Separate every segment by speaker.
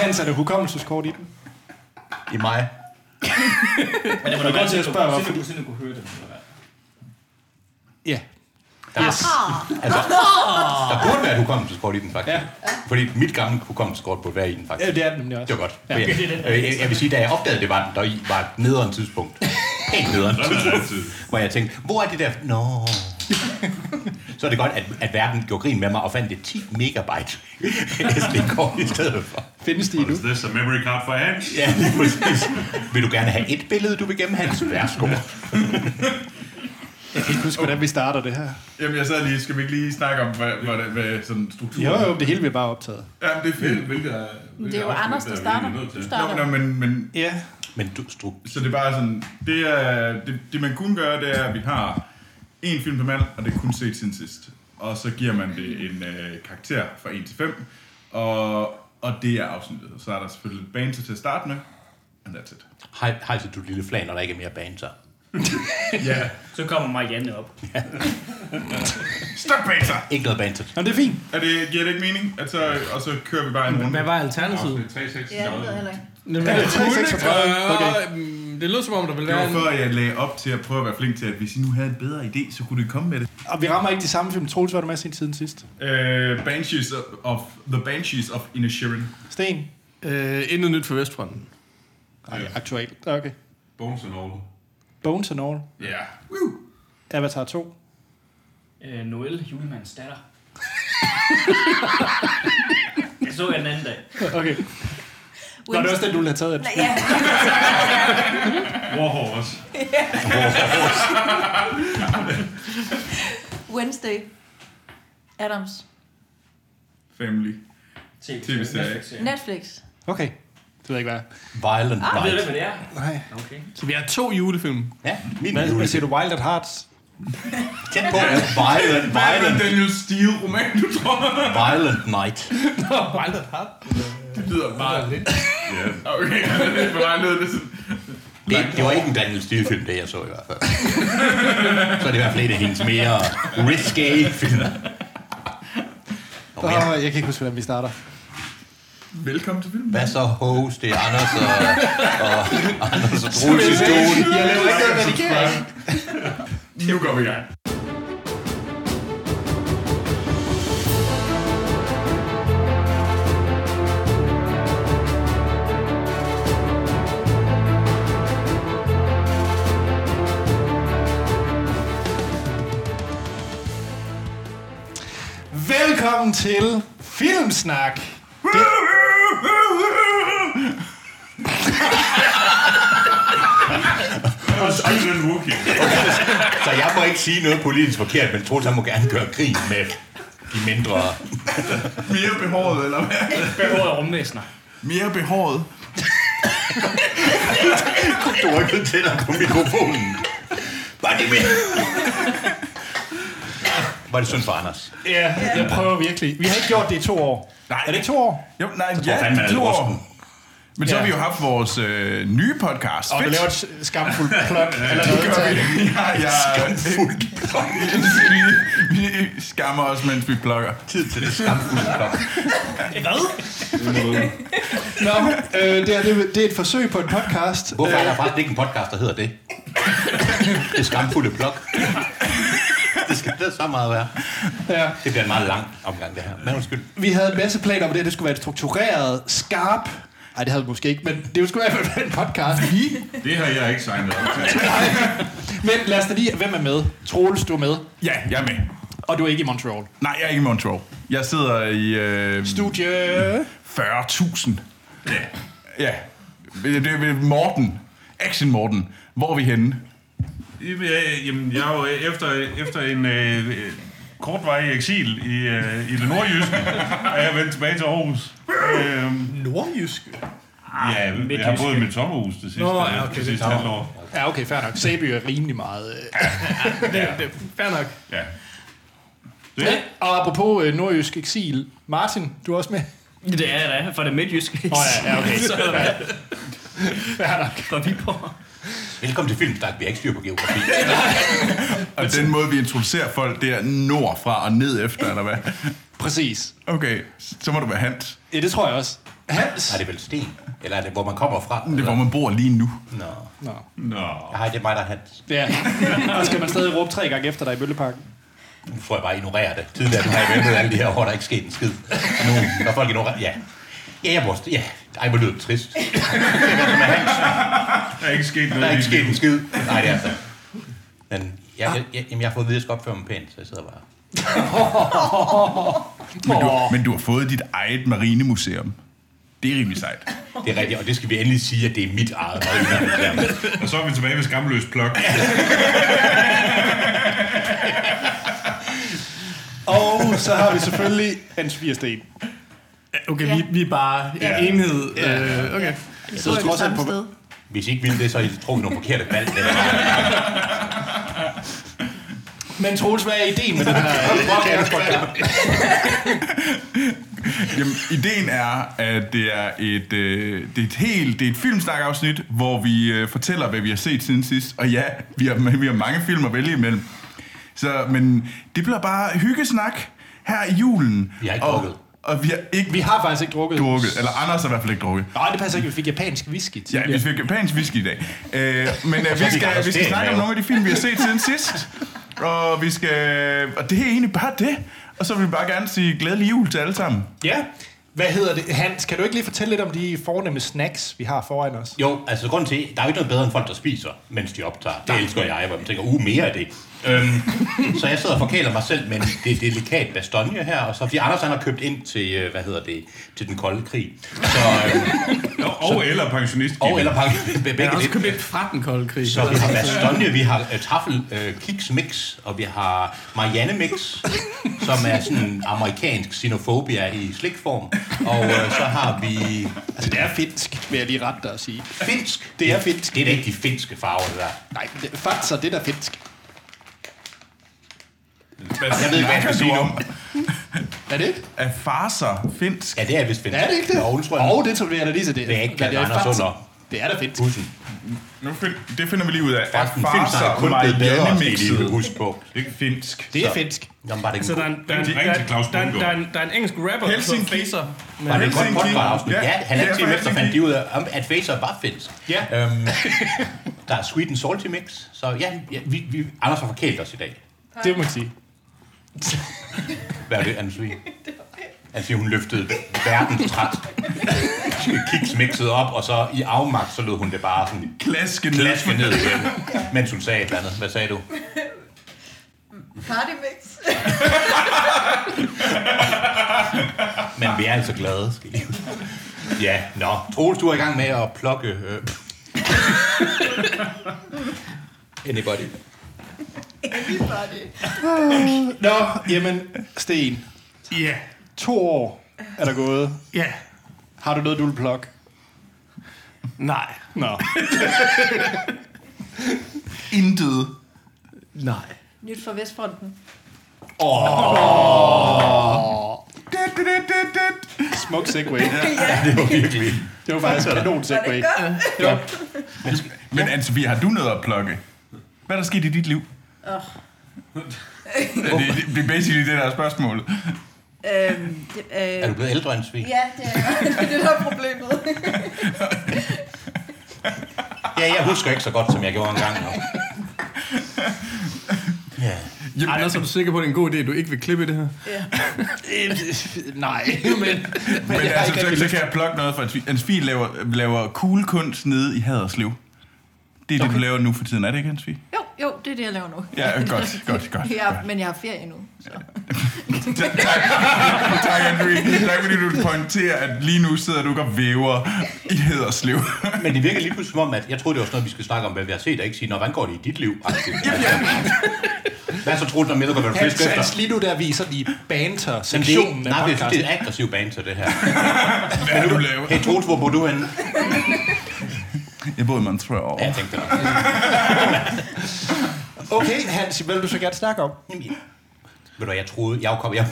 Speaker 1: Dennis, er det hukommelseskort i den?
Speaker 2: I mig.
Speaker 3: Men det var
Speaker 1: er
Speaker 3: da
Speaker 1: godt til at spørge, hvorfor-
Speaker 3: hvorfor. Siden du siden du kunne høre det. eller hvad?
Speaker 1: Ja.
Speaker 2: Yes. Altså, der burde være et hukommelseskort i den, faktisk. Ja. Fordi mit gamle hukommelseskort burde være i den, faktisk.
Speaker 1: ja, det er den nemlig
Speaker 2: Det
Speaker 1: også.
Speaker 2: var godt.
Speaker 1: Ja.
Speaker 2: Ja. Jeg, jeg, jeg vil sige, da jeg opdagede, det var den, der i, var et nederen tidspunkt. Helt nederen tidspunkt. Hvor jeg tænkte, hvor er det der? Nå. Så er det godt, at, at verden gjorde grin med mig og fandt det 10 megabyte SD-kort i stedet for.
Speaker 1: Findes de endnu?
Speaker 4: Is this a memory card for Hans?
Speaker 2: Ja, lige præcis. Vil du gerne have et billede, du vil gemme hans? Værsgo.
Speaker 1: Jeg kan ikke huske, hvordan vi starter det her.
Speaker 5: Jamen, jeg sad lige, skal vi ikke lige snakke om, hvad, hvad, det- hvad sådan strukturen?
Speaker 1: Jo, jo, det hele bliver bare optaget.
Speaker 5: Ja, det er fedt, hvilket er...
Speaker 6: Men det er jo Anders, der starter. Du
Speaker 5: Nå,
Speaker 6: starter.
Speaker 5: men, men, men
Speaker 1: Ja.
Speaker 2: Men du, stru-
Speaker 5: så det er bare sådan, det, er, det, det man kunne gøre, det er, at vi har en film per mand, og det er kun set siden sidst. Og så giver man det en øh, karakter fra 1 til 5, og, og det er afsnittet. Så er der selvfølgelig banter til at starte med, and that's it.
Speaker 2: hej, hej så du lille flan, når der ikke er mere banter.
Speaker 5: Ja,
Speaker 3: Så kommer Marianne op.
Speaker 5: stop banter!
Speaker 2: Ikke noget banter.
Speaker 1: Nå, det er fint.
Speaker 5: Er det, giver det ikke mening? At så, og så kører vi bare en runde.
Speaker 7: Hvad var alternativet?
Speaker 4: Det er 3, 6,
Speaker 6: Ja, det ved jeg heller ikke.
Speaker 7: Nemlig,
Speaker 1: det er 336. Okay.
Speaker 7: okay. Det lød som om, der ville
Speaker 5: Det
Speaker 7: være
Speaker 5: var
Speaker 7: en...
Speaker 5: før, jeg lagde op til at prøve at være flink til, at hvis I nu havde en bedre idé, så kunne det komme med det.
Speaker 1: Og vi rammer ikke de samme film. Troels var du med sin siden sidst.
Speaker 5: Uh, Banshees of, of, The Banshees of Inisherin.
Speaker 1: Sten?
Speaker 7: Øh, intet nyt for Vestfronten.
Speaker 1: Nej, aktuelt. Okay.
Speaker 4: Bones and all.
Speaker 1: Bones and All.
Speaker 5: Ja. Yeah.
Speaker 1: Avatar 2.
Speaker 3: Øh, Noel, julemandens datter. jeg så den anden dag.
Speaker 1: Okay. Nå, det er også den, du ville have taget.
Speaker 6: Nej, ja.
Speaker 4: Warhorse.
Speaker 6: Wednesday. Adams.
Speaker 5: Family.
Speaker 3: TV-
Speaker 5: TV-serie.
Speaker 3: Netflix-serie.
Speaker 6: Netflix.
Speaker 1: Okay. Det ved jeg ikke, hvad er.
Speaker 2: Violent
Speaker 3: Jeg ved ikke,
Speaker 2: Night.
Speaker 3: hvad det er.
Speaker 1: Nej.
Speaker 3: Okay.
Speaker 7: Så vi har to julefilm.
Speaker 2: Ja, min
Speaker 1: Hvad,
Speaker 2: jule.
Speaker 1: hvad siger du? Wild at Hearts?
Speaker 2: Tæt på. Violent,
Speaker 5: Violent
Speaker 2: violent,
Speaker 5: Daniel Steele roman, du tror.
Speaker 2: violent night.
Speaker 7: Wild at Heart.
Speaker 5: Det lyder meget lidt.
Speaker 4: Ja.
Speaker 5: Okay, for mig lød det sådan.
Speaker 2: Det, det var ikke en Daniel Steele-film, det jeg så i hvert fald. så er det i hvert fald en af hendes mere risky film.
Speaker 1: Åh, oh, jeg kan ikke huske, hvordan vi starter.
Speaker 5: Velkommen til filmen.
Speaker 2: Hvad så host? Det er Anders og, og Anders og Troels i stolen.
Speaker 1: Jeg laver ikke noget redigering.
Speaker 5: Nu går vi i gang.
Speaker 1: Velkommen til Filmsnak.
Speaker 4: Og så er den Wookie.
Speaker 2: Så jeg må ikke sige noget politisk forkert, men Troels han må gerne gøre krig med de mindre.
Speaker 5: Mere behåret, eller hvad?
Speaker 3: Behåret rumvæsener.
Speaker 5: Mere behåret.
Speaker 2: Du rykkede til dig på mikrofonen. Var det med? Var det synd for Anders?
Speaker 1: Ja, jeg prøver virkelig. Vi har ikke gjort det i to år.
Speaker 5: Nej.
Speaker 1: Er det ikke to år?
Speaker 5: Jo, nej,
Speaker 2: Hvor
Speaker 5: ja,
Speaker 2: fanden man
Speaker 5: to
Speaker 2: er
Speaker 5: år.
Speaker 2: rusten?
Speaker 5: Men så har
Speaker 1: Ja.
Speaker 5: vi jo haft vores øh, nye podcast.
Speaker 1: Og vi laver et s- skamfuldt plug allerede.
Speaker 5: Det gør vi. Ja, ja.
Speaker 2: Skamfuld
Speaker 5: Vi, vi skammer os, mens vi plukker.
Speaker 2: Tid til det skamfulde kom.
Speaker 1: Nå, øh, det, er, det er et forsøg på en podcast.
Speaker 2: Hvorfor er der faktisk ikke en podcast, der hedder det? Det skamfulde blok. Det skal det er så meget være.
Speaker 1: Ja.
Speaker 2: Det bliver en meget lang omgang, det her. Men undskyld.
Speaker 1: Vi havde en masse planer om det, at det skulle være et struktureret, skarp... Nej, det havde vi måske ikke, men det skulle i hvert fald være en podcast.
Speaker 4: Det har jeg ikke signet op til.
Speaker 1: Men lad os da lige... Hvem er med? Troels, du er med.
Speaker 5: Ja, jeg er med.
Speaker 1: Og du er ikke i Montreal.
Speaker 5: Nej, jeg er ikke i Montreal. Jeg sidder i øh,
Speaker 1: Studie...
Speaker 5: 40.000. Ja. Ja. Det er ved Morten. Action Morten. Hvor er vi henne?
Speaker 4: Ja, jamen, jeg er jo øh, efter, efter en øh, øh, kortvarig eksil i, øh, i det nordjyske, er jeg vendt tilbage til Aarhus. Øh,
Speaker 7: Nordjysk.
Speaker 4: ja, jeg har
Speaker 3: midtjyske.
Speaker 4: boet i mit sommerhus det sidste,
Speaker 7: Ah, Nå, ja, okay,
Speaker 4: det
Speaker 7: det
Speaker 4: sidste
Speaker 7: er
Speaker 4: halvt år.
Speaker 1: Ja, okay, fair nok. Sæby er rimelig meget... Øh.
Speaker 7: Det, fair nok.
Speaker 4: Ja.
Speaker 1: Ja, Og apropos øh, nordjysk eksil, Martin, du er også med?
Speaker 3: Det er jeg da, for det midtjyske.
Speaker 1: Åh ja, ja, okay.
Speaker 3: Så er det Fra Viborg.
Speaker 2: Velkommen til Filmsnak. Vi har ikke styr på geografi.
Speaker 5: Og den måde, vi introducerer folk, det er nordfra og ned efter, eller hvad?
Speaker 1: Præcis.
Speaker 5: Okay, så må du være Hans.
Speaker 1: Ja, det tror jeg også. Hans.
Speaker 2: Nej, det er vel Sten? Eller er det, hvor man kommer fra?
Speaker 5: Det er, hvor man bor lige nu.
Speaker 2: Nå.
Speaker 4: Nå.
Speaker 2: Hej, det er mig, der er Hans.
Speaker 1: Ja. Og skal man stadig råbe tre gange efter dig i Mølleparken?
Speaker 2: Nu får jeg bare ignorere det. Tidligere har jeg ventet alle de her år, der er ikke sket en skid. Nu, når folk ignorerer... Ja. Ja, jeg må... Ja. Ej, hvor lyder det trist.
Speaker 4: Der er ikke sket noget.
Speaker 2: Der er ikke
Speaker 4: i dit
Speaker 2: sket en skid. Nej, det er altså. Men jeg, jeg, jeg, jamen, jeg har fået at vide, at jeg skal opføre mig pænt, så jeg sidder bare...
Speaker 5: Men du, men du har fået dit eget marinemuseum. Det er rimelig sejt.
Speaker 2: Det er rigtigt, og det skal vi endelig sige, at det er mit eget.
Speaker 4: liv. Og så er vi tilbage ved skamløs plok.
Speaker 1: Og så har vi selvfølgelig Hans Fiersten.
Speaker 7: Okay,
Speaker 6: Ja.
Speaker 7: vi, vi er bare en
Speaker 4: Ja.
Speaker 7: enhed. Øh, okay.
Speaker 6: Jeg
Speaker 1: Så
Speaker 6: sidder
Speaker 1: trods
Speaker 6: på samme
Speaker 1: alt på-
Speaker 6: sted.
Speaker 2: Hvis I ikke vil det, så har I truffet nogle forkerte valg. Eller
Speaker 1: Men Troels, hvad er ideen med den her?
Speaker 5: Jamen, ideen er, at det er et, øh, det er et helt, det er et filmsnakafsnit, hvor vi øh, fortæller, hvad vi har set siden sidst. Og ja, vi har, vi har mange film at vælge imellem. Så, men det bliver bare hyggesnak her i julen.
Speaker 2: Vi har ikke
Speaker 5: og,
Speaker 2: drukket.
Speaker 5: Og vi har ikke
Speaker 1: Vi har faktisk ikke drukket.
Speaker 5: drukket, eller Anders har i hvert fald ikke drukket.
Speaker 1: Nej, det passer ikke. Vi fik japansk whisky til.
Speaker 5: Ja, vi fik japansk whisky i dag. Øh, men øh, vi,
Speaker 2: fik
Speaker 5: skal,
Speaker 2: Anders
Speaker 5: vi skal
Speaker 2: Dehn
Speaker 5: snakke om
Speaker 2: med.
Speaker 5: nogle af de film, vi har set siden sidst. Og, vi skal, og det er egentlig bare det. Og så vil vi bare gerne sige glædelig jul til alle sammen.
Speaker 1: ja. Hvad hedder det? Hans, kan du ikke lige fortælle lidt om de fornemme snacks, vi har foran os?
Speaker 2: Jo, altså grunden til, der er jo ikke noget bedre end folk, der spiser, mens de optager. Det elsker jeg, hvor man tænker, uh, mere af det. Øhm, så jeg sidder og forkæler mig selv med en det delikat bastogne her, og så fordi Anders han har købt ind til, øh, hvad hedder det, til den kolde krig. Så, øhm,
Speaker 4: Og, og eller pensionist.
Speaker 2: og eller pakke begge
Speaker 7: Jeg har også
Speaker 2: lidt.
Speaker 7: købt lidt fra den kolde krig.
Speaker 2: Så vi har bastogne, vi har øh, taffel, øh, kiks mix, og vi har Marianne mix, som er sådan amerikansk xenofobia i slikform. Og øh, så har vi
Speaker 1: Altså, det er finsk, vil jeg lige rette dig at sige.
Speaker 2: finsk.
Speaker 1: Det er finsk.
Speaker 2: Det er da ikke de finske farver, det der.
Speaker 1: Nej, det, fatser, det er da finsk.
Speaker 2: Jeg ved ikke, hvad jeg skal sige nu.
Speaker 1: Er det ikke?
Speaker 5: Er farser finsk?
Speaker 2: Ja, det er vist finsk.
Speaker 1: Er det ikke det?
Speaker 2: Jo, det tror jeg.
Speaker 1: Åh, det tror jeg da lige så det.
Speaker 2: Det er ikke
Speaker 1: Men
Speaker 2: Anders
Speaker 1: farser.
Speaker 2: Under.
Speaker 1: Det er da finsk.
Speaker 2: Bussen.
Speaker 5: Nu find, det finder vi lige ud af. Er
Speaker 2: Faktisk, filmsnak er
Speaker 5: farser
Speaker 2: kun blevet bedre, skal I lige
Speaker 5: Marianne-mixet?
Speaker 2: huske på.
Speaker 5: Det er finsk.
Speaker 1: Det er
Speaker 2: Så-
Speaker 1: finsk.
Speaker 2: Jamen, var det ikke
Speaker 7: Så
Speaker 2: en
Speaker 7: der er
Speaker 2: god...
Speaker 7: en, der er en,
Speaker 4: Ring
Speaker 7: der,
Speaker 4: til Claus
Speaker 7: er- der, er-
Speaker 4: Bundgaard.
Speaker 7: der, er en, der er en engelsk rapper, der hedder
Speaker 5: Helsinki.
Speaker 7: Facer. Men
Speaker 2: Var det et godt
Speaker 5: Helsinki.
Speaker 2: podcast-afsnit?
Speaker 5: Ja,
Speaker 2: Ja, halvandet
Speaker 5: ja,
Speaker 2: time
Speaker 5: fra
Speaker 2: efter fandt
Speaker 5: Helsinki.
Speaker 2: de ud af, om- at Facer var finsk.
Speaker 1: Ja.
Speaker 2: Øhm, der er sweet and salty mix. Så ja, ja vi, vi, Anders har forkælet os i dag.
Speaker 1: Det må man sige.
Speaker 2: Hvad er det, Anne-Sophie? Anne-Sophie, hun løftede verdens træt. Kiks mixet op, og så i afmagt, så lød hun det bare sådan
Speaker 5: Klaske ned.
Speaker 2: klaske ned igen, mens hun sagde et eller andet. Hvad sagde du?
Speaker 6: Party mix.
Speaker 2: Men vi er altså glade, skal I lige huske. Ja, nå. Troels, du er i gang med at plukke... Øh. Anybody.
Speaker 6: Happy party.
Speaker 1: Nå, jamen, Sten.
Speaker 7: Ja,
Speaker 1: To år er der gået.
Speaker 7: ja.
Speaker 1: Har du noget, du vil plukke?
Speaker 7: Nej.
Speaker 1: Nå.
Speaker 5: Intet.
Speaker 7: Nej.
Speaker 6: Nyt fra Vestfronten.
Speaker 5: Det, det, det, det, det.
Speaker 1: Smuk segway.
Speaker 2: Det var virkelig...
Speaker 1: Det var faktisk en kanon
Speaker 6: Var det
Speaker 1: segway.
Speaker 6: godt?
Speaker 5: Men Anne-Sophie, har du noget at plukke? Hvad er der sket i dit liv? Det, det, det er basically det, der er spørgsmålet.
Speaker 6: Øhm, det, øh,
Speaker 2: Er du blevet ældre end Svig?
Speaker 6: ja, det er det, er det, der er problemet.
Speaker 2: Ja, jeg husker ikke så godt, som jeg gjorde engang. Og... Ja.
Speaker 5: Jamen,
Speaker 7: Anders, altså, er du sikker på, at det er en god idé, at du ikke vil klippe det her?
Speaker 6: Ja.
Speaker 7: Øh,
Speaker 1: Nej, men...
Speaker 5: Men
Speaker 1: jeg har
Speaker 5: altså,
Speaker 1: ikke
Speaker 5: så,
Speaker 1: rigtig
Speaker 5: så
Speaker 1: lyst.
Speaker 5: kan jeg plukke noget fra Ansvi. Ansvi laver, laver cool kunst nede i Haderslev. Det er okay. det, du laver nu for tiden, er det ikke, Ansvi?
Speaker 6: Jo, jo, det er det, jeg laver nu.
Speaker 5: Ja, godt, godt, godt.
Speaker 6: Ja, men jeg har ferie nu. Så.
Speaker 5: tak, tak, Ansvi. Tak, fordi du pointerer, at lige nu sidder du ikke og væver i Haderslev.
Speaker 2: Men det virker lige pludselig som om, at jeg troede, det var sådan noget, vi skulle snakke om, hvad vi har set, og ikke sige, "Nå, hvordan går det i dit liv? Aktivt. Hvad så Troels, når med, du hvad du
Speaker 1: Hans,
Speaker 2: fisker efter?
Speaker 1: Hans, lige nu der viser de banter
Speaker 2: Jamen, det er,
Speaker 1: sektionen
Speaker 2: ikke-
Speaker 1: af
Speaker 2: nej, det er,
Speaker 1: podcasten.
Speaker 2: det er aggressiv bane til det her.
Speaker 5: Hvad er du laver?
Speaker 2: Hey Troels, hvor bor du henne?
Speaker 5: Jeg bor i Montreal.
Speaker 2: Ja, jeg tænkte nok.
Speaker 1: Okay, Hans, hvad vil du så gerne snakke om?
Speaker 2: Jamen, ja. Ved du hvad, jeg troede, jeg kom, jeg,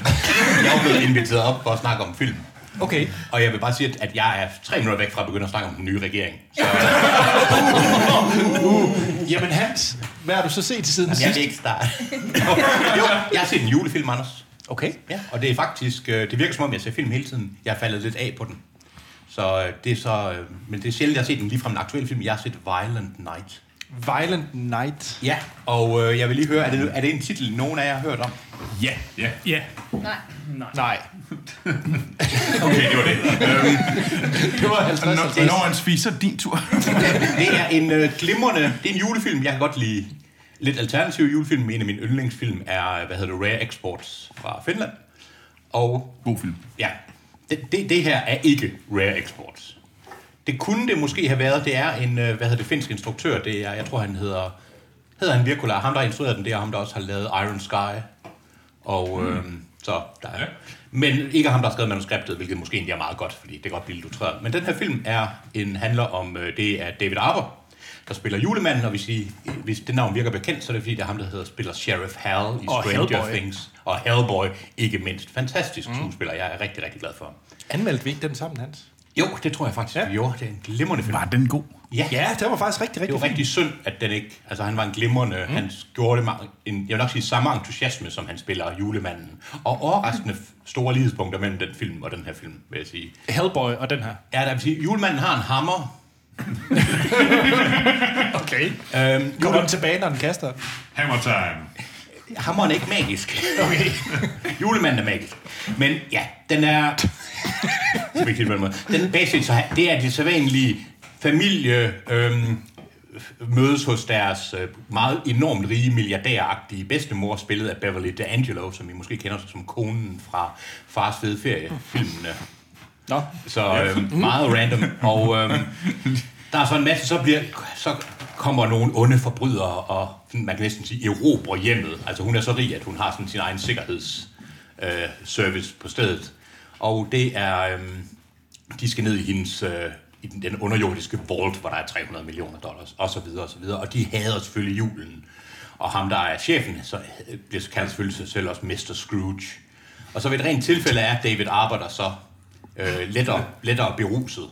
Speaker 2: jeg var blevet inviteret op for at snakke om film.
Speaker 1: Okay.
Speaker 2: Og jeg vil bare sige, at- at jeg er tre minutter væk fra at begynde at snakke om den nye regering. Så
Speaker 1: Jamen Hans, hvad har du så set siden
Speaker 2: jeg
Speaker 1: sidst?
Speaker 2: vil ikke starte. jo, jeg har set en julefilm, Anders.
Speaker 1: Okay.
Speaker 2: Ja, og det er faktisk, øh, det virker som om, jeg ser film hele tiden. Jeg er faldet lidt af på den. Så øh, det er så... Øh, men det er sjældent, jeg har set en ligefrem en aktuel film. Jeg har set Violent Night.
Speaker 1: Violent Night.
Speaker 2: Ja, og øh, jeg vil lige høre, er det, er det en titel, nogen af jer har hørt om?
Speaker 4: Ja, ja.
Speaker 3: Ja.
Speaker 6: Nej.
Speaker 1: Nej.
Speaker 4: Okay, det var det. Øhm,
Speaker 1: Det var 50
Speaker 5: Når, når han spiser din tur.
Speaker 2: Det er en øh, glimrende... Det er en julefilm, jeg kan godt lide. Lidt alternativ julefilm. En af mine yndlingsfilm er, hvad hedder det, Rare Exports fra Finland. Og
Speaker 5: God film.
Speaker 2: Ja, det, det, det her er ikke Rare Exports. Det kunne det måske have været. Det er en, øh, hvad hedder det, finsk instruktør. Det er, jeg tror, han hedder... Hedder han Virkula. Ham, der har instrueret den, det er ham, der også har lavet Iron Sky. Og øh, så der er... Men ikke ham, der har skrevet manuskriptet, hvilket måske egentlig er meget godt, fordi det kan godt blive lidt utreret. Men den her film er en, handler om, øh, det er David Arbor, der spiller julemanden, og hvis, I, hvis det navn virker bekendt, så er det fordi, det er ham, der hedder, spiller Sheriff Hal i
Speaker 7: Og
Speaker 2: Stranger
Speaker 7: Hellboy.
Speaker 2: Things. Og Hellboy, ikke mindst. Fantastisk skuespiller. Jeg er rigtig, rigtig glad for ham.
Speaker 1: Anmeldte vi ikke den sammen, Hans?
Speaker 2: Jo, det tror jeg faktisk, ja. vi gjorde. Det er en glimrende film.
Speaker 5: Var den god?
Speaker 2: Ja, ja.
Speaker 1: Ja, det var faktisk rigtig,
Speaker 2: Det
Speaker 1: rigtig
Speaker 2: var rigtig synd, at den ikke... Altså, han var en glimrende... Mm. Han gjorde det med, en, jeg vil nok sige, samme entusiasme, som han spiller julemanden. Og overraskende f- store lighedspunkter mellem den film og den her film, vil jeg sige.
Speaker 1: Hellboy og den her.
Speaker 2: Ja, der vil sige, julemanden har en hammer.
Speaker 1: Okay. Kommer
Speaker 2: Øhm, jule,
Speaker 1: den tilbage, når den kaster?
Speaker 4: hammer time.
Speaker 2: hammeren er ikke magisk. Okay. julemanden er magisk. Men ja, den er... Så vigtigt på den måde. Den basic, så ha- det er det sædvanlige familie... Øhm, mødes hos deres øh, meget enormt rige milliardæragtige bedstemor, spillet af Beverly D'Angelo, som I måske kender som konen fra Fars Fede Ferie-filmene.
Speaker 1: Nå.
Speaker 2: Så øh, meget random. Og øh, der er så en masse, så, bliver, så kommer nogle onde forbrydere, og sådan, man kan næsten sige, erobrer hjemmet. Altså hun er så rig, at hun har sådan sin egen sikkerhedsservice øh, service på stedet. Og det er, øh, de skal ned i hendes... Øh, i den- den underjordiske vault, hvor der er 300 millioner dollars, og så videre, og så videre. Og de hader selvfølgelig julen. Og ham, der er chefen, så øh, bliver kaldt selvfølgelig sig selv også Mr. Scrooge. Og så ved et rent tilfælde er David arbejder så øh, lettere, lettere beruset.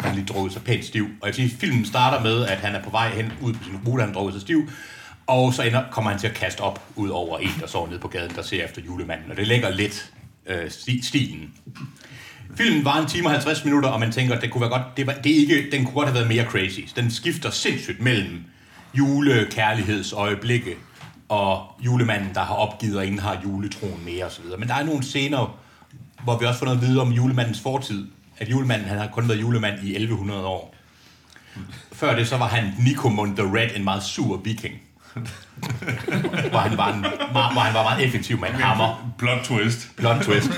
Speaker 2: Han har lige drukket sig pænt stiv. Og jeg vil sige, filmen starter med, at han er på vej hen ud på sin rute, han har drukket sig stiv. Og så ender, kommer han til at kaste op ud over en, der sover nede på gaden, der ser efter julemanden. Og det lægger lidt øh, sti- stilen. Filmen var en time og 50 minutter, og man tænker, at det kunne være godt, det var, det er ikke, den kunne godt have været mere crazy. Den skifter sindssygt mellem julekærlighedsøjeblikke og julemanden, der har opgivet, og ingen har juletroen mere osv. Men der er nogle scener, hvor vi også får noget at vide om julemandens fortid. At julemanden, han har kun været julemand i 1100 år. Før det, så var han Nicomund the Red, en meget sur viking. hvor, han var en, meget- hvor han var meget effektiv med en hammer.
Speaker 4: Plot twist.
Speaker 2: Plot twist.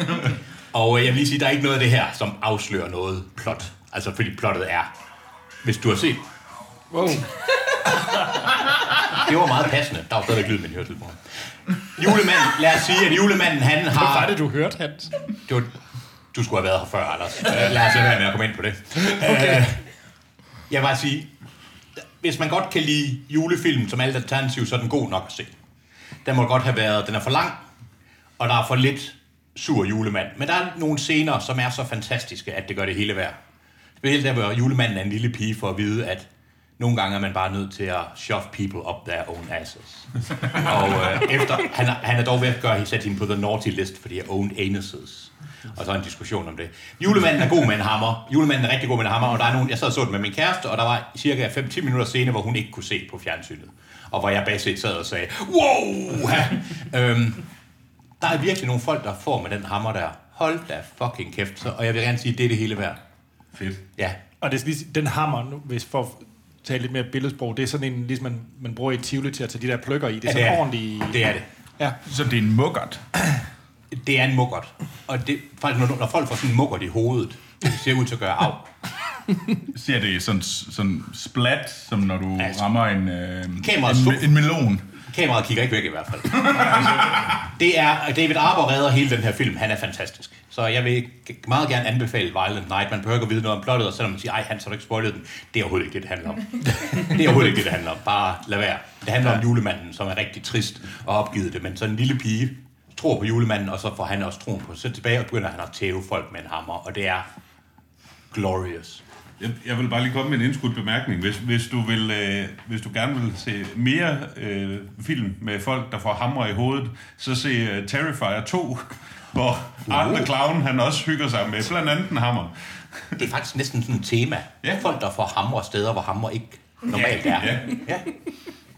Speaker 2: Og øh, jeg vil lige sige, der er ikke noget af det her, som afslører noget plot. Altså, fordi plottet er... Hvis du har set...
Speaker 7: Wow.
Speaker 2: Det var meget passende. Der var stadigvæk lyd med en høretelefoner. Julemanden, lad os sige, at julemanden, han har...
Speaker 1: Hvad var det, du hørte, Hans?
Speaker 2: det var, du skulle have været her før, Anders. Øh, Lad os lade være med at komme ind på det. Okay. Jeg vil bare sige, hvis man godt kan lide julefilm som alt alternativ, så er den god nok at se. Den må godt have været, den er for lang, og der er for lidt sur julemand. Men der er nogle scener, som er så fantastiske, at det gør det hele værd. Specielt der, hvor julemanden er en lille pige for at vide, at nogle gange er man bare nødt til at shove people up their own asses. Og øh, efter, han, er- han er dog ved at gøre, sætte hende på the naughty list, fordi jeg owned anuses. Og så er en diskussion om det. Julemanden er god med en hammer. Julemanden er rigtig god med en hammer, og der er nogen, jeg sad og så den med min kæreste, og der var cirka 5-10 minutter scene, hvor hun ikke kunne se på fjernsynet. Og hvor jeg basisk sad og sagde, wow! øhm, der er virkelig nogle folk, der får med den hammer der. Hold da fucking kæft. Så, og jeg vil gerne sige, det er det hele værd.
Speaker 4: Fedt.
Speaker 2: Ja,
Speaker 1: Og det er sådan lige, den hammer, nu, hvis for at tale lidt mere billedsprog, det er sådan en, ligesom man, man bruger i Tivoli til at tage de der pløkker i. Det er sådan
Speaker 2: det
Speaker 1: ja,
Speaker 2: er det.
Speaker 1: ordentligt...
Speaker 2: det er det.
Speaker 1: Ja.
Speaker 5: Så det er en muggert.
Speaker 2: Det er en muggert. Og det, faktisk, når, når folk får sådan en muggert i hovedet, det ser ud til at gøre af.
Speaker 5: Ser det sådan, sådan splat, som når du
Speaker 2: Altså,
Speaker 5: rammer en, øh, en,
Speaker 2: kameraet
Speaker 5: me-
Speaker 2: så-
Speaker 5: en melon.
Speaker 2: Kameraet kigger ikke væk i hvert fald. det er, og David Arbor redder hele den her film. Han er fantastisk. Så jeg vil g- meget gerne anbefale Violent Night. Man behøver ikke at vide noget om plottet, og selvom man siger, ej, han har du ikke spoilet den. Det er overhovedet ikke det, det handler om. det er overhovedet ikke det, det handler om. Bare lad være. Det handler om julemanden, som er rigtig trist og opgivet det. Men så en lille pige tror på julemanden, og så får han også troen på sig tilbage, og begynder han at tæve folk med en hammer. Og det er glorious.
Speaker 4: Jeg, jeg vil bare lige komme med en indskudt bemærkning. Hvis, hvis, du, vil, øh, hvis du gerne vil se mere øh, film med folk, der får hamre i hovedet, så se
Speaker 5: Oh.
Speaker 4: øh, Terrifier 2, hvor Art the Clown han også hygger sig med blandt andet en hammer.
Speaker 2: Det er faktisk næsten sådan et tema.
Speaker 5: Ja.
Speaker 2: Folk, der får hamre steder, hvor hamre ikke normalt er.
Speaker 5: Ja.
Speaker 2: ja.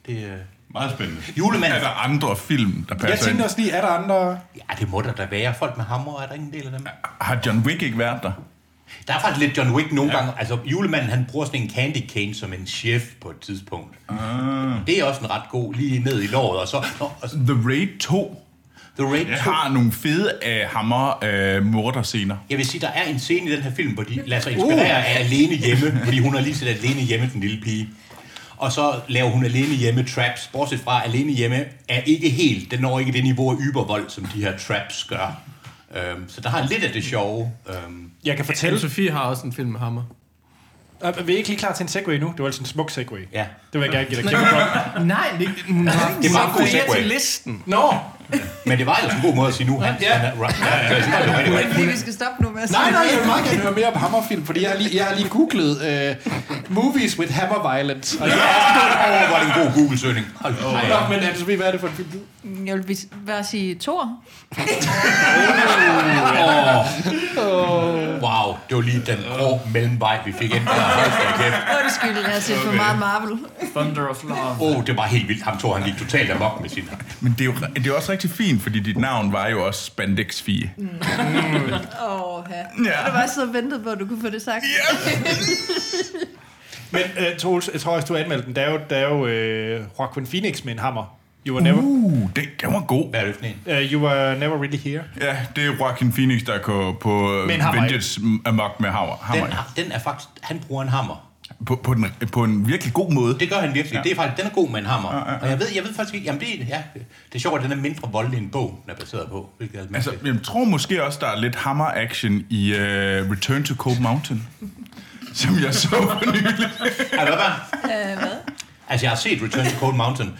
Speaker 2: Det, øh...
Speaker 5: Meget spændende.
Speaker 2: Julemanden.
Speaker 5: Er der andre film, der passer
Speaker 1: Jeg tænkte også lige, er der andre...
Speaker 2: Ja, det må der da være. Folk med hamre, er der ingen del af dem?
Speaker 5: ind? Har John Wick ikke været der?
Speaker 2: Der er faktisk lidt John Wick nogle ja. gange. Altså, julemanden, han bruger sådan en candy cane som en chef på et tidspunkt. Ah. Det er også en ret god, lige ned i låret, og så... Nå, og så
Speaker 5: The Raid 2
Speaker 2: The Raid 2.
Speaker 5: Jeg har nogle fede øh, hammer øh, morder scener.
Speaker 2: Jeg vil sige, der er en scene i den her film, hvor de lader sig inspirere uh. af alene hjemme, fordi hun har lige set alene hjemme, den lille pige. Og så laver hun alene hjemme traps, bortset fra alene hjemme er ikke helt, den når ikke det niveau af ybervold, som de her traps gør. Øhm, så der har lidt af det sjove. Øhm,
Speaker 1: Jeg kan
Speaker 7: Anne
Speaker 1: fortælle... Øh,
Speaker 7: Sofie har også en film med hammer.
Speaker 1: Er vi er ikke lige klar til en segway nu? Det var altså en smuk segway.
Speaker 2: ja.
Speaker 1: Det vil jeg gerne give dig kæmpe for.
Speaker 7: Nej, det,
Speaker 2: Det er meget god
Speaker 7: til
Speaker 2: segway.
Speaker 7: listen.
Speaker 1: Nå,
Speaker 2: Men det var ellers en god måde at sige nu. Han, ja. han er, right, ja, ja, ja.
Speaker 6: Det er fordi, vi skal stoppe nu med at
Speaker 1: nej,
Speaker 6: sige
Speaker 1: nej,
Speaker 6: det.
Speaker 1: jeg vil meget gerne høre mere om hammerfilm, fordi jeg har lige, jeg har lige googlet uh, movies with hammer violence. Og jeg
Speaker 2: Åh, hvor er det en god Google-søgning. Hold oh,
Speaker 1: Nå, men Anne Sofie, hvad er det for en film?
Speaker 6: Jeg vil vis- bare sige Thor.
Speaker 2: Wow, det var lige den grå mellemvej, vi fik ind. Hold da kæft.
Speaker 6: Undskyld, jeg har set for meget Marvel.
Speaker 3: Thunder of Love.
Speaker 2: Åh, oh, det var helt vildt. Ham tog han lige totalt amok med sin...
Speaker 5: Men det er, jo, det er også rigtig fint, fordi dit navn var jo også Spandex Fie.
Speaker 6: Åh, oh, ja.
Speaker 5: Ja.
Speaker 6: Jeg var så ventet på, at du kunne få det sagt.
Speaker 1: Men uh, Troels, jeg tror også, du anmeldte den. Der er jo, der er jo uh, Joaquin Phoenix med en hammer. You were never,
Speaker 5: Uh, det, den var god.
Speaker 2: Hvad er det for en?
Speaker 1: uh, you were never really here.
Speaker 5: Ja, det er Joaquin Phoenix, der går på
Speaker 1: Men hammer
Speaker 5: Vengeance Amok med hammer. hammer.
Speaker 2: Den, har- den er faktisk, han bruger en hammer.
Speaker 5: På, på, den, på en virkelig god måde.
Speaker 2: Det gør han virkelig. Ja. Det er faktisk, den er god med en hammer. Ja, ja, ja. Og jeg ved, jeg ved faktisk ikke, jamen det, er- ja, det er sjovt, at den er mindre voldelig end bogen, den er baseret på. Hvilket er lidt
Speaker 5: Altså,
Speaker 2: mærkeligt.
Speaker 5: jeg tror måske også, der er lidt hammer-action i uh, Return to Cold Mountain, som jeg så for nylig.
Speaker 2: Er du hvad? Altså, jeg har set Return to Cold Mountain.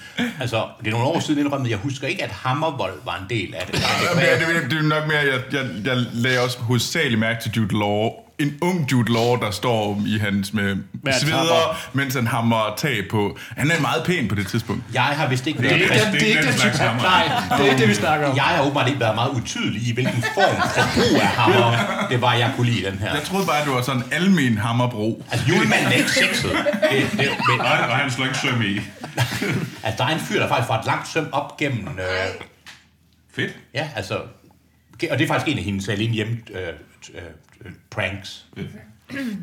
Speaker 2: Altså, det er nogle år siden indrømmet, jeg husker ikke, at hammervold var en del af det.
Speaker 5: Ja, det, er- det er nok mere, jeg, jeg, jeg lagde også hovedsageligt mærke til Jude Law. En ung Jude Law, der står i hans med
Speaker 1: Med hans
Speaker 5: sveder, mens han hammer tag på. Han er meget pæn på det tidspunkt.
Speaker 2: Jeg har vist ikke været...
Speaker 4: Det er ikke
Speaker 1: Det er ikke den
Speaker 4: slags
Speaker 1: type
Speaker 4: hammer.
Speaker 1: Nej, det er ikke det, vi snakker om.
Speaker 2: Jeg har åbenbart ikke været meget utydelig i, hvilken form for brug af hammer det var, jeg kunne lide den her.
Speaker 5: Jeg troede bare, at det var sådan en almen hammerbro.
Speaker 2: Altså, julemanden er ikke sexet. Det, det, men,
Speaker 4: Nej, og han slår ikke søm i.
Speaker 2: altså, der er en fyr, der faktisk får et langt søm op gennem... Øh,
Speaker 4: Fedt.
Speaker 2: Ja, altså... Og det er faktisk en af hendes alene hjemme øh, t- øh, øh, pranks.
Speaker 7: Det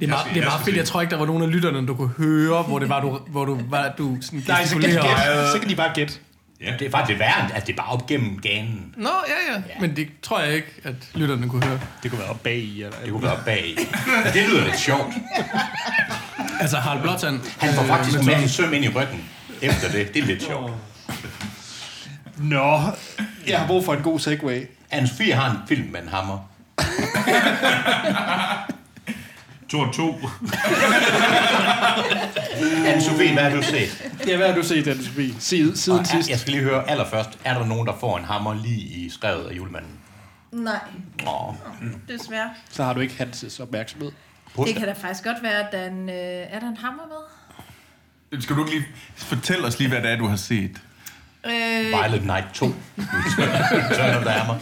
Speaker 7: er meget, det er meget fedt. Jeg tror ikke, der var nogen af lytterne, du kunne høre, hvor det var, du, hvor du, var, du sådan
Speaker 1: Nej, så kan, de
Speaker 7: gestikulerede.
Speaker 1: gætte. så kan de bare gætte.
Speaker 2: Det er faktisk det værre, at det er bare op gennem ganen.
Speaker 7: Nå, ja, ja. Men det tror jeg ikke, at lytterne kunne høre.
Speaker 1: Det kunne være op bag i. Eller,
Speaker 2: Det kunne være op bag. Det lyder lidt sjovt.
Speaker 7: Altså, Harald Blåtand.
Speaker 2: Han får faktisk
Speaker 7: men
Speaker 2: med
Speaker 7: så-
Speaker 2: en søm ind i ryggen efter det. Det er lidt sjovt.
Speaker 1: Nå, jeg har brug for en god segway.
Speaker 2: Anne Sofie har en film med en hammer.
Speaker 4: To og to.
Speaker 2: Anne Sofie, hvad har du set?
Speaker 1: Ja, hvad har du set, Anne Sofie, siden,
Speaker 2: Og
Speaker 1: siden
Speaker 2: er,
Speaker 1: sidst?
Speaker 2: jeg skal lige høre allerførst, er der nogen, der får en hammer lige i skrevet af julemanden?
Speaker 6: Nej,
Speaker 2: Åh,
Speaker 6: desværre.
Speaker 1: Så har du ikke Hanses opmærksomhed.
Speaker 6: Det kan da faktisk godt være, at der er en, øh, er der en hammer med?
Speaker 5: Skal du ikke lige fortælle os lige, hvad det er, du har set?
Speaker 6: Øh,
Speaker 2: Violet Night 2. Turn of the Hammer.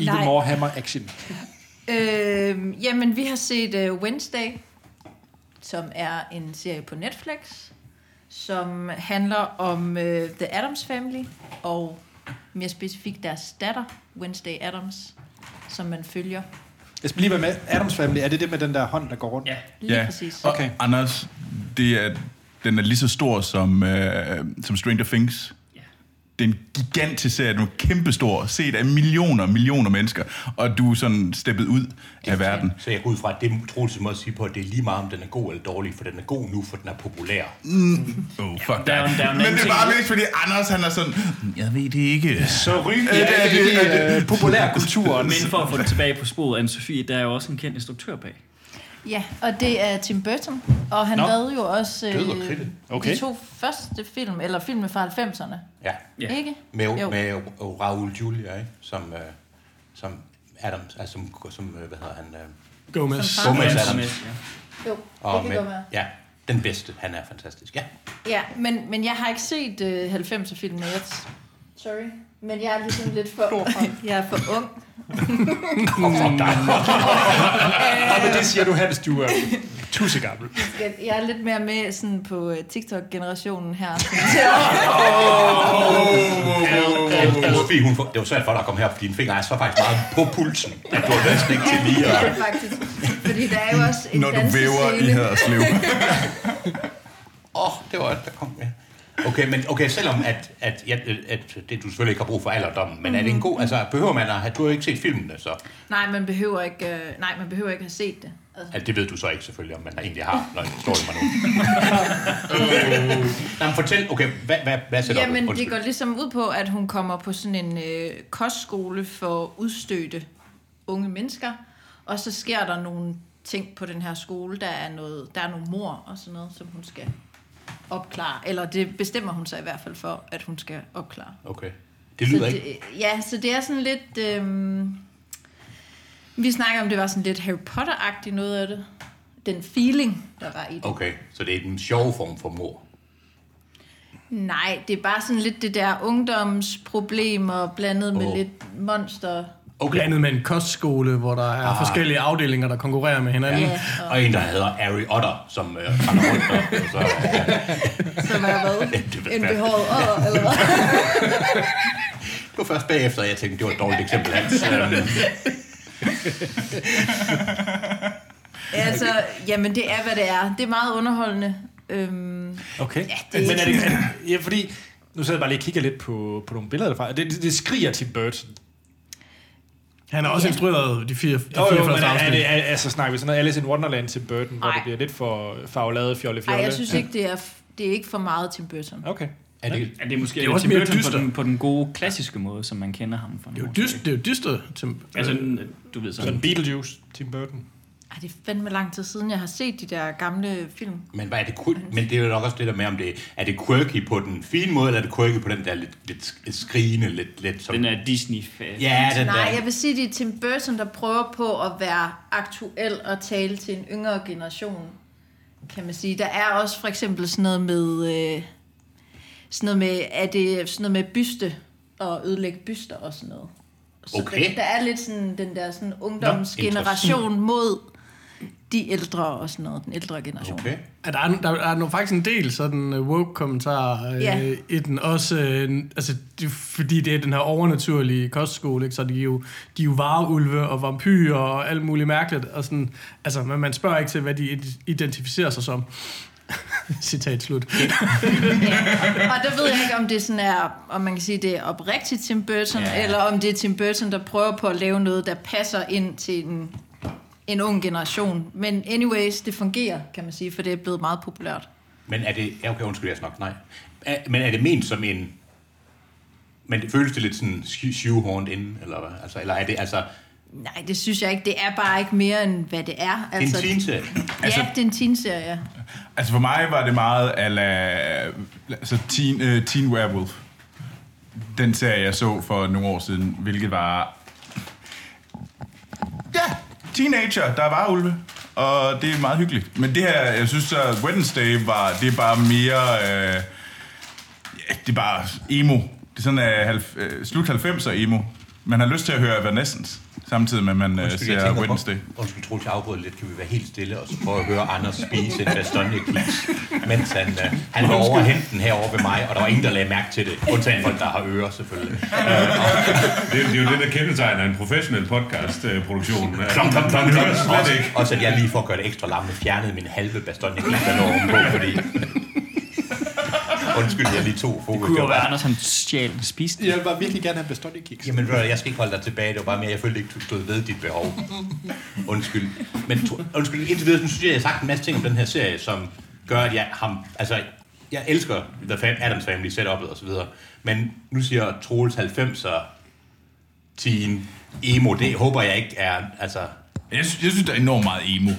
Speaker 1: Even
Speaker 6: Nej.
Speaker 1: more hammer action.
Speaker 6: øh, jamen, vi har set øh, Wednesday, som er en serie på Netflix, som handler om øh, The Addams Family, og mere specifikt deres datter, Wednesday Addams, som man følger
Speaker 1: Jeg skal lige være med. Adams Family, er det det med den der hånd, der går rundt?
Speaker 3: Ja.
Speaker 6: lige præcis.
Speaker 5: Og
Speaker 1: Okay.
Speaker 5: Anders, det er, den er lige så stor som, øh, som Stranger Things.
Speaker 3: Ja.
Speaker 5: Det er en gigantisk serie, den er kæmpestor, set af millioner og millioner mennesker, og du er sådan steppet ud af verden.
Speaker 2: Så jeg går ud fra, at det er Troels' måde at sige på, at det er lige meget, om den er god eller dårlig, for den er god nu, for den er populær.
Speaker 5: Oh, fuck
Speaker 3: der er jo-
Speaker 5: dig.
Speaker 3: der er jo en
Speaker 5: Men
Speaker 3: anden
Speaker 5: det er bare
Speaker 3: ting.
Speaker 5: mest, fordi Anders han er sådan, "Mm, jeg ved det ikke.
Speaker 1: Så ryg ja,
Speaker 5: det er
Speaker 1: Øh, det,
Speaker 5: det,
Speaker 1: det,
Speaker 5: det er
Speaker 1: det, det, populærkulturen.
Speaker 3: Men for at få det tilbage på sporet, Anne-Sophie, der er jo også en kendt instruktør bag.
Speaker 6: Ja, og det er Tim Burton, og han
Speaker 1: Nå.
Speaker 6: Nå. lavede jo også øh,
Speaker 2: Død og kritte.
Speaker 1: Okay.
Speaker 6: de to første film, eller filmene fra 90'erne,
Speaker 2: Ja.
Speaker 3: Ja.
Speaker 6: ikke?
Speaker 2: Med,
Speaker 6: Jo.
Speaker 2: med Raul Julia, ikke? Som, øh, som Adams, altså som, som øh, hvad hedder han? Øh,
Speaker 7: Gomez.
Speaker 6: Som
Speaker 2: Gomez
Speaker 3: Hans
Speaker 2: Adams.
Speaker 3: Smith, ja.
Speaker 6: Jo, det
Speaker 2: Og
Speaker 6: kan
Speaker 2: med,
Speaker 6: godt være.
Speaker 2: ja, den bedste. Han er fantastisk. Ja.
Speaker 6: Ja, men, men jeg har ikke set øh, 90'er-filmene. Jeg Sorry. Men jeg er ligesom lidt for Jeg er for ung.
Speaker 1: Mm. Nej, men det siger du her, hvis du er tussegammel.
Speaker 6: Jeg, jeg er lidt mere med sådan på øh, TikTok-generationen her.
Speaker 2: Sofie, hun, det var svært for dig at komme her, fordi din finger er så faktisk meget på pulsen. at Du har næsten ikke til lige
Speaker 6: det
Speaker 2: at...
Speaker 6: er det faktisk. Fordi der er jo også en
Speaker 5: Når du væver i
Speaker 6: dansescene.
Speaker 5: Haderslev.
Speaker 2: Åh, oh, det var et, der kom med. Okay, men okay, selvom at, at, at, at det, du selvfølgelig ikke har brug for alderdommen, men er
Speaker 6: Mhm.
Speaker 2: det en god, altså behøver man at have, du har jo ikke set filmene, så
Speaker 6: Nej, man behøver ikke, øh, nej, man behøver ikke have set det. Altså,
Speaker 2: at det ved du så ikke selvfølgelig, om man egentlig har, når det står i mig nu. Nå, men fortæl, okay, hvad, hvad, hvad sætter
Speaker 6: Jamen, det går ligesom ud på, at hun kommer på sådan en øh, kostskole for udstødte unge mennesker, og så sker der nogle ting på den her skole, der er, noget, der er nogle mor og sådan noget, som hun skal opklare, eller det bestemmer hun sig i hvert fald for, at hun skal opklare.
Speaker 2: Okay, det lyder
Speaker 6: så
Speaker 2: ikke.
Speaker 6: Det, ja, så det er sådan lidt... Øhm, vi snakker om, det var sådan lidt Harry Potter-agtigt noget af det. Den feeling, der var i det.
Speaker 2: Okay, så det er den sjove form for mor.
Speaker 6: Nej, det er bare sådan lidt det der ungdomsproblemer blandet med
Speaker 2: Åh.
Speaker 6: lidt monster.
Speaker 2: Okay,
Speaker 7: Blandet med en kostskole, hvor der er ah. forskellige afdelinger, der konkurrerer med hinanden.
Speaker 6: Ja, og
Speaker 2: og en, der hedder Harry Otter, som øh, render rundt og, og så,
Speaker 6: så var jeg hvad?
Speaker 2: Det ved
Speaker 6: En
Speaker 2: jeg.
Speaker 6: behåret ådder, eller hvad?
Speaker 2: Det var først bagefter, jeg tænkte, det var et dårligt eksempel. Hans. Øhm,
Speaker 6: Altså, jamen det er, hvad det er. Det er meget underholdende. Øhm,
Speaker 1: Okay. Ja,
Speaker 6: det er
Speaker 1: Men er det, er det, ja, fordi, nu sidder jeg bare lige og kigger lidt på, på nogle billeder derfra. Det, det, det skriger Tim Burton.
Speaker 7: Han har også
Speaker 6: Ja.
Speaker 7: instrueret de fire, de
Speaker 1: Jo, jo, men
Speaker 7: 44
Speaker 1: er, er det,
Speaker 7: afsnit.
Speaker 1: er, altså snakker vi sådan noget Alice in Wonderland Tim Burton, hvor
Speaker 6: Ej.
Speaker 1: det bliver lidt for faglade fjolle fjolle?
Speaker 6: ej, jeg synes ikke, det er, f- det er ikke for meget Tim Burton.
Speaker 1: Okay.
Speaker 2: er det,
Speaker 3: Ja, det er måske
Speaker 7: Det er
Speaker 3: det er
Speaker 7: også
Speaker 3: Tim
Speaker 7: mere
Speaker 3: Burton på
Speaker 7: dyster.
Speaker 3: den, på den gode, klassiske måde, som man kender ham fra.
Speaker 7: Det er jo dyst, det er jo dyster. Tim.
Speaker 3: Altså, du ved sådan.
Speaker 1: Sådan Beetlejuice, Tim Burton.
Speaker 6: Ej, det er fandme lang tid siden, jeg har set de der gamle film.
Speaker 2: men, hvad er det, qu- men det er jo nok også det der med, om det er det quirky på den fine måde, eller er det quirky på den der lidt, lidt sk- skrigende, lidt, lidt som...
Speaker 3: Den er øh, Disney-fan.
Speaker 2: ja, den
Speaker 6: Nej,
Speaker 2: Altså, der.
Speaker 6: jeg vil sige, det er Tim Burton, der prøver på at være aktuel og tale til en yngre generation, kan man sige. Der er også for eksempel sådan noget med, øh, sådan noget med, er det sådan noget med byste og ødelægge byster og sådan noget. Så
Speaker 2: Okay.
Speaker 6: den, der er lidt sådan den der sådan ungdomsgeneration mod de ældre og sådan noget, den ældre generation.
Speaker 2: Okay.
Speaker 7: Ja, der, er, der, er, der er faktisk en del sådan øh, woke-kommentarer øh,
Speaker 6: Ja.
Speaker 7: i den også, øh, altså, det, er fordi det er den her overnaturlige kostskole, ikke? så de er, jo, de er jo vareulve og vampyrer og alt muligt mærkeligt, og sådan, altså, men man spørger ikke til, hvad de id- identificerer sig som. Citat slut.
Speaker 6: Og der ved jeg ikke, om det sådan er, om man kan sige, det er oprigtigt Tim Burton,
Speaker 2: Ja.
Speaker 6: ja. eller om det er Tim Burton, der prøver på at lave noget, der passer ind til en, en ung generation. Men anyways, det fungerer, kan man sige, for det er blevet meget populært.
Speaker 2: Men er det... Ja, okay, undskyld, jeg snakker. Nej. Er, men er det ment som en... Men det føles det lidt sådan shoe- shoehorned in, eller hvad? Altså, eller er det altså
Speaker 6: Nej, det synes jeg ikke. Det er bare ikke mere, end hvad det er. Altså,
Speaker 2: en teenserie?
Speaker 6: Ja, det er en teen-serie. ja.
Speaker 5: Altså for mig var det meget ala, altså teen, øh, teen Werewolf. Den serie, jeg så for nogle år siden, hvilket var... Ja, teenager, der var ulve. Og det er meget hyggeligt. Men det her, jeg synes så, Wednesday var, det er bare mere... Øh, ja, det er bare emo. Det er sådan øh, halv, øh, slut 90'er emo. Man har lyst til at høre Evanescence, samtidig med at man øh,
Speaker 2: Undskyld, jeg
Speaker 5: ser
Speaker 2: tænker
Speaker 5: Wednesday.
Speaker 2: På, undskyld, Troels, jeg afbryder lidt. Kan vi være helt stille og så prøve at høre Anders spise en bastogne mens han, øh, han var over at hente den herovre ved mig, og der var ingen, der lagde mærke til det. Undtagen folk, der har ører, selvfølgelig.
Speaker 4: Det, det er jo det, der kendetegner en professionel øh, podcast-produktion.
Speaker 2: Klom, klom, klom, klom.
Speaker 4: Slet ikke.
Speaker 2: Også at jeg lige for at gøre det ekstra larmende fjernede min halve bastogne der lå ovenpå, fordi... Undskyld, jeg lige tog fokus.
Speaker 3: Det kunne jo
Speaker 2: var
Speaker 3: være,
Speaker 2: bare-
Speaker 3: Anders han stjal den spiste.
Speaker 1: Jeg vil bare virkelig gerne have Bastogne Kiks.
Speaker 2: Jamen, ved du hvad, jeg skal ikke holde dig tilbage. Det var bare mere, jeg følte ikke, du stod ved dit behov. Undskyld. Men tro- undskyld, indtil videre, synes jeg, jeg har sagt en masse ting om den her serie, som gør, at jeg ham... Altså, jeg elsker The Fam- Adams Family setup'et og så videre. Men nu siger Troels 90'er teen emo. Det håber jeg ikke er... Altså,
Speaker 5: Jeg synes, jeg synes, der er enormt meget emo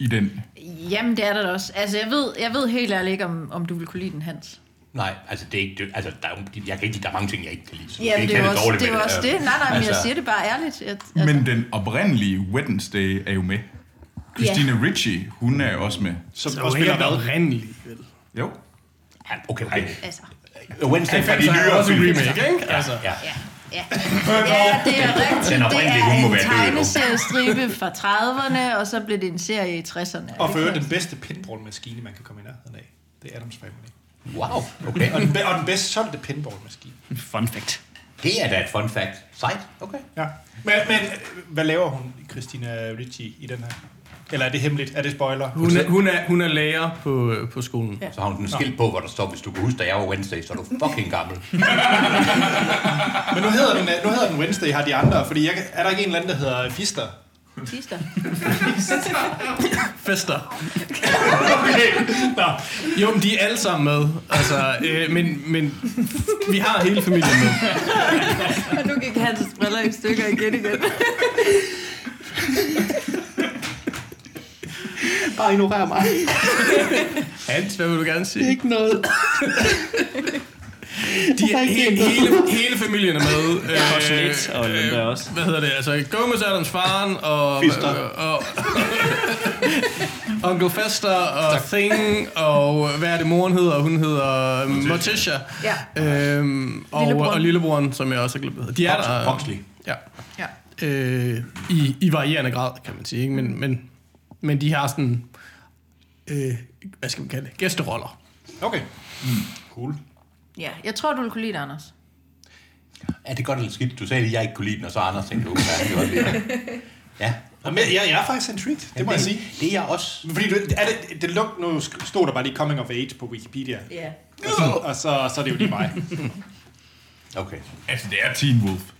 Speaker 5: i den.
Speaker 6: Jamen, det er der da også. Altså, jeg ved, jeg ved helt ærligt ikke, om, om du vil kunne lide den, Hans.
Speaker 2: nej, altså det er ikke... Det, altså, der, er, jo- jeg kan ikke lide, der er mange ting, jeg ikke kan lide. Så
Speaker 6: Jamen,
Speaker 2: ikke
Speaker 6: det er jo
Speaker 2: have
Speaker 6: også
Speaker 2: dårligt
Speaker 6: det. Er
Speaker 2: med
Speaker 6: jo også det.
Speaker 2: Øh,
Speaker 6: Nej, nej, men jeg
Speaker 2: altså-
Speaker 6: siger det bare ærligt. Jeg, altså,
Speaker 5: Men den oprindelige Wednesday er jo med. Christina yeah. Ricci, hun er jo også med.
Speaker 1: Som
Speaker 7: Det
Speaker 1: så
Speaker 7: er jo
Speaker 1: også
Speaker 7: ikke
Speaker 1: spiller
Speaker 7: den
Speaker 1: hvad?
Speaker 7: oprindelige, vel?
Speaker 5: Jo.
Speaker 2: Ja, Okay, okay.
Speaker 6: altså,
Speaker 2: Wednesday fra de
Speaker 7: 90'er er
Speaker 2: nyere
Speaker 7: også en
Speaker 2: film.
Speaker 7: remake, ikke? Altså.
Speaker 2: Ja.
Speaker 6: Ja, ja. ja, det er rigtigt.
Speaker 2: Den
Speaker 6: Det
Speaker 2: oprindelige, hun
Speaker 6: er
Speaker 2: må
Speaker 6: en
Speaker 2: være død nu.
Speaker 6: tegneseriestribe fra 30'erne, og så blev det en serie i 60'erne.
Speaker 1: Og for øvrigt den bedste pinballmaskine, man kan komme i nærheden af. Det er Adams Family.
Speaker 2: Wow, okay.
Speaker 1: Og den, be- og den bedst solgte pinballmaskine.
Speaker 3: Fun fact.
Speaker 2: Det er da et fun fact. Sejt, okay.
Speaker 1: Ja. Men, men hvad laver hun, Christina Ricci, i den her? Eller er det hemmeligt? Er det spoiler?
Speaker 7: Hun, er, hun, er, hun er lærer på, øh, på skolen.
Speaker 2: Så har hun den skilt på, hvor der står, hvis du kan huske, da jeg var Wednesday, så er du fucking gammel.
Speaker 1: Men nu hedder den, nu hedder den Wednesday, har de andre. Fordi jeg, kan- er der ikke en eller anden, der hedder Fister?
Speaker 6: Tister.
Speaker 7: Fester. Nå. Jo, men de er alle sammen med. Altså, øh, men, men vi har hele familien med.
Speaker 6: Og nu gik hans briller i stykker igen igen.
Speaker 1: Bare ignorer mig.
Speaker 7: Hans, hvad vil du gerne sige?
Speaker 1: Ikke noget.
Speaker 7: De er he- hele, hele familien er med. Øh,
Speaker 3: Også lidt, og Linda også.
Speaker 7: hvad hedder det? Altså, Gomez Adams faren og...
Speaker 1: Fister.
Speaker 7: Og, og, Uncle Fester og Thing og hvad er det moren hedder? Hun hedder Morticia.
Speaker 6: Ja.
Speaker 7: Øhm, og,
Speaker 6: Lillebroren.
Speaker 7: og lillebroren, som jeg også har glemt. hvad hedder. De er der.
Speaker 2: Huxley.
Speaker 7: Ja.
Speaker 6: Ja.
Speaker 7: øh, i, i varierende grad, kan man sige. Ikke? Men, men, men de har sådan, øh, hvad skal man kalde det, gæsteroller.
Speaker 1: Okay. Mm. Cool.
Speaker 6: ja, jeg tror, du vil kunne lide det, Anders.
Speaker 2: Er det godt eller skidt? Du sagde, at jeg ikke kunne lide den, og så Anders tænkte, okay, jeg godt lide den. Ja.
Speaker 1: Og med, jeg, jeg er faktisk intrigued, det må jeg sige.
Speaker 2: Det er jeg også.
Speaker 1: Fordi du, er det, det luk, nu sk- stod der bare lige coming of age på Wikipedia.
Speaker 6: Ja.
Speaker 1: Og så, og så, så er det jo lige mig.
Speaker 2: Okay.
Speaker 5: Altså, det er Teen Wolf.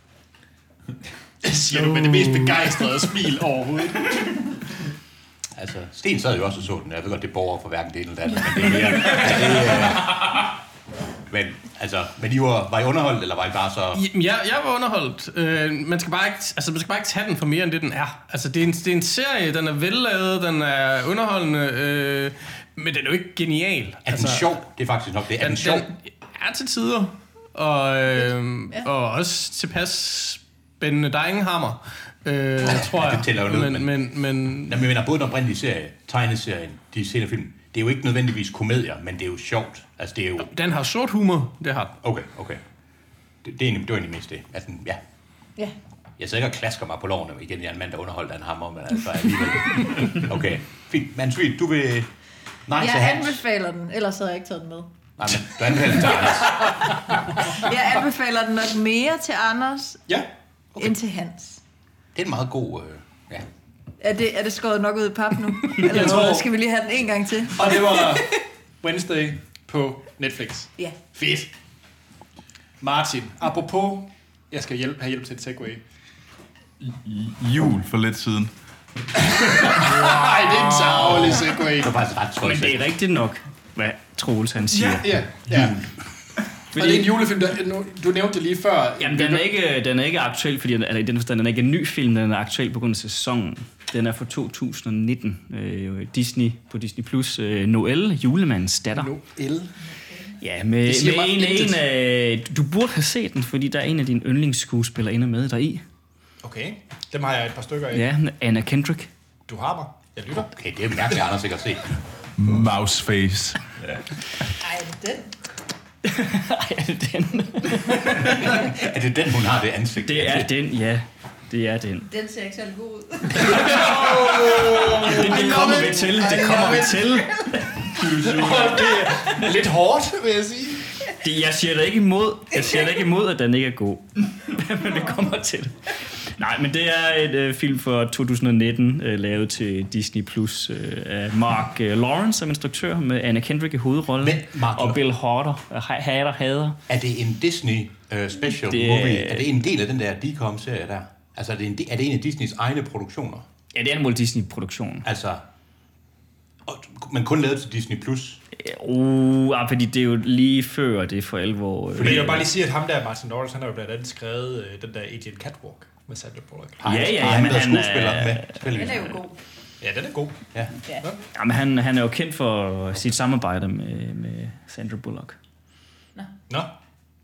Speaker 1: Siger du med det mest begejstrede smil overhovedet.
Speaker 2: Altså, Sten sad jo også og så den. Jeg ved godt, det borger for hverken det ene eller det andet, men det er mere... det, øh... Men, altså, men I var, var I underholdt, eller var I bare så...
Speaker 7: Jamen, jeg, jeg var underholdt. Øh, man, skal bare ikke, altså, man skal bare ikke tage den for mere, end det den er. Altså, det er en, det er en serie, den er vellavet, den er underholdende, øh, men den er jo ikke genial. Altså,
Speaker 2: Er den sjov? Det er faktisk nok det. Er den sjov?
Speaker 7: er til tider, og, øh,
Speaker 6: Ja.
Speaker 7: og også tilpas spændende. Der er ingen hammer, øh, tror
Speaker 2: det
Speaker 7: jeg.
Speaker 2: tæller jo ned,
Speaker 7: men, men, men,
Speaker 2: Nå, men jeg mener, både den oprindelige serie, tegneserien, de senere film, det er jo ikke nødvendigvis komedier, men det er jo sjovt. Altså, det er jo...
Speaker 7: den har sort humor, det har den.
Speaker 2: Okay, okay. Det, det, er, egentlig, det var egentlig mest det. At den, ja.
Speaker 6: Ja.
Speaker 2: Jeg sidder ikke og klasker mig på lovene. Igen, jeg er en mand, der underholdt af en hammer, men altså alligevel. Okay, fint. Men Sweet, du vil... Nej,
Speaker 1: Altså,
Speaker 2: til
Speaker 6: Jeg
Speaker 2: Hans.
Speaker 6: anbefaler den, ellers havde jeg ikke taget den med.
Speaker 2: Nej, men du anbefaler den til Anders.
Speaker 6: Jeg anbefaler den nok mere til Anders,
Speaker 1: Ja.
Speaker 6: okay. end til Hans.
Speaker 2: Det er en meget god... Øh, ja.
Speaker 6: Er det, er det skåret nok ud i pap nu? Eller tror... skal vi lige have den en gang til?
Speaker 1: Og det var Wednesday på Netflix.
Speaker 6: Ja.
Speaker 1: Fedt. Martin, apropos, jeg skal hjælpe, have hjælp til et segway.
Speaker 5: Jul for lidt siden.
Speaker 1: Nej, det er en særlig segway.
Speaker 2: Det var faktisk ret
Speaker 3: Men det
Speaker 2: trygt.
Speaker 3: er rigtigt nok, hvad Troels han siger. Ja.
Speaker 1: Ja, ja. Fordi... Og det er en julefilm, der, nu, du nævnte det lige før.
Speaker 3: Jamen, den er, ikke, den er ikke aktuel, fordi den, altså, i den forstand, den er ikke en ny film, den er aktuel på grund af sæsonen. Den er fra 2019. Øh, Disney på Disney+. Plus. Øh, Noel, julemandens datter.
Speaker 1: El.
Speaker 3: Ja, med,
Speaker 1: Det siger
Speaker 3: med
Speaker 1: mig
Speaker 3: en, en
Speaker 1: intet.
Speaker 3: af... Du burde have set den, fordi der er en af dine yndlingsskuespillerinder med dig i.
Speaker 1: Okay, dem har jeg et par stykker af.
Speaker 3: Ja, Anna Kendrick.
Speaker 1: Du har mig. Jeg lytter.
Speaker 2: Okay, det er mærkeligt, Anders ikke har set.
Speaker 5: Mouseface.
Speaker 6: Ej, den.
Speaker 3: Ej, den.
Speaker 2: Er det den, hun har det ansigt? Altså,
Speaker 3: Det er den, ja. Det er den.
Speaker 6: Den ser ikke særlig god ud.
Speaker 3: Det, det kommer vi til. Det kommer vi til.
Speaker 1: Lidt hårdt, vil jeg sige.
Speaker 3: Det, jeg siger da ikke imod. Jeg siger da ikke imod, at den ikke er god. men det kommer til. Nej, men det er et øh, film fra 2019, øh, lavet til Disney+, Plus øh, af Mark øh, Lawrence som instruktør, med Anna Kendrick i hovedrollen,
Speaker 2: Men Mark-
Speaker 3: og Bill Hader, øh, ha- hader, hader.
Speaker 2: Er det en Disney uh, special
Speaker 3: Det
Speaker 2: det...
Speaker 3: er-
Speaker 2: movie? Er det en del af den der DCOM-serie der? Altså, er det, en, de- er det en af Disneys egne produktioner?
Speaker 3: Ja, det er en Walt Disney-produktion.
Speaker 2: Altså, og, men kun lavet til Disney+. Plus.
Speaker 3: Uh, ah, fordi det er jo lige før det for alvor. Øh,
Speaker 1: Men jeg vil bare lige sige, at ham der, Martin Lawrence, han har jo blandt andet skrevet øh, den der Agent Catwalk med Sandra Bullock.
Speaker 2: Har han-
Speaker 3: Ja, ja,
Speaker 2: har han
Speaker 3: men
Speaker 2: været
Speaker 3: han øh,
Speaker 2: skuespiller
Speaker 3: er-
Speaker 2: med? Selvfølgelig.
Speaker 6: Den er jo god.
Speaker 1: Ja, den er god.
Speaker 2: Ja.
Speaker 6: Ja.
Speaker 3: Jamen, han, han er jo kendt for sit samarbejde med, med Sandra Bullock.
Speaker 1: Nå,
Speaker 2: Det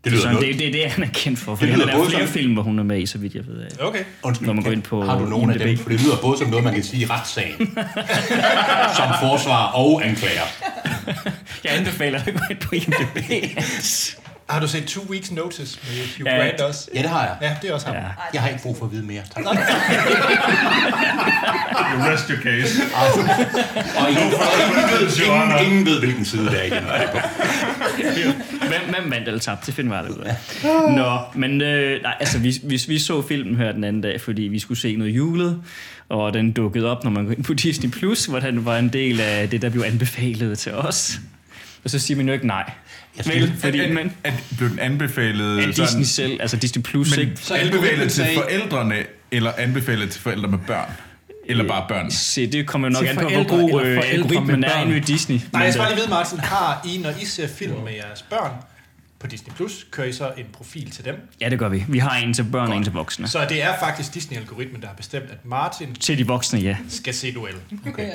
Speaker 3: Det
Speaker 2: lyder
Speaker 3: så
Speaker 2: noget.
Speaker 3: det, det er det, han er kendt for. For
Speaker 2: Det
Speaker 3: han
Speaker 2: lyder
Speaker 3: er
Speaker 2: både
Speaker 3: flere
Speaker 2: som-
Speaker 3: film, hvor hun er med i, så vidt jeg ved. af.
Speaker 1: okay.
Speaker 2: Undskyld,
Speaker 3: Når man går
Speaker 2: kan-
Speaker 3: ind på
Speaker 2: har du nogen af dem?
Speaker 3: IMDb?
Speaker 2: For det lyder både som noget, man kan sige i retssagen. som forsvar og anklager.
Speaker 3: Jeg anbefaler dig at gå ind på IMDb.
Speaker 1: Har du set Two Weeks Notice med Hugh
Speaker 3: Ja.
Speaker 1: Grant også?
Speaker 2: Ja, det har jeg.
Speaker 1: Ja, det er også ham.
Speaker 3: Ja.
Speaker 2: Jeg har ikke brug for at vide mere. Tak.
Speaker 4: You rest your case.
Speaker 2: Og ingen,
Speaker 4: Joanna.
Speaker 2: ingen, ingen ved, hvilken side det er igen.
Speaker 3: Hvem, hvem vandt eller tabte? Det finder vi aldrig ud af. Nå, men øh, nej, altså, vi, vi, vi så filmen her den anden dag, fordi vi skulle se noget julet, og den dukkede op, når man går ind på Disney+, Plus, hvor den var en del af det, der blev anbefalet til os. Og så siger man jo ikke nej.
Speaker 2: Jeg
Speaker 3: Vel,
Speaker 2: synes-
Speaker 3: fordi, men,
Speaker 5: At, blev den anbefalet
Speaker 3: af Disney selv, altså Disney+, Plus, ikke?
Speaker 5: men
Speaker 2: Så
Speaker 5: så
Speaker 2: algoritmen
Speaker 5: anbefalet til
Speaker 2: sagde-
Speaker 5: forældrene, eller anbefalet til forældre med børn? Eller bare børn?
Speaker 3: Se, det kommer jo nok
Speaker 7: Til
Speaker 3: an på, hvor
Speaker 7: forældre
Speaker 3: god
Speaker 7: eller
Speaker 3: øh,
Speaker 7: forældre
Speaker 3: algoritmen
Speaker 7: med
Speaker 3: er
Speaker 7: børn.
Speaker 3: inde ved Disney.
Speaker 1: Nej,
Speaker 3: Men,
Speaker 1: jeg skal bare
Speaker 3: øh,
Speaker 1: lige vide, Martin, har I, når I ser film med jeres børn på Disney+, Plus, kører I så en profil til dem?
Speaker 3: Ja, det gør vi. Vi har en til børn og en til voksne.
Speaker 1: Så det er faktisk Disney-algoritmen, der har bestemt, at Martin
Speaker 3: Til de voksne, ja.
Speaker 1: skal se duel.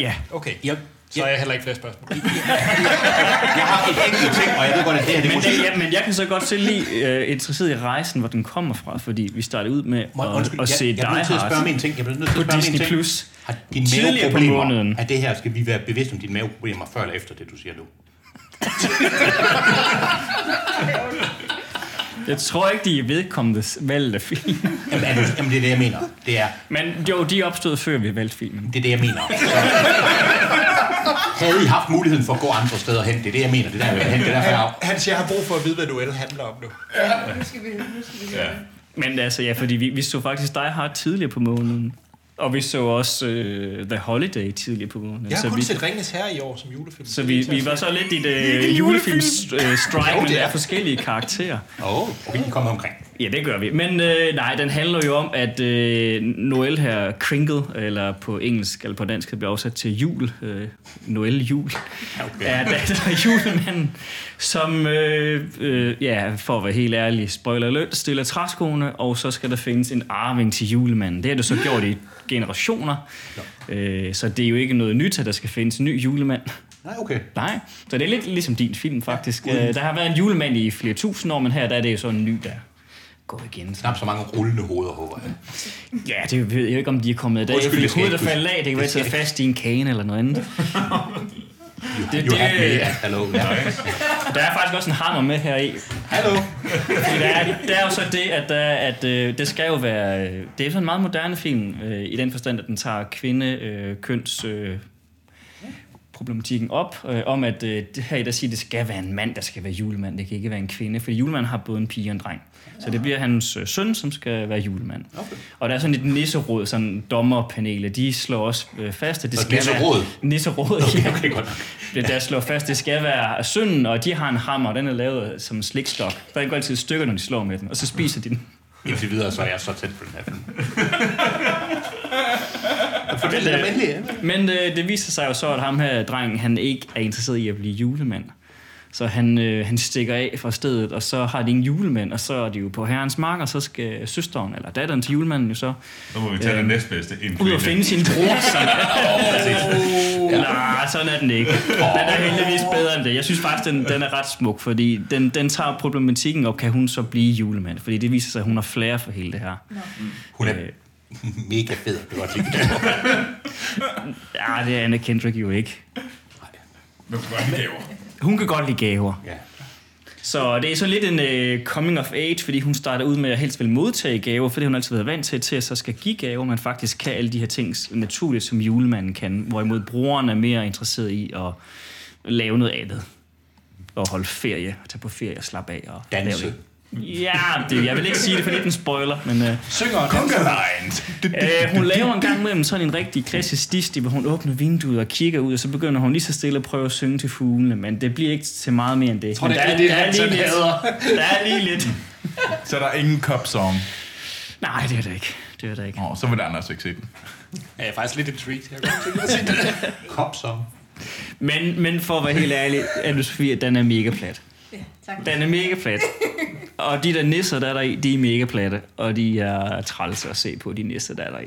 Speaker 3: Ja,
Speaker 1: Okay,
Speaker 2: Jeg,
Speaker 1: så er jeg heller ikke flere spørgsmål.
Speaker 2: jeg har et enkelt ting, og jeg ved godt, at det her det er
Speaker 3: Men, det,
Speaker 2: måske...
Speaker 3: ja, men jeg kan så godt selv lige øh, interesseret i rejsen, hvor den kommer fra, fordi vi startede ud med
Speaker 2: Må-
Speaker 3: at,
Speaker 2: Undskyld,
Speaker 3: at se
Speaker 2: jeg, jeg er
Speaker 3: Die
Speaker 2: nødt til at
Speaker 3: Hard
Speaker 2: spørge med en ting. Jeg bliver nødt til
Speaker 3: på
Speaker 2: at spørge med en
Speaker 3: Disney+.
Speaker 2: ting.
Speaker 3: Plus.
Speaker 2: Har dine
Speaker 3: Tidligere på måneden.
Speaker 2: maveproblemer, at det her skal vi være bevidst om dine maveproblemer før eller efter det, du siger nu?
Speaker 3: Jeg tror ikke, de er vedkommende valgte film.
Speaker 2: Jamen, er du, jamen det er det, jeg mener. Det er
Speaker 3: Men jo, de opstod før vi valgte filmen.
Speaker 2: det, er det jeg mener. Så, havde I haft muligheden for at gå andre steder hen? Det er det, jeg mener. Det er der, jeg vil hen. Det er derfor, jeg har...
Speaker 1: Hans, jeg har brug for at vide, hvad duel handler om nu.
Speaker 6: Nu skal vi, nu skal vi
Speaker 3: Men altså, ja, fordi vi, vi så faktisk Die Hard tidligere på måneden. Og vi så også øh, The Holiday tidligere på måneden.
Speaker 1: Jeg har
Speaker 3: så
Speaker 1: kun
Speaker 3: vi,
Speaker 1: set Ringens Herre i år som julefilm.
Speaker 3: så vi, vi var så lidt i det øh, julefilms-strike, øh, men der er forskellige karakterer.
Speaker 2: Åh, oh, okay, vi kommer omkring.
Speaker 3: Ja, det gør vi. Men øh, nej, den handler jo om, at øh, Noel her, Kringle, eller på engelsk eller på dansk, det bliver oversat til jul, øh, Noel Jul, okay. er datter af julemanden, som, øh, øh, ja, for at være helt ærlig, spoiler alert, stiller træskoene, og så skal der findes en arving til julemanden. Det har du så gjort i generationer, øh, så det er jo ikke noget nyt, at der skal findes en ny julemand.
Speaker 2: Nej, okay.
Speaker 3: Nej, så det er lidt ligesom din film faktisk. Øh, der har været en julemand i flere tusind år, men her der er det jo sådan en ny, der går igen.
Speaker 2: Knap så mange rullende hoveder, håber jeg.
Speaker 3: Ja, det ved jeg ikke, om de er kommet af dag.
Speaker 2: Undskyld,
Speaker 3: Undskyld,
Speaker 2: det
Speaker 3: det
Speaker 2: skal
Speaker 3: hovedet,
Speaker 2: jeg ikke
Speaker 3: der faldt af, det kan være
Speaker 2: skal
Speaker 3: sidde fast i en kane eller noget andet. det,
Speaker 2: You have me
Speaker 3: det,
Speaker 2: at hello. Ja.
Speaker 3: der er faktisk også en hammer med her i.
Speaker 2: Hallo.
Speaker 3: Der er, der er jo så det, at, der, at øh, det skal jo være... øh, Det er sådan en meget moderne film, øh, i den forstand, at den tager kvinde, øh, køns... Øh, problematikken op, øh, om at øh, det her i der siger, det skal være en mand, der skal være julemand, det kan ikke være en kvinde, fordi julemanden har både en pige og en dreng. Så det bliver hans øh, søn, som skal være julemand. Okay. Og der er sådan et nisseråd, sådan dommerpanel, og de slår også øh, fast, at det
Speaker 2: Og
Speaker 3: skal
Speaker 2: nisseråd?
Speaker 3: være... Nisseråd? ja.
Speaker 2: Okay, godt.
Speaker 3: Det der slår fast, det skal være sønnen, og de har en hammer, og den er lavet som en slikstok. Der går altid i stykker, når de slår med den, og så spiser de den.
Speaker 2: Indtil videre, så er jeg så tæt på den her film. Fortæl
Speaker 3: Men,
Speaker 2: lidt om
Speaker 3: øh,
Speaker 2: endelig. ja.
Speaker 3: Men øh, det viser sig jo så, at ham her drengen, han ikke er interesseret i at blive julemand. Så han, øh, han stikker af fra stedet, og så har de en julemand, og så er de jo på herrens mark, og så skal søsteren, eller datteren til julemanden jo så,
Speaker 4: Nu må vi tage den næstbedste. En
Speaker 3: ud
Speaker 2: øh,
Speaker 3: og
Speaker 4: kvinde.
Speaker 3: finde sin bror. Som... oh, Nej, sådan er den ikke. Den er heldigvis bedre end det. Jeg synes faktisk, den, den er ret smuk, fordi den, den tager problematikken op, kan hun så blive julemand? Fordi det viser sig, at hun har flere for hele det her.
Speaker 2: Hun er
Speaker 3: Øh,
Speaker 2: mega fed. Det kan jeg godt lide.
Speaker 3: ja, det er Anna Kendrick jo ikke.
Speaker 5: Med børnegaver.
Speaker 3: Hun kan godt lide gaver.
Speaker 2: Ja.
Speaker 3: Så det er så lidt en øh, coming of age, fordi hun starter ud med at helst vil modtage gaver, fordi hun altid har været vant til, til at så skal give gaver, man faktisk kan alle de her ting s- naturligt, som julemanden kan, hvorimod broren er mere interesseret i at lave noget andet og holde ferie, tage på ferie og slappe af. Og
Speaker 2: Danse.
Speaker 3: lave det. Ja, det, jeg vil ikke sige det, for det er en spoiler, men... Øh,
Speaker 1: Synger og danser.
Speaker 3: Øh, hun laver en gang imellem sådan en rigtig klassisk Disney, hvor hun åbner vinduet og kigger ud, og så begynder hun lige så stille at prøve at synge til fuglene, men det bliver ikke til meget mere end det.
Speaker 1: tror,
Speaker 3: Men
Speaker 1: det er
Speaker 3: der,
Speaker 1: det,
Speaker 3: der, er
Speaker 1: han
Speaker 3: lige
Speaker 1: sådan
Speaker 3: lidt, der er lige lidt.
Speaker 5: Så der er ingen cup song.
Speaker 3: Nej, det er der ikke. Det er der ikke.
Speaker 5: Nå, så vil Anders ikke se den.
Speaker 1: Ja, jeg er faktisk lidt intrigued. Jeg kan godt tænke mig at se
Speaker 2: Kop så.
Speaker 3: Men, men for at være helt ærlig, Anne-Sophie, den er mega plat.
Speaker 6: Ja, tak.
Speaker 3: Den er mega plat. Og de der nisser, der er der i, de er mega platte, og de er trælse at se på, de nisser, der er der i.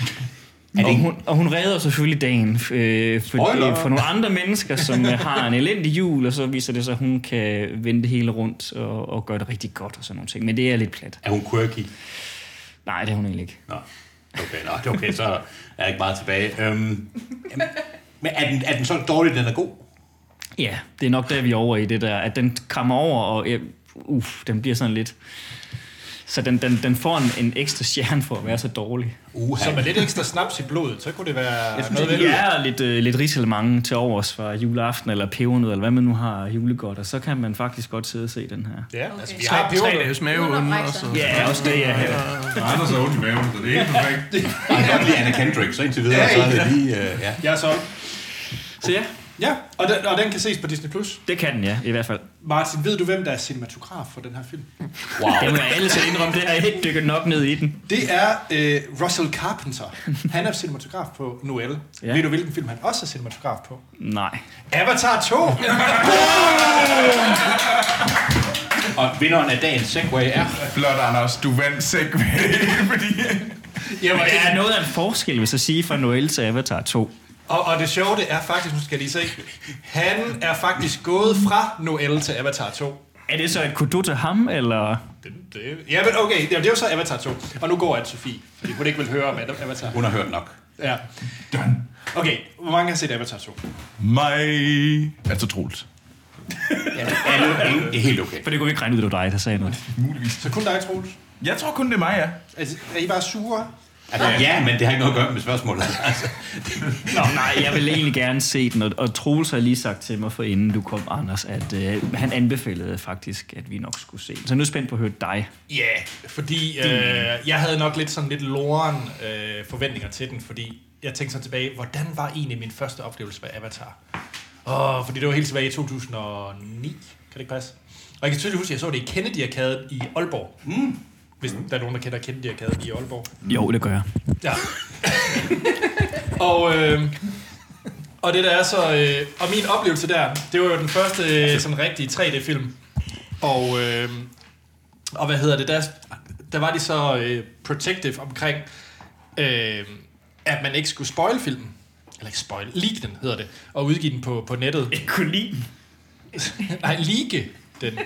Speaker 2: Er det
Speaker 3: Og
Speaker 2: ikke?
Speaker 3: hun, og hun redder selvfølgelig dagen øh, for,
Speaker 2: Spoiler.
Speaker 3: øh, for nogle andre mennesker, som øh, har en elendig jul, og så viser det sig, at hun kan vende det hele rundt og, og gøre det rigtig godt og sådan nogle ting. Men det er lidt plat.
Speaker 2: Er hun quirky?
Speaker 3: Nej, det er hun egentlig ikke.
Speaker 2: Nå. Okay, nå, det er okay, så er der ikke meget tilbage. Øhm, jamen, men er den, er den så dårlig, den er god?
Speaker 3: Ja, det er nok der, vi er over i det der, at den kommer over, og øh, uff, den bliver sådan lidt... Så den, den, den får en, en ekstra stjerne for at være så dårlig.
Speaker 2: Uha.
Speaker 1: Så med lidt ekstra snaps i blodet, så kunne det være
Speaker 3: Jeg synes,
Speaker 1: noget ved
Speaker 3: det er lidt, øh, lidt risalemang til overs fra juleaften eller pebernød, eller hvad man nu har julegodt, og så kan man faktisk godt sidde og se den her.
Speaker 1: Ja, okay. altså, vi
Speaker 7: Tre,
Speaker 1: har
Speaker 7: tre
Speaker 1: peber.
Speaker 7: dages mave
Speaker 6: Uden at
Speaker 7: uden,
Speaker 6: brække
Speaker 7: og så...
Speaker 3: Ja, yeah, også det, ja.
Speaker 5: Og Anders har ondt i maven, så det er helt perfekt.
Speaker 2: Jeg kan godt lide Anna Kendrick, så indtil videre,
Speaker 1: Ja,
Speaker 2: så er
Speaker 1: ja.
Speaker 2: det lige... Øh, ja.
Speaker 1: Jeg er solgt.
Speaker 3: Så ja,
Speaker 1: Ja, og den, og den kan ses på Disney+. Plus.
Speaker 3: det kan den, ja, i hvert fald.
Speaker 1: Martin, ved du, hvem der er cinematograf for den her film?
Speaker 3: Det må jeg ellers indrømme, det har jeg ikke dykket nok ned i den.
Speaker 1: Det er øh, Russell Carpenter. Han er cinematograf på Noel.
Speaker 3: Ja.
Speaker 1: Ja. Ved du, hvilken film han også er cinematograf på?
Speaker 3: Nej.
Speaker 1: Avatar 2!
Speaker 2: Og vinderen af dagens segway er...
Speaker 5: Flot, Anders. Du vandt segway, fordi...
Speaker 1: Jamen,
Speaker 3: Men der er
Speaker 1: ja,
Speaker 3: noget af en forskel, hvis jeg sige, fra Noel til Avatar 2.
Speaker 1: og, og det sjove, det er faktisk, nu skal jeg lige se, han er faktisk gået fra Noel til Avatar 2.
Speaker 3: Er det så et kudo til ham, eller...
Speaker 1: Det, det, ja, men okay, jamen, det er jo så Avatar 2. Og nu går jeg til Sofie, fordi hun ikke vil høre om Avatar.
Speaker 2: Hun har hørt nok.
Speaker 1: Ja. Okay, hvor mange har set Avatar 2?
Speaker 5: Mig... Altså Troels.
Speaker 2: Alle er helt okay.
Speaker 3: For det kunne vi ikke regne ud, det var dig, der sagde noget.
Speaker 1: Så kun dig, Troels.
Speaker 5: Jeg tror kun, det er mig, ja.
Speaker 1: Altså, er I bare sure?
Speaker 2: Altså, ja, men det har ikke noget at gøre med spørgsmålet. Altså,
Speaker 3: Nå, nej, jeg vil egentlig gerne se den, og, og Troels har lige sagt til mig for inden du kom, Anders, at øh, han anbefalede faktisk, at vi nok skulle se den. Så nu er jeg spændt på at høre dig.
Speaker 1: Ja, yeah, fordi øh, jeg havde nok lidt sådan lidt loren øh, forventninger til den, fordi jeg tænkte så tilbage, hvordan var egentlig min første oplevelse med Avatar? Åh, fordi det var helt tilbage i 2009, kan det ikke passe? Og jeg kan tydeligt huske, at jeg så det i Kennedy Arcade i Aalborg. Mm. Hvis der er nogen, der kender Kennedy Arcade i Aalborg.
Speaker 3: Jo, det gør jeg.
Speaker 1: Ja. og, øh, og det der er så... Øh, og min oplevelse der, det var jo den første øh, sådan rigtige 3D-film. Og, øh, og hvad hedder det? Der, der var de så øh, protective omkring, øh, at man ikke skulle spoil filmen. Eller ikke spoil, leak den hedder det. Og udgive den på, på nettet.
Speaker 3: Jeg kunne lide den.
Speaker 1: Nej, leake den.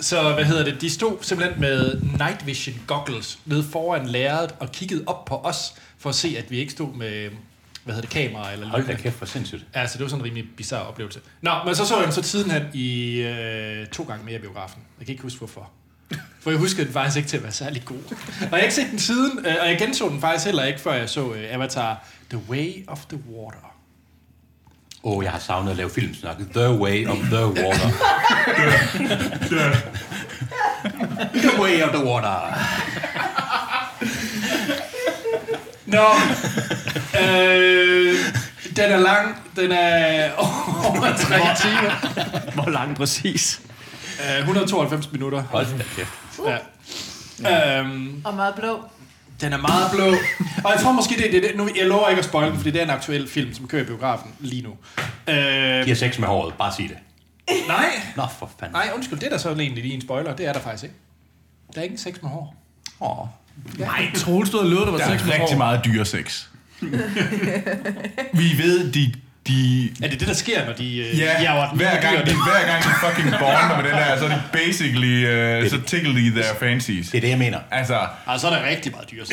Speaker 1: Så hvad hedder det? De stod simpelthen med night vision goggles nede foran lærredet og kiggede op på os for at se, at vi ikke stod med hvad hedder det, kamera eller
Speaker 2: hold da kæft, hvor sindssygt.
Speaker 1: Ja, så Altså, det var sådan en rimelig bizarre oplevelse. Nå, men så så jeg den så sidenhen i øh, to gange mere i biografen. Jeg kan ikke huske hvorfor. For jeg husker den faktisk ikke til at være særlig god. Og jeg har ikke set den siden, øh, og jeg genså den faktisk heller ikke, før jeg så øh, Avatar The Way of the Water.
Speaker 2: Åh, oh, jeg har savnet at lave filmsnak. The way of the water. the way of the water.
Speaker 1: Nå, øh, den er lang, den er over 3 timer,
Speaker 3: Hvor lang præcis?
Speaker 1: Øh, 192 minutter.
Speaker 2: Hold da kæft.
Speaker 1: Ja. Øhm,
Speaker 6: Og meget blå.
Speaker 1: den er meget blå, og jeg tror måske, det er det. Nu, jeg lover ikke at spoil den, fordi det er en aktuel film, som kører i biografen lige nu. Øh,
Speaker 2: Giv sex med håret, bare sig det.
Speaker 1: nej,
Speaker 2: Nå, for fanden.
Speaker 1: nej, undskyld, det er der så egentlig lige en spoiler, det er der faktisk ikke. Der er ikke sex med hår.
Speaker 2: Åh.
Speaker 7: Nej, Troels stod og lovede, der var seks med hår.
Speaker 5: meget dyre sex. Vi ved, de... de
Speaker 1: Er det det, der sker, når de øh,
Speaker 5: Ja,
Speaker 1: jager den?
Speaker 5: hver, gang de,
Speaker 1: det.
Speaker 5: hver gang de fucking bonder med den der, så er de basically, uh, så tickle de their fancies.
Speaker 2: Det er det, jeg mener.
Speaker 5: Altså,
Speaker 1: Altså, så er der rigtig meget dyrt.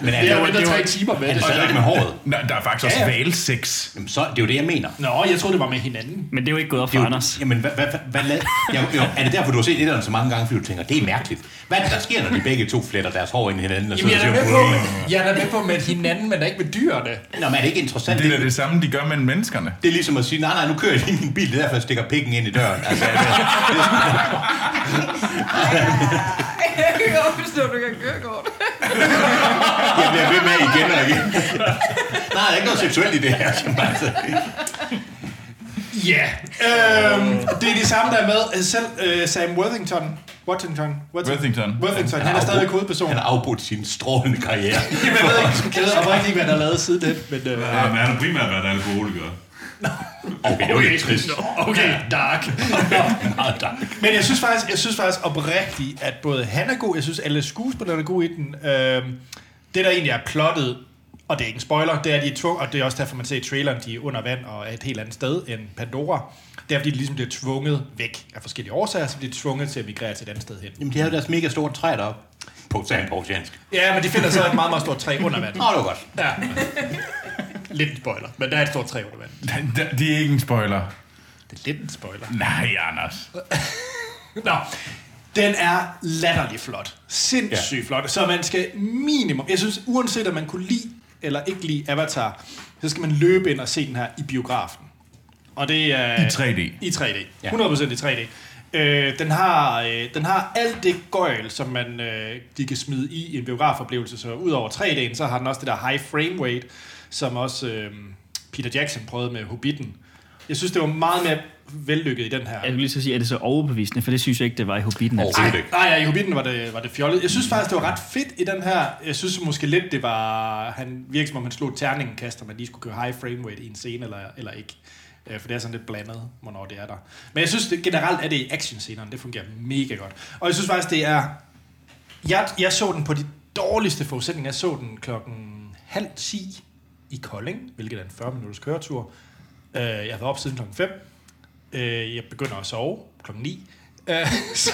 Speaker 2: Men
Speaker 1: Det er jo
Speaker 2: det
Speaker 1: mindre tre timer med
Speaker 2: Han
Speaker 1: det.
Speaker 2: sad ikke med håret.
Speaker 5: nej, der er faktisk også valsex.
Speaker 2: Jamen, så, det er jo det, jeg mener.
Speaker 1: Nå, jeg troede, det var med hinanden.
Speaker 3: Men det er jo ikke gået op for
Speaker 2: Det er jo-
Speaker 3: Anders.
Speaker 2: Jamen, hvad, hvad, hvad, hvad la- ja, jo, er det derfor, du har set etteren så mange gange, fordi du tænker, det er mærkeligt? Hvad er det, der sker, når de begge to fletter deres hår ind i hinanden? Og
Speaker 1: Jamen, jeg er da
Speaker 2: sidder og
Speaker 1: med
Speaker 2: siger,
Speaker 1: på, jeg er da med på med hinanden, men da ikke med dyrene.
Speaker 2: Nå, men er det ikke interessant?
Speaker 5: Det er da det samme, de gør med menneskerne.
Speaker 2: det er ligesom at sige, nej, nej, nu kører jeg lige min bil, det er derfor, jeg stikker pikken ind i døren. Altså, er det,
Speaker 6: Jeg kan godt forstå, at du kan køre godt.
Speaker 2: jeg bliver ved med igen og igen. nej, der er ikke noget seksuelt i det her. som Altså.
Speaker 1: Ja. Yeah. Øhm, det er de samme, der er med. Øh, Selv øh, Sam Worthington. Washington.
Speaker 5: Worthington.
Speaker 1: Worthington. Han er stadig
Speaker 2: afbrudt-
Speaker 1: hovedperson.
Speaker 2: Han har afbrudt sin strålende karriere.
Speaker 1: Jamen, jeg ved ikke, jeg ved oprigtigt ikke, hvad han har lavet siden det, men... Øh,
Speaker 4: Ja, men han har primært været alkoholiker.
Speaker 2: Okay, det var lidt trist.
Speaker 1: okay, dark.
Speaker 2: Meget dejligt.
Speaker 1: Men jeg synes faktisk, jeg synes faktisk oprigtigt, at både han er god, jeg synes alle skuespillerne er gode i den. Øhm, det, der egentlig er plottet, og det er ikke en spoiler, det er, at de er tvunget, og det er også derfor, man ser i traileren, de er under vand og er et helt andet sted end Pandora. Det er, fordi de ligesom bliver tvunget væk af forskellige årsager, så bliver de tvunget til at migrere til et andet sted hen.
Speaker 2: Jamen, de havde deres mega store træ deroppe. På sagen på oceansk.
Speaker 1: Ja, men de finder så et meget, meget stort træ under vand.
Speaker 2: Nå, det var godt.
Speaker 1: Ja. Lidt en spoiler, men der er et stort træ under vand.
Speaker 5: Det er ikke en spoiler.
Speaker 1: Det er lidt en spoiler.
Speaker 4: Nej, Anders.
Speaker 1: Nå, den er latterlig flot. Sindssygt ja. flot. Så man skal minimum... Jeg synes, uanset om man kunne lide eller ikke lide Avatar, så skal man løbe ind og se den her i biografen. Og det er...
Speaker 4: I 3D.
Speaker 1: I 3D. 100% i 3D. Øh, den, har, øh, den har alt det gøjl, som man øh, de kan smide i en biografoplevelse. Så udover 3D'en, så har den også det der high frame rate, som også øh, Peter Jackson prøvede med Hobbiten. Jeg synes, det var meget mere vellykket i den her.
Speaker 3: Jeg vil lige så sige, er det så overbevisende? For det synes jeg ikke, det var i Hobbiten. Altså.
Speaker 2: Overhovedet
Speaker 1: Ej,
Speaker 2: ikke.
Speaker 1: nej, ja, i Hobbiten var det, var det fjollet. Jeg synes faktisk, det var ret fedt i den her. Jeg synes måske lidt, det var... Han virkede som om, han slog terningen kast, om man lige skulle køre high frame rate i en scene eller, eller ikke. Øh, For det er sådan lidt blandet, hvornår det er der. Men jeg synes, det, generelt er det i actionscenerne. Det fungerer mega godt. Og jeg synes faktisk, det er... Jeg, jeg så den på de dårligste forudsætninger. Jeg så den klokken halv 10 i Kolding, hvilket er en 40 minutters køretur. Øh, Jeg var op siden klokken 5. Øh, jeg begynder at sove klokken 9. Øh, så,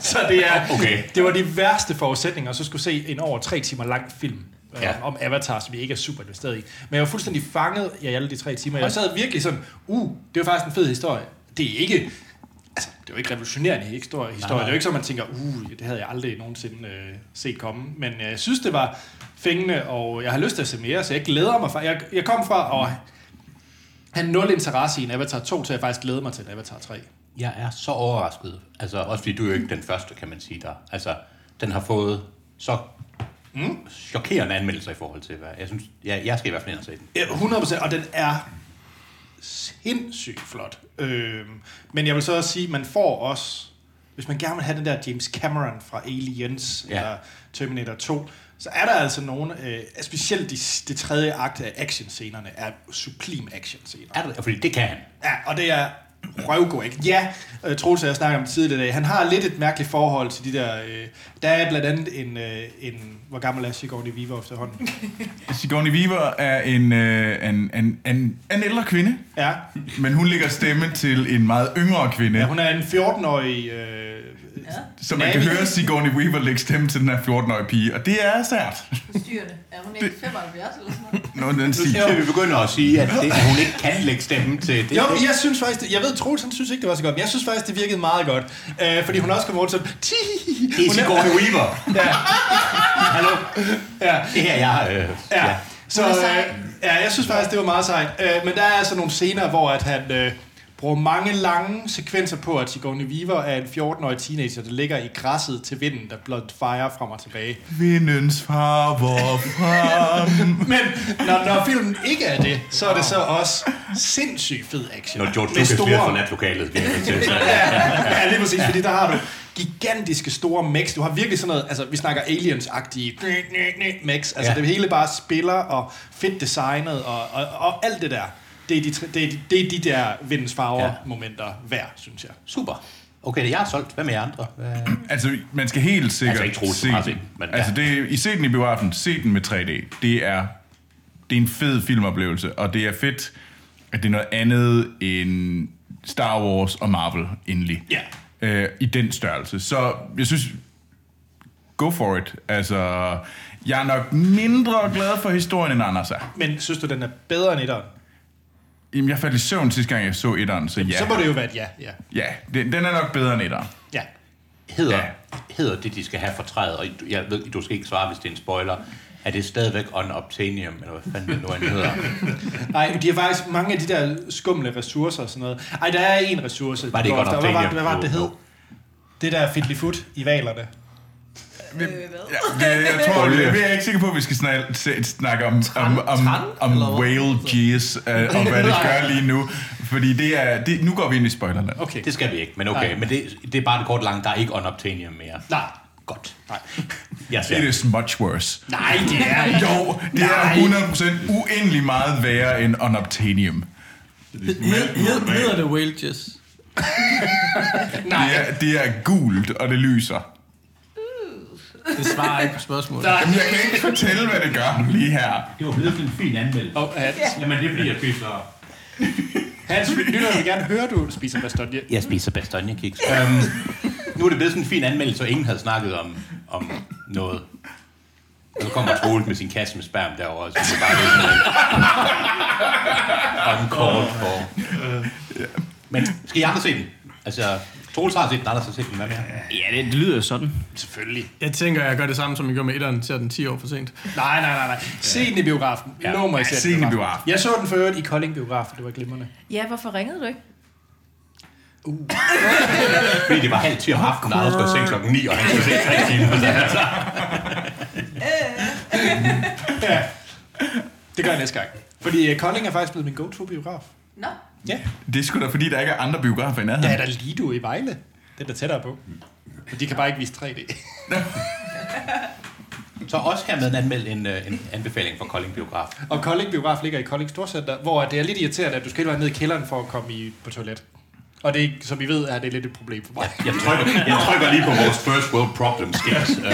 Speaker 1: så det er
Speaker 2: Okay.
Speaker 1: det var de værste forudsætninger, at så skulle se en over tre timer lang film øh,
Speaker 2: Ja.
Speaker 1: ja. om Avatar, som vi ikke er super investeret i. Men jeg var fuldstændig fanget i alle de tre timer. Jeg sad virkelig sådan, uh, det var faktisk en fed historie. Det er ikke, altså, det er jo ikke revolutionerende historie. historie. Det er jo ikke så, man tænker, uh, det havde jeg aldrig nogensinde øh, set komme. Men øh, jeg synes, det var fængende, og jeg har lyst til at se mere, så jeg glæder mig. Fra, jeg, jeg kom fra at have nul interesse i en Avatar 2, så jeg faktisk glæder mig til en Avatar 3.
Speaker 2: Jeg er så overrasket. Altså, også fordi du er jo ikke den første, kan man sige der. Altså, den har fået så mm. chokerende anmeldelser i forhold til, hvad jeg synes... Jeg, jeg skal i hvert fald ind og se den.
Speaker 1: Ja, 100%, og den er sindssygt flot. Øhm, men jeg vil så også sige, man får også, hvis man gerne vil have den der James Cameron fra Aliens
Speaker 2: Ja.
Speaker 1: ja. eller Terminator 2, så er der altså nogle, øh, specielt de, det tredje akt af actionscenerne, er sublim actionscener.
Speaker 2: Er det, fordi det kan han.
Speaker 1: Ja, og det er røvgod, ikke? Ja, øh, Troels og jeg snakker om det tidligere i dag. Han har lidt et mærkeligt forhold til de der... Øh, der er blandt andet en... Øh, en hvor gammel er Sigourney Weaver efterhånden?
Speaker 5: Sigourney Weaver er en, øh, en, en, en, en ældre kvinde,
Speaker 1: Ja,
Speaker 5: men hun lægger stemme til en meget yngre kvinde.
Speaker 1: ja hun er en 14-årig... Øh,
Speaker 5: Så man kan
Speaker 1: Navi.
Speaker 5: høre Sigourney Weaver lægge stemme til den her 14-årige pige, og det er sært.
Speaker 6: Forstyrrende. Er hun ikke 75 eller sådan noget?
Speaker 5: Nå, den
Speaker 2: Nu
Speaker 5: siger.
Speaker 2: skal vi begynde at sige, at, det, at hun ikke kan lægge stemmen til det.
Speaker 1: Jo, men jeg synes faktisk, det, jeg ved, Troels, han synes ikke, det var så godt, men jeg synes faktisk, det virkede meget godt. Øh, fordi hun også kom rundt sådan, ti,
Speaker 2: det er Sigourney Weaver.
Speaker 1: Ja.
Speaker 2: Hallo?
Speaker 1: Ja.
Speaker 2: Det her, jeg... Øh,
Speaker 1: Ja.
Speaker 2: ja.
Speaker 1: Så
Speaker 6: Hun er
Speaker 1: øh,
Speaker 6: sej.
Speaker 1: ja, jeg synes faktisk, det var meget sejt. Øh, men der er altså nogle scener, hvor at han øh, bruger mange lange sekvenser på, at Sigourney Weaver er en 14-årig teenager, der ligger i græsset til vinden, der blot fejrer frem og tilbage.
Speaker 5: Vindens farver frem.
Speaker 1: Men når, når filmen ikke er det, så er det så også sindssygt fed action.
Speaker 2: Når George
Speaker 1: Med
Speaker 2: Lucas
Speaker 1: store-
Speaker 2: bliver fra natlokalet, bliver jeg nødt til at sige.
Speaker 1: ja, lige præcis, fordi der har du gigantiske store mechs. Du har virkelig sådan noget, altså vi snakker aliens-agtige mechs. Altså
Speaker 2: Ja.
Speaker 1: ja. det hele bare spiller og fedt designet og, og, og alt det der. Det er de, tre- det er de, det er de der vindens
Speaker 2: Ja.
Speaker 1: farver-momenter hver, synes jeg.
Speaker 2: Super. Okay, jeg er solgt. Hvad med jer andre? Hvad?
Speaker 5: Altså, man skal helt sikkert
Speaker 2: Altså, ikke Troels,
Speaker 5: se
Speaker 2: bare
Speaker 5: den.
Speaker 2: se den, men-
Speaker 5: altså, det, er- I se den i biografen, se den med 3D. Det er, det er en fed filmoplevelse, og det er fedt, at det er noget andet end Star Wars og Marvel endelig.
Speaker 1: Ja.
Speaker 5: Øh, I den størrelse. Så jeg synes, go for it. Altså, jeg er nok mindre glad for historien, end Anders er.
Speaker 1: Men synes du, den er bedre end etteren?
Speaker 5: Jamen, jeg faldt i søvn sidste gang, jeg så etteren, så ja.
Speaker 1: Så må det jo være et ja. Ja.
Speaker 5: Ja, den, den er nok bedre end etteren.
Speaker 1: ja.
Speaker 2: Hedder,
Speaker 5: Ja.
Speaker 2: hedder det, de skal have fortrædet, og du- jeg ved, du skal ikke svare, hvis det er en spoiler, er det stadigvæk unobtainium, eller hvad fanden det nu end hedder?
Speaker 1: Nej, de har faktisk mange af de der skumle ressourcer og sådan noget. Ej, der er en ressource.
Speaker 2: Var det ikke
Speaker 1: Hvad var-
Speaker 2: unobtainium?
Speaker 1: Hvad var det, det
Speaker 2: Jo,
Speaker 1: hed?
Speaker 2: jo.
Speaker 1: Det der fiddlyfoot i valerne.
Speaker 6: Øh,
Speaker 5: Ja, jeg tror, jeg, jeg er ikke sikker på, at vi skal snakke, snakke om, om, om, om, om whale gears, øh, og hvad det gør lige nu. Fordi det er, det, nu går vi ind i spoilerland.
Speaker 1: Okay.
Speaker 2: Det skal vi ikke, men okay.
Speaker 1: Nej.
Speaker 2: Men det, det er bare en kort lang, der er ikke unobtainium mere.
Speaker 1: Nej.
Speaker 2: Godt.
Speaker 1: Nej.
Speaker 2: Jeg
Speaker 5: It
Speaker 2: ser.
Speaker 5: is much worse.
Speaker 1: Nej, det er ikke.
Speaker 5: Jo, det er 100% uendelig meget værre end unobtainium.
Speaker 7: Hedder det Whale Jazz?
Speaker 1: Nej.
Speaker 5: Det er, det er gult, og det lyser.
Speaker 7: Det svarer ikke på spørgsmålet.
Speaker 5: Jamen, jeg kan ikke fortælle, hvad det gør lige her.
Speaker 8: Det var blevet en fin anmeldelse.
Speaker 1: Og Hans,
Speaker 8: Jamen, det bliver fedt, så...
Speaker 1: Hans lytter vil gerne høre, du spiser bastogne.
Speaker 2: Jeg spiser bastonjekiks. Øhm, nu er det blevet sådan en fin anmeldelse, og ingen havde snakket om, om noget. Og så kommer Troels med sin kasse med sperm derovre, og så er det bare lidt sådan en- on call for. Men skal I andre se den? Altså, Troels har set den, Anders har set den. Hvad mere?
Speaker 3: Ja, det, det lyder jo sådan.
Speaker 1: Selvfølgelig.
Speaker 7: Jeg tænker, jeg gør det samme, som jeg gjorde med etteren, ser den 10 år for sent.
Speaker 1: Nej, nej, nej, nej. Se den i biografen. Ja. Lov mig, ja,
Speaker 5: se den i biografen.
Speaker 1: Jeg så den for øvrigt i Kolding biografen. Det var glimrende.
Speaker 6: Ja, hvorfor ringede du ikke?
Speaker 2: Fordi det var halv ti om aftenen, og Anders går i seng klokken 9, og han skulle se tre timer. Så han så-
Speaker 1: Det gør jeg næste gang. Fordi øh, Kolding er faktisk blevet min go-to-biograf.
Speaker 6: Nå.
Speaker 1: Ja.
Speaker 5: Det er sgu da, fordi der ikke er andre biografer i
Speaker 1: Der er
Speaker 5: nærheden.
Speaker 1: der Lido i Vejle. Den er tættere på. Men de kan bare ikke vise 3D.
Speaker 2: Så også hermed en, anmeld, en, øh, en anbefaling fra Kolding Biograf.
Speaker 1: Og Kolding Biograf ligger i Kolding Storcenter, hvor det er lidt irriterende, at du skal hele vejen ned i kælderen for at komme i, på toilet. Og det, er- som I ved, er det lidt et problem for mig.
Speaker 2: Jeg trykker, jeg trykker lige på vores first world problems, skilt. Øh,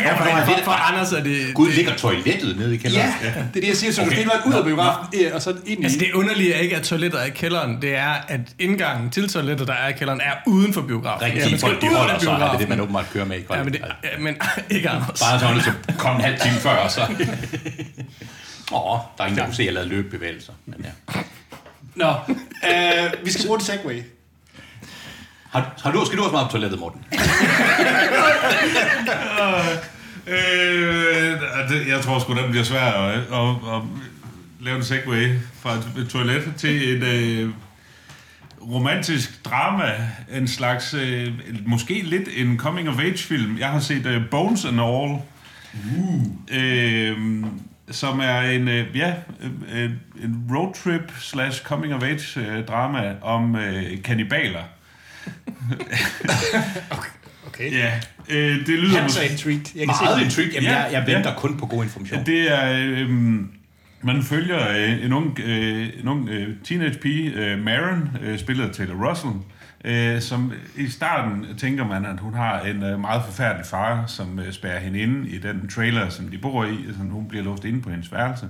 Speaker 7: Ja, for,
Speaker 2: det-
Speaker 7: for, for Anders er det...
Speaker 2: Gud, ligger toilettet nede i kælderen?
Speaker 1: Ja, det er det, jeg siger. Så okay. du skal hele vejen ud af biografen, øh, og så ind i...
Speaker 7: Altså det underlige er ikke, at toiletter er i kælderen. Det er, at indgangen til toilettet, der er i kælderen, er uden for biografen.
Speaker 2: Rigtig
Speaker 7: Ja, man skal
Speaker 2: folk, de
Speaker 7: ud af
Speaker 2: holder sig, er det
Speaker 7: biografen.
Speaker 2: det, man åbenbart kører med i
Speaker 7: Ja,
Speaker 2: Kolding.
Speaker 7: men, det, ja, men ikke Anders.
Speaker 2: Bare så var nødt til at komme en halv time før, og så... Åh, der er ingen, der kunne se, at jeg lavede løbebevægelser. Men ja.
Speaker 1: Nå, øh, vi skal bruge en segway.
Speaker 2: Har, har du, skal du også meget på toilettet, Morten?
Speaker 4: Øh, det- jeg tror sgu, den bliver svær at, at, at lave en segway fra et toilet til et øh, romantisk drama. En slags, øh, måske lidt en coming-of-age-film. Jeg har set øh, Bones and All, uh. øh, som er en, øh, ja, øh, øh, en roadtrip slash coming-of-age-drama om øh, kannibaler.
Speaker 1: Okay. Yeah.
Speaker 4: Ja, øh, det lyder
Speaker 1: Han så intrigued. Jeg kan
Speaker 2: Meget
Speaker 1: se,
Speaker 2: intrigue. Jamen,
Speaker 4: Ja,
Speaker 2: jeg, jeg venter kun på god information.
Speaker 4: Det er... Øh, man følger øh, en ung, øh, en ung øh, teenage pige, øh, Maren, øh, spillet af Taylor Russell, øh, som i starten tænker man, at hun har en øh, meget forfærdelig far, som øh, spærrer hende inde i den trailer, som de bor i, og som hun bliver låst inde på hendes værelse.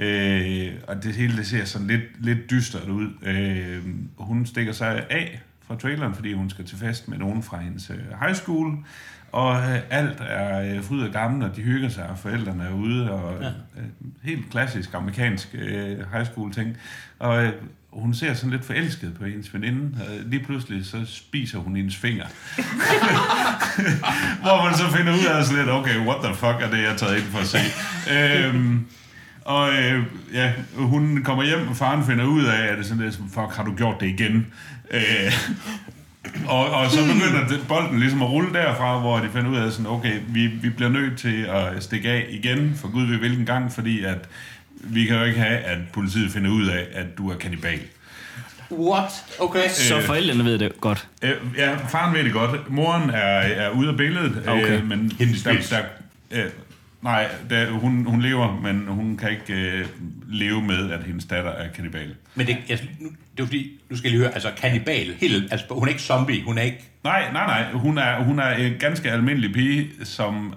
Speaker 4: Øh, og det hele det ser sådan lidt, lidt dystert ud. Øh, hun stikker sig af fra traileren, fordi hun skal til fest med nogen fra hendes øh, high school. Og øh, alt er øh, fryd og gammel, og de hygger sig, og forældrene er ude. Og, ja. øh, helt klassisk amerikansk øh, high school ting. Og øh, hun ser sådan lidt forelsket på hendes veninde. Og lige pludselig så spiser hun hendes finger. Hvor man så finder ud af sådan lidt, okay, what the fuck er det, jeg er taget ind for at se? øhm, og øh, ja, hun kommer hjem, og faren finder ud af, at det er sådan lidt, fuck, har du gjort det igen? Øh, og, og så begynder det, bolden ligesom at rulle derfra, hvor de finder ud af sådan, okay, vi, vi bliver nødt til at stikke af igen, for gud ved hvilken gang, fordi at vi kan jo ikke have, at politiet finder ud af, at du er kannibal.
Speaker 2: What? Okay.
Speaker 3: Så forældrene ved det godt.
Speaker 4: Øh, ja, faren ved det godt. Moren er, er ude af billedet,
Speaker 3: Okay.
Speaker 4: øh, men
Speaker 2: Hendes
Speaker 4: der,
Speaker 2: bil.
Speaker 4: der, øh, nej, der, hun, hun lever, men hun kan ikke øh, leve med, at hendes datter er kannibal.
Speaker 2: Men det, altså, nu, det er jo fordi, nu skal jeg lige høre, altså kannibal, helt, altså hun er ikke zombie, hun er ikke...
Speaker 4: Nej, nej, nej. Hun er, hun er en ganske almindelig pige, som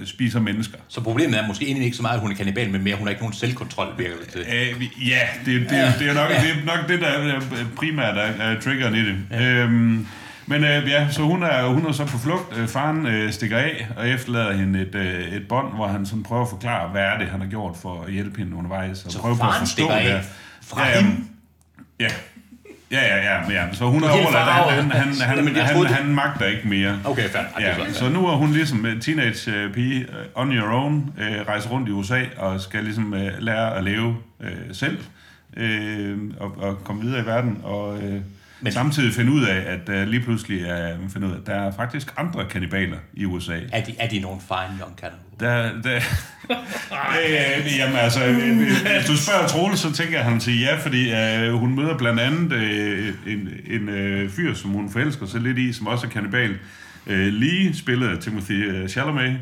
Speaker 4: øh, spiser mennesker.
Speaker 2: Så problemet er måske egentlig ikke så meget, at hun er kannibal, men mere, hun har ikke nogen selvkontrol, virker det til.
Speaker 4: Øh, vi- ja, det, det, det, er nok, det er nok det, der er primært er, er triggeren i det. Øhm, men øh, ja, så hun er, hun er så på flugt. Øh, faren øh, stikker af og efterlader hende et, øh, et bånd, hvor han sådan prøver at forklare, hvad er det, han har gjort for at hjælpe hende undervejs. Og
Speaker 2: Så
Speaker 4: prøver på at
Speaker 2: faren
Speaker 4: forstå
Speaker 2: stikker af
Speaker 4: det.
Speaker 2: fra
Speaker 4: ja,
Speaker 2: hende?
Speaker 4: Ja, ja, ja, ja, ja. Så hun er
Speaker 2: Du er helt
Speaker 4: overladt. Han, han,
Speaker 2: forarvet.
Speaker 4: han, han,
Speaker 2: Jamen, jeg
Speaker 4: han,
Speaker 2: troede, du-
Speaker 4: han magter ikke mere.
Speaker 2: Okay, fair. Ej, det er
Speaker 4: Ja,
Speaker 2: klart.
Speaker 4: så nu er hun ligesom en teenage øh, pige øh, on your own, øh, rejser rundt i USA og skal ligesom øh, lære at leve øh, selv øh, og, og komme videre i verden og øh,
Speaker 2: Men-
Speaker 4: Men... samtidig finde ud af, at øh, lige pludselig er, finde ud af, at der er faktisk andre kannibaler i USA.
Speaker 2: Er de, er de nogen fine young cannibal?
Speaker 4: Der, der, øh, jamen altså, øh, øh, hvis du spørger Troels, så tænker jeg, at han siger ja, fordi øh, hun møder blandt andet øh, en, en øh, fyr, som hun forelsker sig lidt i, som også er kannibal. Øh, lige spillet af Timothy øh, Chalamet.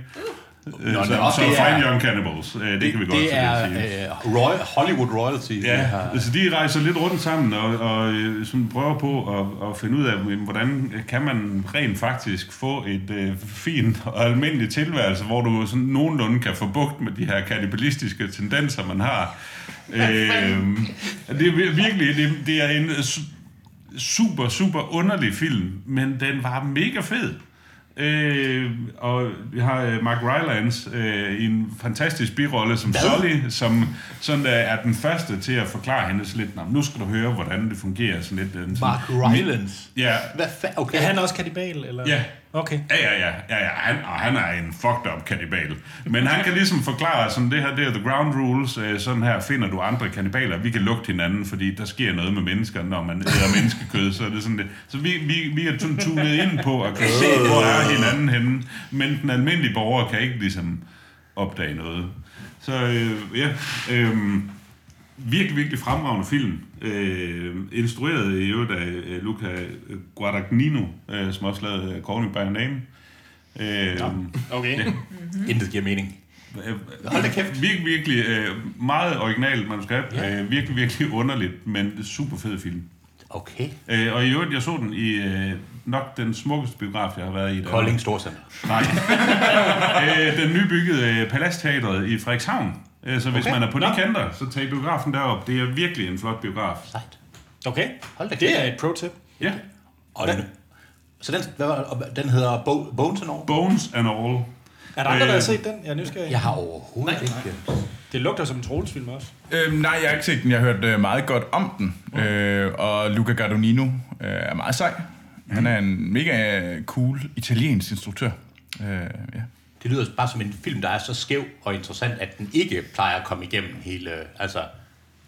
Speaker 4: Øh,
Speaker 2: nå,
Speaker 4: så,
Speaker 2: nå,
Speaker 4: så
Speaker 2: det er-
Speaker 4: Fine Young Cannibals, øh, det, det kan vi godt
Speaker 2: det
Speaker 4: sådan
Speaker 2: er
Speaker 4: lidt sige.
Speaker 2: øh, royal, Hollywood royalty. vi
Speaker 4: Ja,
Speaker 2: har-
Speaker 4: altså de rejser lidt rundt sammen og, og øh, sådan prøver på at, at finde ud af, jamen, hvordan kan man rent faktisk få et øh, fint og almindeligt tilværelse, hvor du sådan nogenlunde kan få bugt med de her kannibalistiske tendenser, man har. Øh, det er vir- virkelig, det, det er en su- super, super underlig film, men den var mega fed. Øh, og vi har øh, Mark Rylance øh, i en fantastisk birolle som Sully, som sådan, øh, er den første til at forklare hende sådan lidt, "Nå, men nu skal du høre, hvordan det fungerer. Sådan lidt, øh, sådan,
Speaker 2: Mark Rylance.
Speaker 4: Ja,
Speaker 2: Hvad fa- okay.
Speaker 1: Er han også kannibal, eller?
Speaker 4: ja,
Speaker 1: Okay.
Speaker 4: Ja, ja, ja. ja, ja. Han, og han er en fucked up kannibal. Men han kan ligesom forklare, sådan det her, det er the ground rules, øh, sådan her finder du andre kannibaler, vi kan lugte hinanden, fordi der sker noget med mennesker, når man æder menneskekød, så er det sådan det. Så vi, vi, vi er sådan tunet ind på at kunne se, hvor er hinanden henne, men den almindelige borger kan ikke ligesom opdage noget. Så øh, ja, øh, virkelig, virkelig fremragende film. Øh, instrueret i øvrigt af øh, Luca Guadagnino, øh, som også lavede øh, Call Me By Your Name. Øh,
Speaker 1: Okay.
Speaker 2: Intet giver mening.
Speaker 4: Hold da kæft. Virkelig, virkelig øh, meget originalt manuskript.
Speaker 2: Ja.
Speaker 4: Ja. Øh, virkelig, virkelig underligt, men super fed film.
Speaker 2: Okay.
Speaker 4: Øh, og i øvrigt, jeg så den i øh, nok den smukkeste biograf, jeg har været i. derovre.
Speaker 2: Kolding Storcenter.
Speaker 4: Nej. øh, den nybyggede øh, Palastteatret i Frederikshavn. Øh, så hvis
Speaker 2: Okay.
Speaker 4: man er på de
Speaker 1: Nå.
Speaker 4: kanter, så tag biografen derop. Det er virkelig en flot biograf.
Speaker 2: Sejt.
Speaker 1: Okay.
Speaker 2: Hold da
Speaker 1: Det
Speaker 2: kæft.
Speaker 1: er et pro-tip.
Speaker 4: Ja.
Speaker 2: Og den, så den, hvad var, og den hedder Bo, Bones and All?
Speaker 4: Bones and All.
Speaker 1: Er der andre, der har
Speaker 4: Øh,
Speaker 1: set den? Jeg er nysgerrig.
Speaker 2: Jeg har overhovedet nej, ikke... Nej.
Speaker 1: Det lugter som en troelsfilm også.
Speaker 5: Øhm, nej, jeg har ikke set den. Jeg har hørt øh, meget godt om den. Øh, og Luca Guadagnino øh, er meget sej. Han er en mega øh, cool italiensk instruktør. Øh, ja.
Speaker 2: Det lyder bare som en film, der er så skæv og interessant, at den ikke plejer at komme igennem hele... Altså,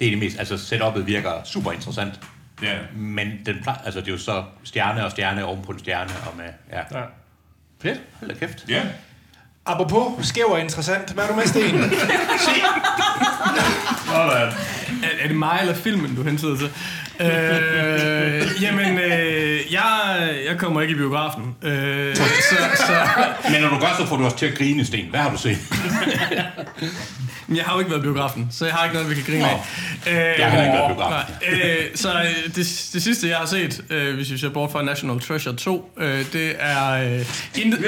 Speaker 2: det er det mest... Altså, setup'et virker super interessant.
Speaker 4: Ja.
Speaker 2: Men den plejer, altså, det er jo så stjerne og stjerne oven på en stjerne, og med... Ja.
Speaker 1: Ja.
Speaker 2: Fedt. Hold da kæft.
Speaker 4: Ja.
Speaker 1: Apropos skæv og interessant. Hvad er du med, Sten?
Speaker 4: Sådan.
Speaker 7: Er, er det mig eller filmen, du hentyder til? Øh, jamen, øh, jeg, jeg kommer ikke i biografen. Øh, så, så,
Speaker 2: Men når du gør, så får du også til at grine, Sten. Hvad har du set?
Speaker 7: men jeg har jo ikke været i biografen, så jeg har ikke noget, vi kan grine
Speaker 2: Nå.
Speaker 7: af. Øh, jeg
Speaker 2: heller ikke været i biografen.
Speaker 7: Øh, så øh, det, det sidste, jeg har set, øh, hvis vi ser bort fra National Treasure 2, øh, det er øh, intet,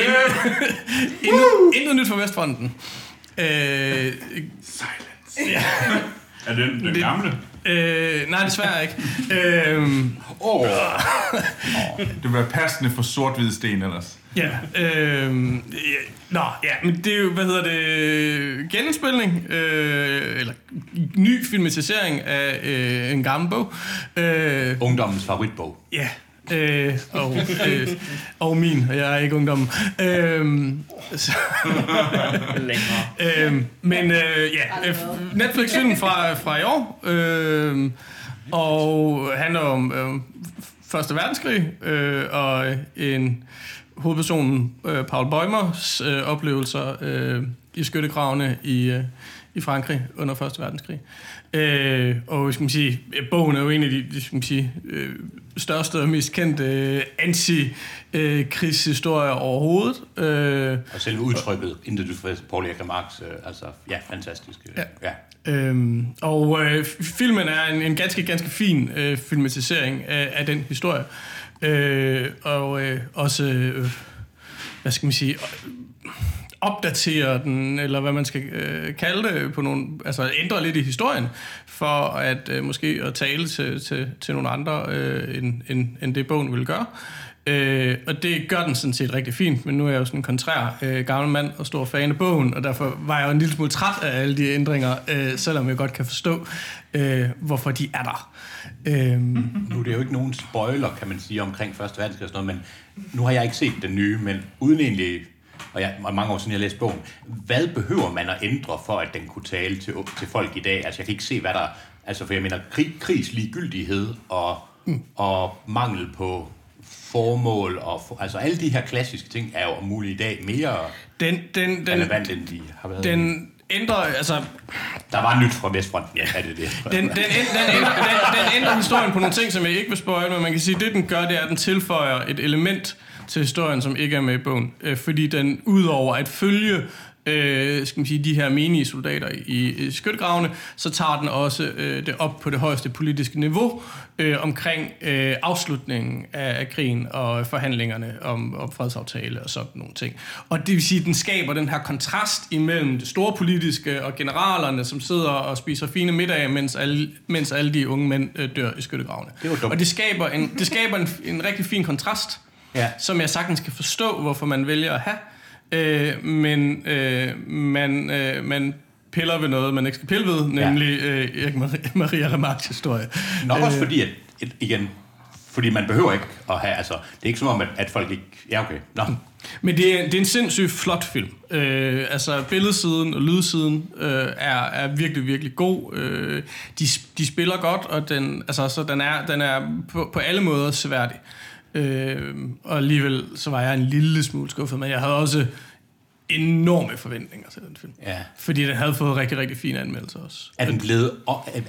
Speaker 7: intet, intet nyt fra Vestfronten. Øh,
Speaker 4: Er den den gamle?
Speaker 7: Øh, nej, desværre ikke. øh,
Speaker 5: Det var passende for sort-hvid sten ellers.
Speaker 7: ja, øh, ja, nå, ja, men det er jo, hvad hedder det, genindspilning, øh, eller ny filmatisering af øh, en gammel bog. Øh,
Speaker 2: Ungdommens favoritbog.
Speaker 7: ja, øh, og, øh, og min, og jeg er ikke ungdommen. Øh, så,
Speaker 3: Længere.
Speaker 7: Øhm, men øh, ja, øh, Netflix-film fra, fra i år, øh, og handler om øh, Første Verdenskrig, øh, og en hovedpersonen, øh, Paul Bäumers øh, oplevelser øh, i skyttegravene i, øh, i Frankrig under Første Verdenskrig. Øh, og skal man sige, øh, bogen er jo en af de, de skal man sige, øh, største og mest kendte øh, anti-krigshistorier overhovedet. Øh,
Speaker 2: Og selve udtrykket, intet du får Paul Erik Remarks, øh, altså, ja, fantastisk. øh,
Speaker 7: Ja.
Speaker 2: ja.
Speaker 7: Øhm, og øh, f- filmen er en, en ganske, ganske fin øh, filmatisering af, af den historie. Øh, og øh, også, øh, hvad skal man sige, øh, opdaterer den, eller hvad man skal øh, kalde det, på nogle, altså ændrer lidt i historien, for at øh, måske at tale til, til, til nogle andre, øh, end, end, end det bogen ville gøre. Øh, og det gør den sådan set rigtig fint, men nu er jeg jo sådan en kontrær øh, gammel mand og stor fan af bogen, og derfor var jeg jo en lille smule træt af alle de ændringer, øh, selvom jeg godt kan forstå, øh, hvorfor de er der. Øh,
Speaker 2: Nu er det jo ikke nogen spoiler, kan man sige, omkring Første Verdenskrig og sådan noget, men nu har jeg ikke set den nye, men uden egentlig, og jeg, og mange år siden jeg læste bogen, hvad behøver man at ændre for, at den kunne tale til, til folk i dag? Altså, jeg kan ikke se, hvad der... Altså, for jeg mener, krig, krigsligegyldighed og, mm. og mangel på formål, og for, altså alle de her klassiske ting er jo om muligt i dag mere
Speaker 7: den, den, den,
Speaker 2: relevant, end de har været.
Speaker 7: den ændrer, altså
Speaker 2: Der var nyt fra Vestfronten, ja, er det det.
Speaker 7: den, den, ænd- den, ændrer, den, den ændrer historien på nogle ting, som jeg ikke vil spoil, men man kan sige, at det den gør, det er, at den tilføjer et element til historien, som ikke er med i bogen. Øh, fordi den, udover at følge øh, skal man sige, de her menige soldater i, i skyttegravene, så tager den også øh, det op på det højeste politiske niveau øh, omkring øh, afslutningen af, af krigen og forhandlingerne om, om fredsaftale og sådan nogle ting. Og det vil sige, at den skaber den her kontrast imellem det store politiske og generalerne, som sidder og spiser fine middage, mens alle, mens alle de unge mænd øh, dør i skyttegravene.
Speaker 2: Det var dumt.
Speaker 7: og det skaber en, det skaber en, en rigtig fin kontrast.
Speaker 2: Ja.
Speaker 7: som jeg sagtens kan forstå, hvorfor man vælger at have. Øh, men øh, man, øh, man piller ved noget, man ikke skal pille ved, nemlig ja. øh, Erik Maria, Maria Remarks historie.
Speaker 2: Nok også fordi, at, at igen, fordi man behøver ikke at have, altså, det er ikke som om, at, at folk ikke, ja okay, nå,
Speaker 7: Men det er, det er en sindssygt flot film. Øh, altså, billedsiden og lydsiden øh, er, er virkelig, virkelig god. Øh, de, de spiller godt, og den, altså, så den er, den er på, på alle måder sværdig. Øh, og alligevel så var jeg en lille smule skuffet, men jeg havde også enorme forventninger til den film.
Speaker 2: Ja.
Speaker 7: Fordi den havde fået rigtig, rigtig fine anmeldelser også.
Speaker 2: er den blevet,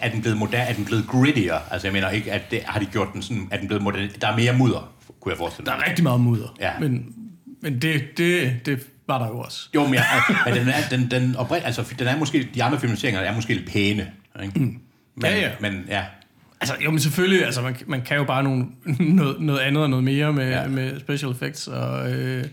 Speaker 2: er den blevet moderne, er den blevet grittier? Altså, jeg mener ikke, at det, har de gjort den sådan, er den blevet moderne, der er mere mudder, kunne jeg forestille
Speaker 7: Der
Speaker 2: mig.
Speaker 7: er rigtig meget mudder,
Speaker 2: Ja.
Speaker 7: men, men det, det, det var der jo også.
Speaker 2: Jo, men, jeg, men den, er, den, den, oprind, altså, den er måske, de andre filmatiseringer er måske lidt pæne, ikke? Mm. Men,
Speaker 7: Ja, ja.
Speaker 2: Men ja,
Speaker 7: Altså, jo, men selvfølgelig, altså, man, man kan jo bare nogle, noget, noget andet og noget mere med,
Speaker 2: Ja.
Speaker 7: ja. med special effects. Og, øh,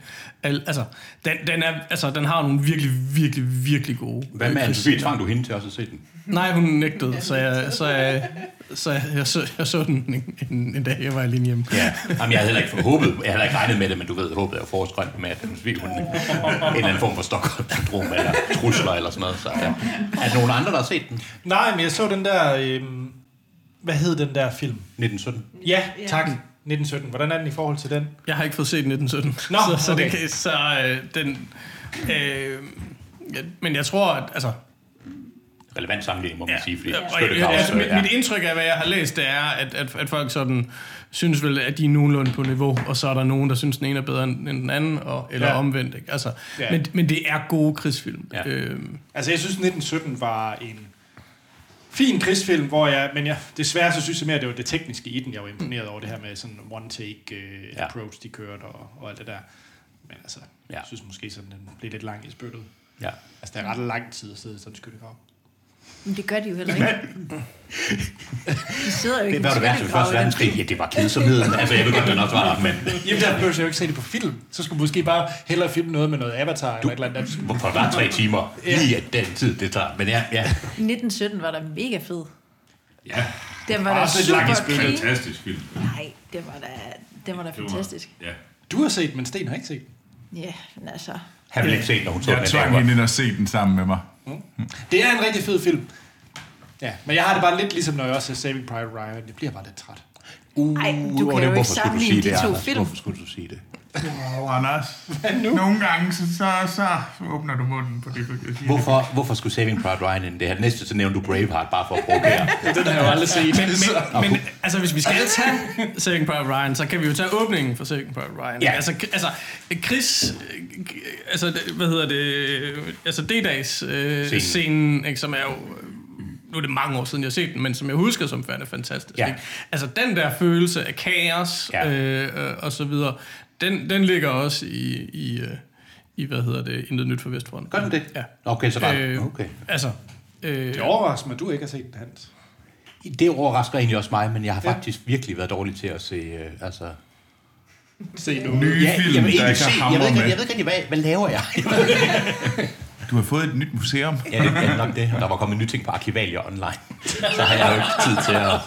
Speaker 7: al, altså, den, den er, altså, den har nogle virkelig, virkelig, virkelig gode...
Speaker 2: hvad
Speaker 7: øh,
Speaker 2: med
Speaker 7: kritik.
Speaker 2: Anne-Sophie? Tvang du hende til også at se den?
Speaker 7: Nej, hun nægtede, så jeg, så jeg, så jeg, jeg, så, jeg så den en, en, en dag, jeg var alene hjemme.
Speaker 2: Ja, Jamen, jeg havde heller ikke håbet, jeg havde ikke regnet med det, men du ved, håbet er jo forårsgrønt med, at den svig, hun en eller anden form for Stockholm-syndrom, eller trusler, eller sådan noget. Så, ja. Er der nogen andre, der har set den?
Speaker 1: Nej, men jeg så den der... Øhm, hvad hed den der film?
Speaker 2: 1917?
Speaker 1: Ja, tak. 1917. Hvordan er den i forhold til den?
Speaker 7: Jeg har ikke fået set 1917.
Speaker 1: Nå,
Speaker 7: så, så,
Speaker 1: okay.
Speaker 7: det kan, så øh, den... Øh, ja, men jeg tror, at... Altså,
Speaker 2: Relevant sammenligning, må man sige, fordi
Speaker 7: Ja, og jeg, jeg,
Speaker 2: støttekrav,
Speaker 7: altså,
Speaker 2: så,
Speaker 7: mit,
Speaker 2: ja.
Speaker 7: mit indtryk af, hvad jeg har læst, det er, at, at, at folk sådan synes vel, at de er nogenlunde på niveau, og så er der nogen, der synes, den ene er bedre end end den anden, og, eller
Speaker 1: Ja.
Speaker 7: ja. omvendt. Ikke? Altså,
Speaker 1: Ja.
Speaker 7: ja. men, men det er gode krigsfilm.
Speaker 2: Ja.
Speaker 7: Ja. Øhm,
Speaker 1: Altså, jeg synes, 1917 var en fin krigsfilm, hvor jeg... Men jeg, desværre så synes jeg mere, at det var det tekniske i den, jeg var imponeret over. Det her med sådan one-take øh,
Speaker 2: Ja.
Speaker 1: approach, de kørte og, og alt det der. Men altså,
Speaker 2: Ja.
Speaker 1: ja. jeg synes måske sådan, den blev lidt lang i spyttet.
Speaker 2: ja.
Speaker 1: Altså, der er ret lang tid at sidde i sådan en skyttegrav.
Speaker 6: Men det gør de jo heller ikke. De sidder jo ikke
Speaker 2: Det var det værste ved Første Verdenskrig. Ja, det var kedsomheden. Altså, jeg ved godt, den også var der, men
Speaker 1: Jamen, der behøver jeg jo ikke se det på film. Så skulle man måske bare hellere filme noget med noget Avatar du, eller et eller andet.
Speaker 2: hvorfor var tre timer? Lige at den tid, det tager. Men ja, ja.
Speaker 6: 1917 var da mega fed.
Speaker 8: Ja,
Speaker 6: Den var da
Speaker 1: Også et langt
Speaker 6: super
Speaker 1: spil.
Speaker 6: clean.
Speaker 8: fantastisk film. Det
Speaker 6: Nej, den var da, den var da
Speaker 8: var-
Speaker 6: fantastisk.
Speaker 8: Ja.
Speaker 1: Du har set den, men Sten har ikke set den.
Speaker 6: Ja, men altså...
Speaker 2: Han ville ikke se, når hun så den.
Speaker 5: Jeg tvang hende ind og se den sammen med mig.
Speaker 1: Det er en rigtig fed film. Ja, men jeg har det bare lidt ligesom, når jeg også ser Saving Private Ryan. Jeg bliver bare lidt træt.
Speaker 2: Uh,
Speaker 6: Ej, men du kan
Speaker 2: og det-
Speaker 6: jo ikke
Speaker 2: hvorfor skulle du sige
Speaker 6: sammenligne de
Speaker 2: det,
Speaker 6: to
Speaker 2: Anders?
Speaker 6: film.
Speaker 2: Hvorfor skulle du sige det?
Speaker 5: Åh, Anders. Nogle gange, så, så, så åbner du munden på det, du kan sige.
Speaker 2: Hvorfor, hvorfor skulle Saving Private Ryan ind i det her? Det Næste, så nævner du Braveheart, bare for at provokere.
Speaker 1: Den har jeg jo aldrig set. Men, men,
Speaker 7: men altså, hvis vi skal tage Saving Private Ryan, så kan vi jo tage åbningen for Saving Private Ryan.
Speaker 2: Ja.
Speaker 7: Altså, k- altså Chris, øh, k- altså, det- hvad hedder det, øh, altså D-dags øh,
Speaker 2: Scenen.
Speaker 7: scenen, scenen ikke, som er jo, øh, nu er det mange år siden, jeg har set den, men som jeg husker som fandme fantastisk.
Speaker 2: Ja.
Speaker 7: Ikke? Altså, den der følelse af kaos
Speaker 2: Ja.
Speaker 7: ja. øh, øh, og så videre, den, den ligger også i, i, øh, i hvad hedder det, Intet Nyt for Vestfronten.
Speaker 2: Gør den det?
Speaker 7: Ja.
Speaker 2: Okay, så var det.
Speaker 7: Øh,
Speaker 2: Okay.
Speaker 7: Altså, øh,
Speaker 1: det overrasker mig, at du ikke har set den, Hans.
Speaker 2: Det overrasker egentlig også mig, men jeg har
Speaker 1: Ja.
Speaker 2: faktisk virkelig været dårlig til at se... Øh, altså... Ja,
Speaker 1: Se nu.
Speaker 5: Nye
Speaker 2: jeg,
Speaker 5: film,
Speaker 2: vil
Speaker 5: der
Speaker 2: egentlig
Speaker 5: ikke
Speaker 2: se,
Speaker 5: har
Speaker 2: jeg, ved
Speaker 5: hammer
Speaker 2: ikke,
Speaker 5: med.
Speaker 2: jeg ved ikke rigtig, hvad, hvad laver jeg?
Speaker 5: Du har fået et nyt museum.
Speaker 2: ja, det er nok det. Der var kommet nye ting på Arkivalia online. Så har jeg jo ikke tid til at...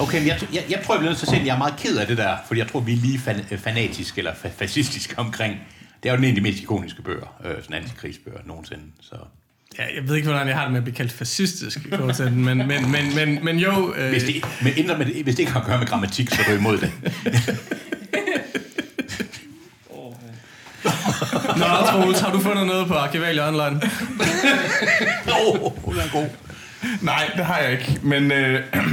Speaker 2: Okay, men jeg, jeg, jeg tror, jeg bliver nødt til at se den. Jeg er meget ked af det der, fordi jeg tror, vi er lige fan, øh, fanatiske eller fa- fascistiske omkring. Det er jo den en af de mest ikoniske bøger, øh, sådan antikrigsbøger nogensinde. Så.
Speaker 7: Ja, jeg ved ikke, hvordan jeg har det med at blive kaldt fascistisk i forhold til den, men, men, men, men, men jo... Øh,
Speaker 2: Hvis, det, men ændre med det, hvis det ikke har at gøre med grammatik, så er du imod det.
Speaker 7: Nå, Troels, har du fundet noget på Arkivalia Online?
Speaker 2: Åh, oh, den er god.
Speaker 5: Nej, det har jeg ikke. Men, øh,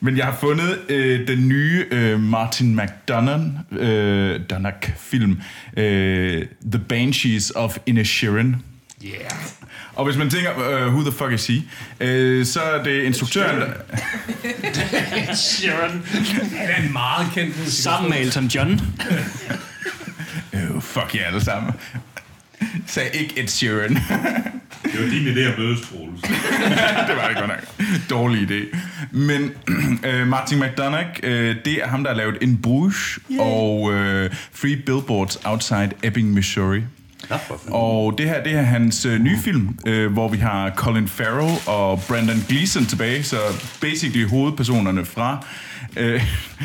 Speaker 5: men jeg har fundet øh, den nye øh, Martin McDonagh øh, Donagh film øh, The Banshees of Inisherin.
Speaker 2: Yeah.
Speaker 5: Og hvis man tænker, øh, who the fuck is he? Øh, så er det instruktøren, der,
Speaker 7: Ja, det er en meget kendt musik.
Speaker 3: Sammen med Elton John.
Speaker 5: Øh, fuck jer alle sammen. Sagde ikke Ed Sheeran.
Speaker 8: Det var din idé at mødes, Troels.
Speaker 5: det var det godt nok. Dårlig idé. Men øh, Martin McDonagh, øh, det er ham, der har lavet In Bruges yeah. og øh, Free Billboards Outside Ebbing, Missouri.
Speaker 2: Nå, for fanden.
Speaker 5: Og det her, det er hans øh, nye film, øh, hvor vi har Colin Farrell og Brandon Gleeson tilbage, så basically hovedpersonerne fra... Øh,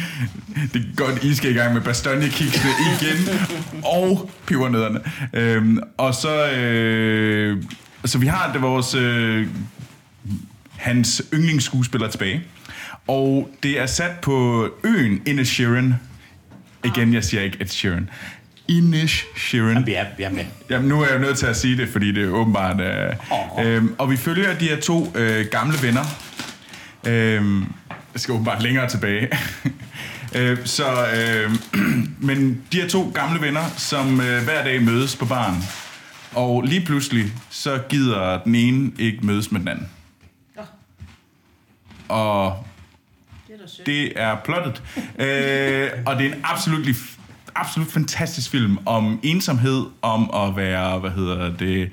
Speaker 5: det er godt, I skal i gang med Bastogne-kiksene igen, og pebernødderne. Øh, og så... Øh, så vi har det vores... Øh, hans yndlingsskuespiller tilbage. Og det er sat på øen Ines Sheeran. Igen, jeg siger ikke Ed Sheeran. Ines Sheeran.
Speaker 2: Vi er, vi er med.
Speaker 5: Jamen, nu er jeg jo nødt til at sige det, fordi det er åbenbart... Øh,
Speaker 2: Åh.
Speaker 5: øhm, og vi følger de her to øh, gamle venner. Øhm, jeg skal åbenbart længere tilbage. øh, så, øh, men de her to gamle venner, som øh, hver dag mødes på baren. Og lige pludselig, så gider den ene ikke mødes med den anden. Og
Speaker 6: Det er da sødt.
Speaker 5: det er plottet. Øh, og det er en absolut, absolut fantastisk film om ensomhed, om at være, hvad hedder det,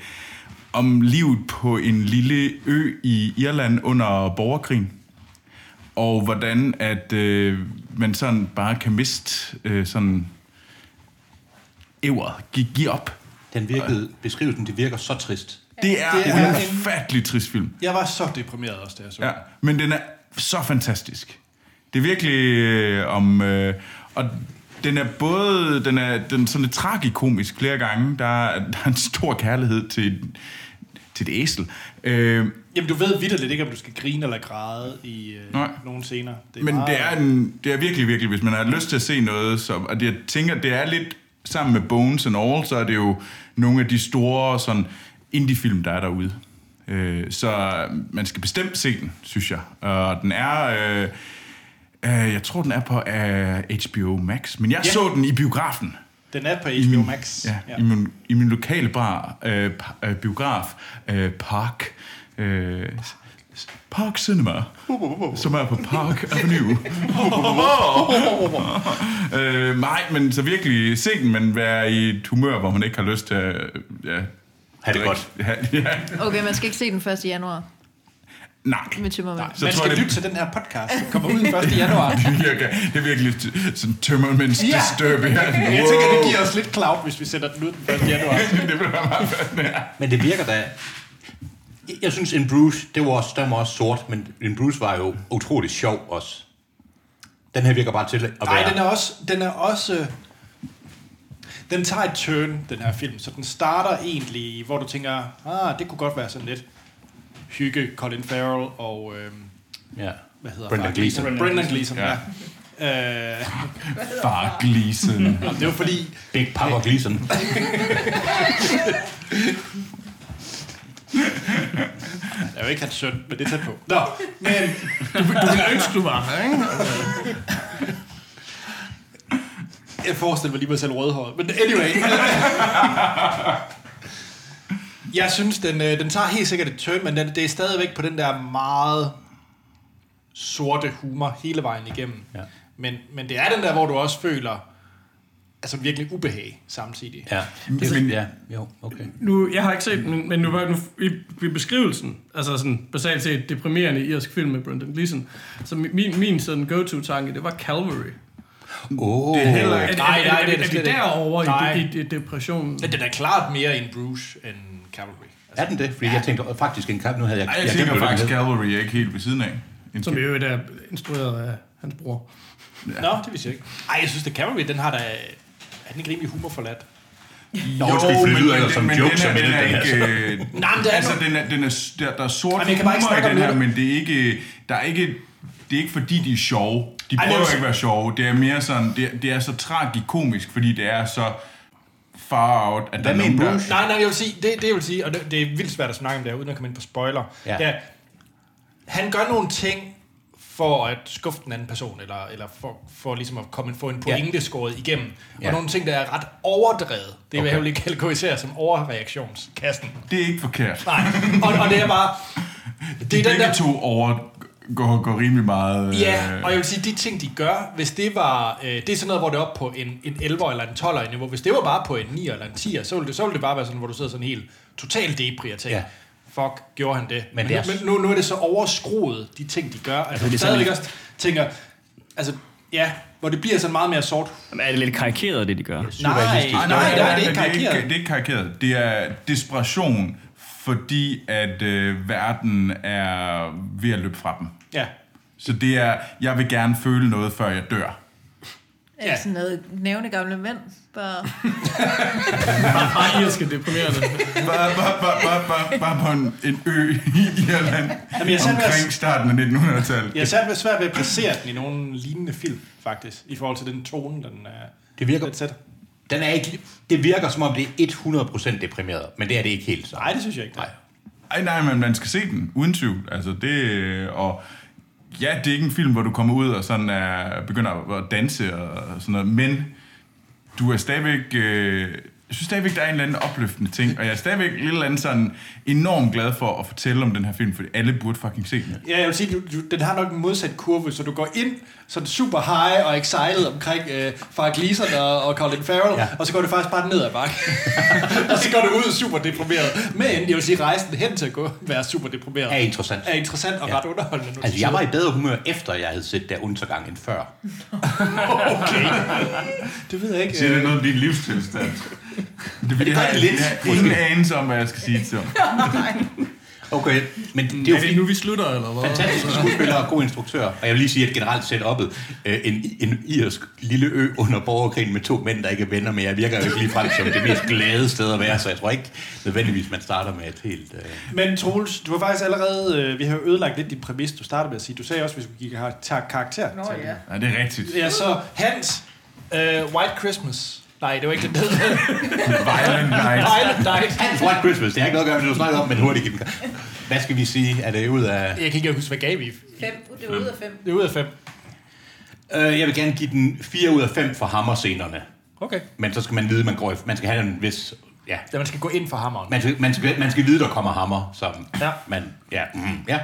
Speaker 5: om livet på en lille ø i Irland under borgerkrigen. Og hvordan at øh, man sådan bare kan miste øh, sådan æver, give, give op.
Speaker 2: Den virkede, beskrivelsen, det virker så trist.
Speaker 5: Det er,
Speaker 8: Det er
Speaker 5: en ufattelig trist film.
Speaker 8: Jeg var så deprimeret også, da jeg så
Speaker 5: Ja,
Speaker 8: den.
Speaker 5: men den er så fantastisk. Det er virkelig øh, om... Øh, og den er både... Den er den er sådan lidt tragikomisk flere gange. Der er, der er en stor kærlighed til, til et æsel. Øh,
Speaker 8: Jamen, du ved vidderligt ikke, om du skal grine eller græde i øh,
Speaker 5: Nej.
Speaker 8: nogle scener. Det
Speaker 5: men
Speaker 8: meget-
Speaker 5: det er, en, det er virkelig, virkelig... Hvis man har lyst til at se noget, så, og det, jeg tænker, det er lidt sammen med Bones and All, så er det jo nogle af de store sådan, indie-film, der er derude. Øh, så man skal bestemt se den, synes jeg. Og den er... Øh, Øh, jeg tror, den er på uh, HBO Max, men jeg
Speaker 8: Ja.
Speaker 5: ja. så den i biografen.
Speaker 8: Den er på
Speaker 5: I
Speaker 8: HBO
Speaker 5: min-
Speaker 8: Max.
Speaker 5: Ja, ja. I, min, I min lokale bar, øh, pa- øh, biograf, øh, Park, øh, s- Park Cinema, som er på Park Avenue. øh, nej, men så virkelig se den, men være i et humør, hvor man ikke har lyst til at... øh, Ja,
Speaker 2: Ha' det
Speaker 5: drikke-
Speaker 2: godt.
Speaker 5: Ha, ja,
Speaker 6: Okay, man skal ikke se den 1. januar
Speaker 5: nej.
Speaker 6: med tømmermænd.
Speaker 5: Så
Speaker 8: Man
Speaker 5: tror
Speaker 8: skal
Speaker 5: jeg, det-
Speaker 8: lytte til den her podcast, som kommer ud den 1. januar.
Speaker 5: Det virker, det virker lidt t- sådan tømmermænds
Speaker 8: Ja.
Speaker 5: disturbing.
Speaker 8: Jeg tænker, det giver os lidt cloud, hvis vi sætter den ud den 1. januar.
Speaker 5: det vil være meget fandme.
Speaker 2: Men det virker da... Jeg- Jeg synes, en Bruce, det var også, den var også sort, men en Bruce var jo utrolig sjov også. Den her virker bare til at være...
Speaker 8: Nej, den er også... Den, er også øh, den tager et turn, den her film. Så den starter egentlig, hvor du tænker, ah, det kunne godt være sådan lidt hygge, Colin Farrell og... Øh,
Speaker 2: Ja.
Speaker 8: hvad hedder
Speaker 2: Brendan
Speaker 8: faren?
Speaker 2: Gleeson.
Speaker 8: Brendan Gleeson, ja. ja. Øh,
Speaker 5: Far Gleason.
Speaker 8: det var fordi,
Speaker 2: Big Papa Gleason.
Speaker 8: Det er jo ikke hans søn, men det er tæt på. Nå, men
Speaker 7: Du kan ønske, du var her, ikke?
Speaker 8: jeg forestiller mig lige mig selv rødhåret. Men anyway. jeg synes, den, øh, den tager helt sikkert et turn, men den, det er stadigvæk på den der meget sorte humor hele vejen igennem.
Speaker 2: Ja.
Speaker 8: Men, men det er den der, hvor du også føler altså virkelig ubehag samtidig.
Speaker 2: Ja. Det, men, ja, jo, okay.
Speaker 7: Nu, jeg har ikke set den, men, men nu var nu, i, i beskrivelsen, altså sådan basalt set deprimerende irsk film med Brendan Gleeson, så mi- min, min sådan go-to-tanke, det var Calvary.
Speaker 2: Oh. Det er heller
Speaker 7: Er,
Speaker 8: nej,
Speaker 7: er,
Speaker 8: nej,
Speaker 7: er,
Speaker 8: det er
Speaker 7: er,
Speaker 8: det
Speaker 7: er
Speaker 8: slet
Speaker 7: vi
Speaker 8: ikke.
Speaker 7: derovre
Speaker 8: Nej.
Speaker 7: i, i, i depressionen?
Speaker 8: Men den er klart mere en Bruce end Cavalry.
Speaker 2: Er den det? Fordi jeg tænkte åh, faktisk en kamp, nu havde jeg...
Speaker 5: Ej, jeg
Speaker 2: jeg
Speaker 5: tænker
Speaker 2: glemt, hvad den
Speaker 5: faktisk,
Speaker 2: hed.
Speaker 5: Cavalry er ikke helt ved siden af. En
Speaker 7: Som i øvrigt er instrueret af hans bror.
Speaker 8: Ja. Nå, det vidste jeg ikke. Ej, jeg synes, at Cavalry, den har da... Er den ikke rimelig humorforladt?
Speaker 5: Jo,
Speaker 2: undskyld, for det lyder
Speaker 5: den-
Speaker 2: jo som
Speaker 5: men
Speaker 2: jokes,
Speaker 5: den er,
Speaker 2: men
Speaker 5: den
Speaker 2: det
Speaker 5: er
Speaker 2: er
Speaker 5: ikke... øh,
Speaker 8: Nej, men det er
Speaker 5: altså,
Speaker 8: nu-
Speaker 5: den er, den er, der, der er sort
Speaker 8: Jamen, jeg kan bare ikke
Speaker 5: humor
Speaker 8: snakke
Speaker 5: i
Speaker 8: om
Speaker 5: den her,
Speaker 8: det.
Speaker 5: men det er ikke, der er ikke, det er ikke fordi, de er sjove. De
Speaker 8: Ej,
Speaker 5: prøver
Speaker 8: det er-
Speaker 5: ikke at være sjove. Det er mere sådan, det, er- det er så tragikomisk, fordi det er så far out, at der er
Speaker 2: med
Speaker 5: nogen,
Speaker 2: en
Speaker 5: der...
Speaker 2: Bruce?
Speaker 8: Nej, nej, jeg vil sige, det, det jeg vil sige, og det, det er vildt svært at snakke om det her, uden at komme ind på spoiler.
Speaker 2: Ja.
Speaker 8: Det er, at han gør nogle ting for at skuffe den anden person, eller, eller for, for ligesom at komme, få en pointe ja. skåret igennem. Ja.
Speaker 2: Ja.
Speaker 8: Og nogle ting, der er ret overdrevet. Det vil
Speaker 2: Okay.
Speaker 8: jeg jo lige kategorisere som overreaktionskassen.
Speaker 5: Det er ikke forkert.
Speaker 8: Nej, og, og det er bare...
Speaker 5: De begge to over går, går rimelig meget...
Speaker 8: Ja,
Speaker 1: Ah,
Speaker 5: øh,
Speaker 8: og jeg vil sige, de ting, de gør, hvis det var, øh, det er sådan noget, hvor det er op på en, en 11'er eller en 12'er niveau, hvis det var bare på en 9'er eller en 10'er, så ville det, så ville det bare være sådan, hvor du sidder sådan helt totalt depri og tænker,
Speaker 2: Ja.
Speaker 8: fuck, gjorde han det?
Speaker 2: Men det
Speaker 8: nu,
Speaker 2: er-
Speaker 8: men nu, nu er det så overskruet, de ting, de gør, at altså,
Speaker 9: det
Speaker 8: du
Speaker 9: er
Speaker 8: stadigvæk
Speaker 9: sådan-
Speaker 8: også tænker, altså,
Speaker 1: Ja, hvor det bliver sådan meget mere sort.
Speaker 3: Jamen, er det lidt karikeret, det de gør?
Speaker 1: Nej, nej, nej, det er det ikke
Speaker 5: men det er ikke,
Speaker 1: karikeret.
Speaker 5: det er ikke karikeret. Det er desperation, fordi at øh, verden er ved at løbe fra dem.
Speaker 1: Ja.
Speaker 5: Så det er, jeg vil gerne føle noget, før jeg dør.
Speaker 6: Eller sådan Altså noget nævne gamle mænd. Bare,
Speaker 7: Bare irsk og deprimerende.
Speaker 5: Bare, bare, bare, bare, bare, bare på en, en ø i Irland
Speaker 1: Jamen, jeg satte mig-
Speaker 5: omkring starten af 1900-tallet.
Speaker 1: Jeg er særligt svært ved at placere den i nogle lignende film, faktisk, i forhold til den tone, den er...
Speaker 2: Det virker.
Speaker 1: den sætter.
Speaker 2: Den er ikke, det virker som om, det er 100% deprimeret, men det er det ikke helt. Så.
Speaker 1: Nej, det synes jeg ikke. det er.
Speaker 2: Nej.
Speaker 5: Ej, nej, men man skal se den, uden tvivl. Altså, det, øh, og ja, det er ikke en film, hvor du kommer ud og sådan er, begynder at danse og og sådan noget, men du er stadigvæk... Øh, jeg synes stadigvæk, der er en eller anden opløftende ting, og jeg er stadigvæk lidt eller andet sådan enormt glad for at fortælle om den her film, fordi alle burde fucking se den.
Speaker 1: Ja, jeg vil sige, du, du, den har nok en modsat kurve, så du går ind sådan super high og excited omkring øh, Far Gleason og, og Colin Farrell, ja.
Speaker 2: Ja.
Speaker 1: og så går det faktisk bare ned ad bakken. og så går du ud super deprimeret. Men jeg vil sige, rejsen hen til at gå, være super deprimeret,
Speaker 2: Er interessant.
Speaker 1: er interessant og ret underholdende. nu
Speaker 2: Altså,
Speaker 1: til
Speaker 2: jeg var
Speaker 1: tider.
Speaker 2: i bedre humør efter, jeg havde set der undergang end før.
Speaker 1: Det ved jeg ikke.
Speaker 4: Siger
Speaker 1: øh,
Speaker 4: det noget om din livstilstand?
Speaker 5: Det, det
Speaker 2: gør
Speaker 5: jeg,
Speaker 2: det lidt,
Speaker 5: Jeg har ingen anelse om, hvad jeg skal sige til.
Speaker 2: Okay, men det er jo
Speaker 7: Er det nu, vi slutter, eller hvad?
Speaker 2: fantastiske skuespillere og god instruktør. Og jeg vil lige sige, at generelt setup'et, øh, en, en irsk lille ø under borgerkrigen med to mænd, der ikke er venner, men jeg virker jo ikke ligefrem som det mest glade sted at være, så jeg tror ikke nødvendigvis, man starter med et helt... Øh,
Speaker 1: Men Troels, du var faktisk allerede... Øh, vi har jo ødelagt lidt din præmis, du startede med at sige. Du sagde også, hvis vi gik og tage karakter.
Speaker 6: Nå
Speaker 1: til
Speaker 6: ja.
Speaker 1: den.
Speaker 5: Ja, det er rigtigt.
Speaker 1: Ja, så Altså, Hans, øh, White Christmas. Nej, det var ikke det.
Speaker 5: Violent Night.
Speaker 1: Violent Night.
Speaker 2: Hans White Christmas, det har ikke noget at gøre med det, du snakkede om, men hurtigt give den. Hvad skal vi sige? Er det ud af...
Speaker 1: Jeg kan ikke huske, hvad gav vi.
Speaker 6: Fem, det er ude af fem.
Speaker 1: Det er ud af fem.
Speaker 2: Øh, jeg vil gerne give den 4 ud af 5 for hammerscenerne.
Speaker 1: Okay.
Speaker 2: Men så skal man vide, man går i, Man skal have en vis... Ja.
Speaker 1: Ja, man skal gå ind for hammeren.
Speaker 2: Man skal, man skal, man skal vide, der kommer hammer, som
Speaker 1: Ja.
Speaker 2: man... Ja, mm, ja.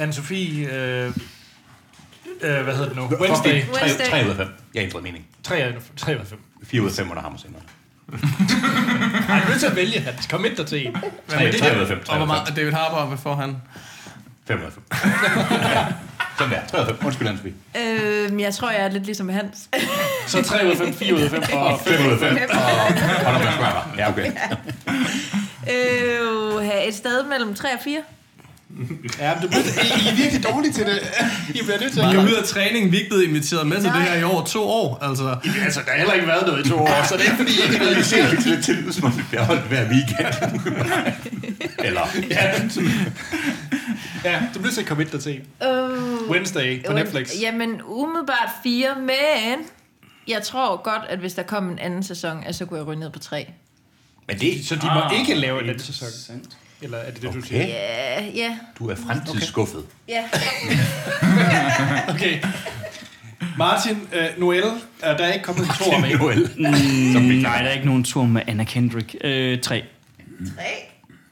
Speaker 1: Anne-Sophie, øh, øh, hvad hedder det nu? Wednesday.
Speaker 2: Wednesday. 3,
Speaker 6: Wednesday.
Speaker 2: 3 ud af 5. Jeg ændrede mening.
Speaker 1: 3 ud af 5. 3 ud af 5.
Speaker 2: 4 ud af 5 under hammerscenerne.
Speaker 1: Ej, du er nødt til at vælge, Hans. Kom ind der til en.
Speaker 2: 3, 3 ud af 5. 3
Speaker 7: Og
Speaker 2: ud
Speaker 7: hvor
Speaker 2: af 5.
Speaker 7: meget David Harbour, hvad får han?
Speaker 2: 5 ud af 5. Sådan der. 3 ud af 5. Undskyld, Hans Vig.
Speaker 6: Øh, jeg tror, jeg er lidt ligesom Hans.
Speaker 1: Så 3 ud af 5, 4 ud af 5 og 5.
Speaker 2: 5 ud af 5. Og når man spørger mig. Ja, okay.
Speaker 6: øh, uha, et sted mellem 3 og 4.
Speaker 1: Ja, men du bliver, I, I er virkelig dårlige til det. I bliver nødt til at
Speaker 7: Vi
Speaker 1: gå
Speaker 7: er
Speaker 1: ud.
Speaker 7: ude af træningen, vi er ikke blevet inviteret med til det
Speaker 6: Nej.
Speaker 7: her i over to år. Altså,
Speaker 1: Altså, der har heller ikke været noget i to år, så det er ikke, fordi I ikke
Speaker 2: Jeg
Speaker 1: ved.
Speaker 2: kan se, at det er lidt tilbud, som om det bliver holdt hver weekend. Eller...
Speaker 1: Ja, du bliver nødt til at komme ind der til en.
Speaker 6: Øh,
Speaker 1: Wednesday på Netflix.
Speaker 6: Jamen, umiddelbart 4, men jeg tror godt, at hvis der kom en anden sæson, at så kunne jeg ryge ned på 3.
Speaker 2: Men det,
Speaker 1: Så de må ikke lave en anden sæson? Eller er det det, du siger?
Speaker 2: okay.
Speaker 6: Ja, ja,
Speaker 2: Du er fremtidsskuffet.
Speaker 6: ja.
Speaker 1: Okay. Martin, uh, Noel, uh, der er ikke kommet en tor med.
Speaker 2: Noel.
Speaker 3: Mm, nej, der er ikke nogen tur med Anna Kendrick. Øh, tre.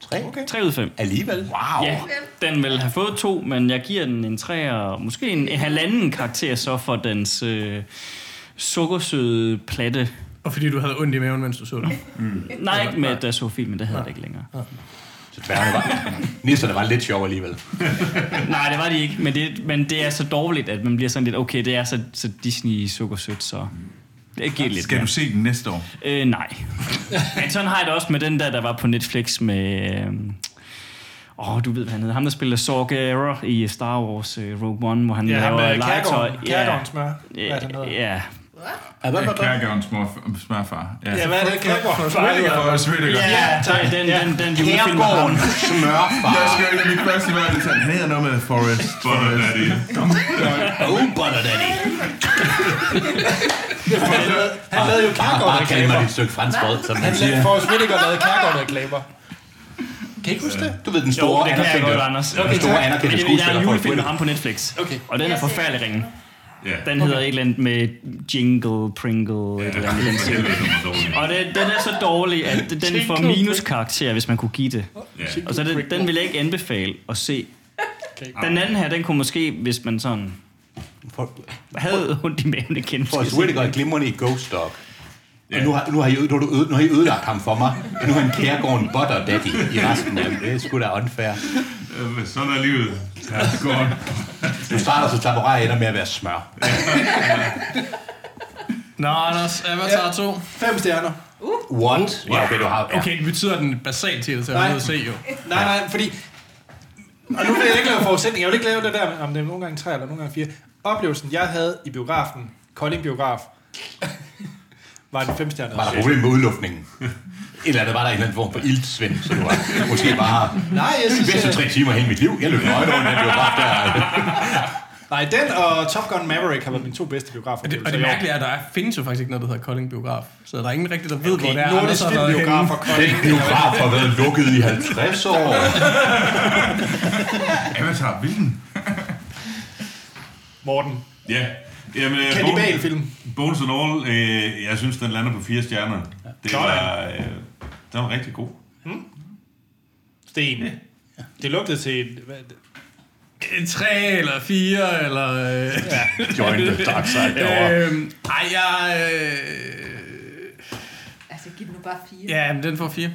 Speaker 6: 3.
Speaker 2: 3. Okay.
Speaker 3: Tre ud af fem.
Speaker 2: Alligevel. Wow.
Speaker 3: Ja, den ville have fået to, men jeg giver den en tre og måske en, en halvanden karakter så for dens øh, sukkersøde platte.
Speaker 7: og fordi du havde ondt i maven, mens du så det.
Speaker 3: Nej, ikke med, da jeg så filmen, det havde jeg det ikke længere.
Speaker 2: Så tværne var... Nisserne var lidt sjov alligevel.
Speaker 3: Nej, det var det ikke, men det, men det er så dårligt, at man bliver sådan lidt, okay, det er så, så Disney-sukkersødt, så det giver lidt
Speaker 5: Skal
Speaker 3: mere.
Speaker 5: du se den næste år?
Speaker 3: Øh, nej. Men sådan har jeg det også med den der, der var på Netflix med... Åh, øh, åh, du ved, hvad han hedder. Ham, der spiller Saw Gerrera i Star Wars øh, Rogue One, hvor han
Speaker 1: Ja, ham
Speaker 3: laver
Speaker 1: med
Speaker 3: legetøj.
Speaker 1: Kærgården. Kærgården smør. Hvad er det, han
Speaker 3: Ja,
Speaker 1: hedder?
Speaker 3: ja.
Speaker 2: Ah,
Speaker 5: Kærgårdens smør, smørfar. Ja,
Speaker 1: Ja,
Speaker 5: ja
Speaker 1: hvad er det, Kærgården?
Speaker 5: for Svedegård.
Speaker 3: Ja, tak. Den, den, den, den julefilm med ham.
Speaker 2: Kærgården smørfar.
Speaker 5: Jeg skal jo mit første var det sådan, her noget med Forrest.
Speaker 8: Sådan er det.
Speaker 2: Oh, butter daddy.
Speaker 1: Han lavede- Han lavede jo
Speaker 2: Bare, Ah, bare kald mig
Speaker 1: Kærgården-reklamer.
Speaker 2: et stykke fransk brød, som man
Speaker 1: Han
Speaker 2: siger.
Speaker 1: lavede, Forrest Whitaker lavede Kærgården-reklamer. Kan I ikke huske det?
Speaker 2: Du ved, den
Speaker 3: Jo,
Speaker 2: store
Speaker 3: det kan jeg godt,
Speaker 2: anerkendte,
Speaker 3: Anders.
Speaker 2: den store anerkendte
Speaker 3: Men det er
Speaker 2: skuespiller
Speaker 3: en
Speaker 2: for
Speaker 3: julefilm med
Speaker 2: Twitter.
Speaker 3: ham på Netflix.
Speaker 1: Okay.
Speaker 3: Og den er forfærdelig ringen.
Speaker 8: Ja.
Speaker 3: Den hedder et eller andet med Jingle, Pringle, et eller andet. i den stil. Og den, den er så dårlig, at den får minuskarakter, hvis man kunne give det.
Speaker 8: Ja.
Speaker 3: Og så den, den vil jeg ikke anbefale at se. Den anden her, den kunne måske, hvis man sådan havde ondt i maven igen.
Speaker 2: Forrest Whitaker er glimrende i Ghost Dog. Og nu har, nu, har I, øde- nu, har du øde- nu har I ødelagt ham for mig. Og nu har han Kærgården butter daddy i resten af det. Det er sgu da unfair.
Speaker 4: Øh, Sådan er livet. Ja, godt.
Speaker 2: Du starter så taburet ender med at være smør.
Speaker 7: Nå, Anders, øh, Avatar 2.
Speaker 1: Fem stjerner.
Speaker 2: What? Ja, okay, du har... Ja.
Speaker 7: Okay, det betyder den basalt til, så jeg
Speaker 1: Nej.
Speaker 7: er nødt til at se jo.
Speaker 1: Nej, nej, fordi... Og nu vil jeg ikke lave forudsætninger. Jeg vil ikke lave det der, om det er nogle gange tre eller nogle gange fire. Oplevelsen, jeg havde i biografen, Kolding Biograf, var den femstjernede.
Speaker 2: Var der problem med udluftningen? Et eller andet var der en eller anden form for iltsvind, så du var måske bare...
Speaker 1: Nej, jeg
Speaker 2: De bedste
Speaker 1: synes...
Speaker 2: tre timer af hele mit liv. Jeg løb nøgen rundt, jeg blev bare der.
Speaker 1: øh, Nej, den og Top Gun Maverick har været mine to bedste biografer.
Speaker 7: Og det, og det mærkelige er, at der er- findes jo faktisk ikke noget, der hedder Kolding Biograf. Så der er ingen rigtig, der ved, hvor det er.
Speaker 1: Okay, Nordisk
Speaker 7: har været
Speaker 1: Filmbiograf
Speaker 7: henne.
Speaker 1: og Kolding.
Speaker 2: Den biograf har været lukket i 50 år.
Speaker 5: Avatar, hvilken?
Speaker 1: Morten.
Speaker 4: Ja. Jamen, øh,
Speaker 1: Kannibalfilm.
Speaker 4: Bones- Bones and All, øh, jeg synes, den lander på fire stjerner. Det var, øh, den var rigtig god.
Speaker 1: Sten. Det lugtede til... hvad-
Speaker 7: Øh, Tre eller fire, eller... Øh,
Speaker 2: Join the dark side derovre.
Speaker 7: øh, ej, jeg... Øh,
Speaker 6: Altså, giv den nu bare fire.
Speaker 7: ja, men den får fire.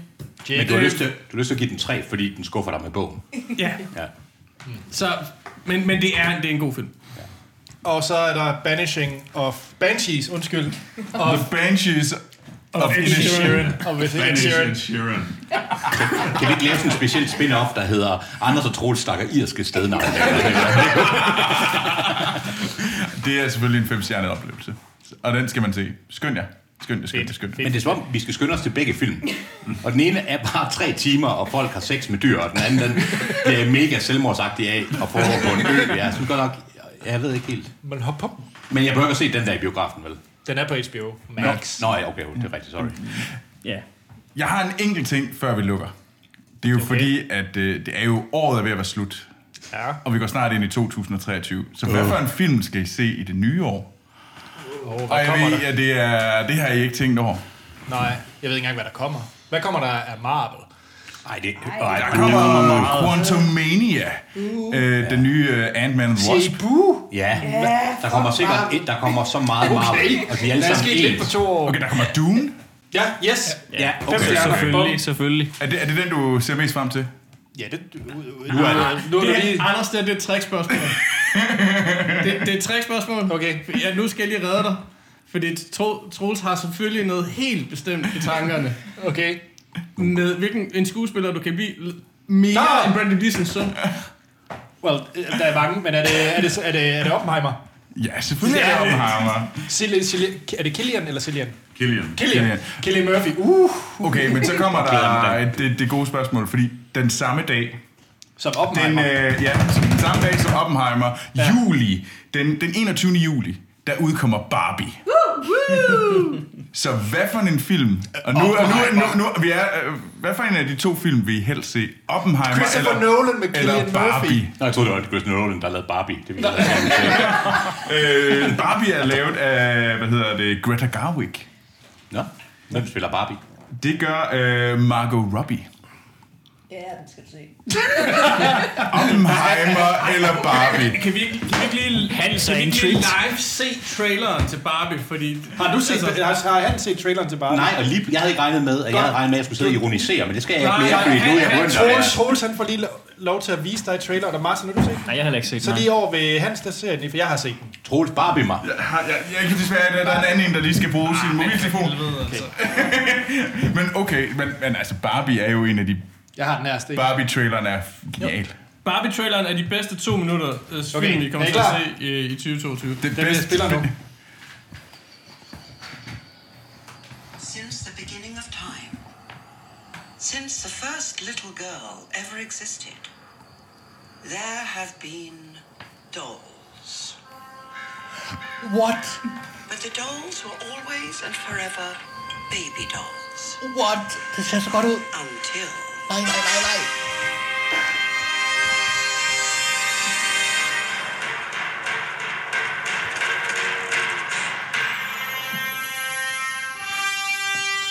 Speaker 2: Men du har, lyst til, du har lyst til at give den tre, fordi den skuffer dig med bogen.
Speaker 7: Ja.
Speaker 2: Ja.
Speaker 7: Så, men, men det, er, det er en god film.
Speaker 1: Og så er der Banishing of Banshees, undskyld.
Speaker 5: The Banshees of Inisherin.
Speaker 1: Og hvis ikke
Speaker 5: Ed
Speaker 1: Sheeran.
Speaker 5: Sheeran.
Speaker 2: Kan vi ikke lave sådan en speciel spin-off, der hedder Anders og Troels snakker irske stednavn?
Speaker 5: Det er selvfølgelig en femstjernet oplevelse. Og den skal man se. Skynd jer. Skynd jer, skynd jer, skynd jer.
Speaker 2: Men det er som om, vi skal skynde os til begge film. Og den ene er bare tre timer, og folk har sex med dyr, og den anden den bliver mega selvmordsagtig af og foregår på en ø. Ja, sådan godt nok, jeg ved ikke helt.
Speaker 1: Men hop på.
Speaker 2: Men jeg behøver ikke at se den der i biografen, vel?
Speaker 1: Den er på HBO
Speaker 2: Nå,
Speaker 1: Max.
Speaker 2: Nå ja, okay, det er rigtigt, sorry.
Speaker 3: Ja.
Speaker 5: Jeg har en enkelt ting, før vi lukker. Det er jo okay. fordi, at øh, det er jo året er ved at være slut.
Speaker 1: Ja.
Speaker 5: Og vi går snart ind i 2023. Så hvad for en film skal I se i det nye år?
Speaker 1: Oh,
Speaker 5: Og
Speaker 1: hvad
Speaker 5: jeg
Speaker 1: kommer
Speaker 5: ved,
Speaker 1: der?
Speaker 5: at det, er, det har I ikke tænkt over.
Speaker 1: Nej, jeg ved ikke engang, hvad der kommer. Hvad kommer der af Marvel?
Speaker 2: Ej, det ej,
Speaker 5: Der kommer Øh, Quantumania. Øh, den nye øh, Ant-Man and the Wasp.
Speaker 1: Jebu!
Speaker 2: Ja, der kommer sikkert et, der kommer så meget Marvel, og de er alle
Speaker 1: Lad os
Speaker 2: sammen
Speaker 1: ske lidt
Speaker 2: ens.
Speaker 1: på to år.
Speaker 5: Okay, der kommer Dune.
Speaker 1: Ja, yes.
Speaker 2: Ja, okay.
Speaker 1: Fem stjerner.
Speaker 3: Selvfølgelig, selvfølgelig.
Speaker 5: Er det, er det den, du ser mest frem til?
Speaker 1: Ja, det... Nu
Speaker 2: Nu er
Speaker 1: er
Speaker 2: det-
Speaker 1: nu er du
Speaker 7: Det er,
Speaker 1: lige...
Speaker 7: Anders, det er et trickspørgsmål. det, det er et trickspørgsmål.
Speaker 1: Okay.
Speaker 7: Ja, nu skal jeg lige redde dig. Fordi Tro- Troels har selvfølgelig noget helt bestemt i tankerne.
Speaker 1: Okay.
Speaker 7: Med hvilken en skuespiller, du kan blive mere
Speaker 1: Nå!
Speaker 7: end Brandon Gleeson søn.
Speaker 1: Well, øh, der er mange, men er det, er det, er det, er det Oppenheimer?
Speaker 5: Ja, selvfølgelig er det Oppenheimer.
Speaker 1: Sil, Sil, er det Killian eller Cillian?
Speaker 8: Killian.
Speaker 1: Killian.
Speaker 5: Cillian.
Speaker 1: Killian Murphy. Uh,
Speaker 5: Okay, men så kommer der
Speaker 2: glæder
Speaker 5: et, det, det gode spørgsmål, fordi den samme dag,
Speaker 1: som
Speaker 5: den,
Speaker 1: Oppenheimer.
Speaker 5: øh, ja, som den samme dag som Oppenheimer, ja. juli, den, den 21. juli, der udkommer Barbie. Så hvad for en film? Og nu, og nu, nu, nu, vi er, øh, hvad for en af de to film vil I helst se? Oppenheimer
Speaker 1: Christopher
Speaker 5: eller,
Speaker 1: Nolan med Cillian
Speaker 5: eller Barbie?
Speaker 1: Murphy.
Speaker 2: Nå, jeg troede, det var Chris Nolan, der lavede Barbie. Det ville jeg gerne se.
Speaker 5: Øh, Barbie er lavet af, hvad hedder det, Greta Garwick.
Speaker 2: Nå, hvem spiller Barbie?
Speaker 5: Det gør øh, Margot Robbie.
Speaker 6: Ja, den skal du se.
Speaker 5: Oppenheimer eller Barbie?
Speaker 7: Kan vi ikke, kan vi ikke lige,
Speaker 3: Hans
Speaker 7: kan
Speaker 3: er
Speaker 7: vi
Speaker 3: en
Speaker 7: ikke lige
Speaker 3: treat.
Speaker 7: live se traileren til Barbie? Fordi,
Speaker 1: Har du set, altså, har han set traileren til Barbie?
Speaker 2: Nej, og lige, jeg havde ikke regnet med, at jeg havde regnet med, at jeg skulle sidde og ironisere, men det skal jeg ikke
Speaker 7: Nej,
Speaker 2: mere, fordi nu er jeg
Speaker 7: han-
Speaker 2: rundt.
Speaker 1: Troels, Troels, han får lige lo- lov til at vise dig traileren, og Martin, har du set den?
Speaker 3: Nej, jeg har heller ikke set
Speaker 1: Så lige over ved Hans, der ser jeg den, lige, for jeg har set den.
Speaker 2: Troels Barbie mig.
Speaker 5: Har- Jeg, jeg kan desværre, der er en anden en, der lige skal
Speaker 1: Ah,
Speaker 5: bruge sin mobiltelefon.
Speaker 7: altså.
Speaker 5: Men okay, men, men altså Barbie er jo en af de...
Speaker 1: Jeg har den nærmest, ikke?
Speaker 5: Barbie-trailerne er genial.
Speaker 7: Barbie-traileren er de bedste to minutter øh, film,
Speaker 1: Okay,
Speaker 7: vi kommer
Speaker 1: er I
Speaker 7: til at
Speaker 1: klar?
Speaker 7: se øh, i 2022.
Speaker 5: Det
Speaker 1: Den, jeg spiller nu.
Speaker 10: Since the beginning of time, since the first little girl ever existed, there have been dolls.
Speaker 1: What?
Speaker 10: But the dolls were always and forever baby dolls.
Speaker 2: What? Det ser så godt ud.
Speaker 10: Until
Speaker 2: Nej, nej, nej, nej.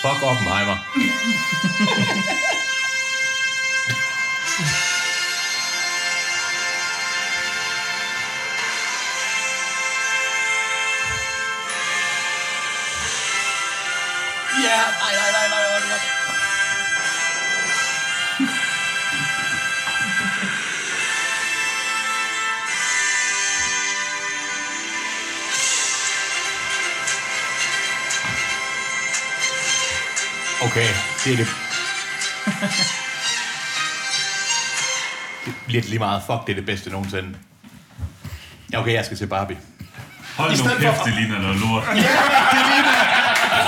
Speaker 2: Fuck Oppenheimer. Ja, nej, nej, nej, nej, nej, nej. Okay, det er det. det bliver det lige meget. Fuck, det er det bedste nogensinde. Ja, Okay, jeg skal til Barbie.
Speaker 4: Hold nu
Speaker 8: stedet
Speaker 4: kæft,
Speaker 8: for-
Speaker 4: det ligner noget lort.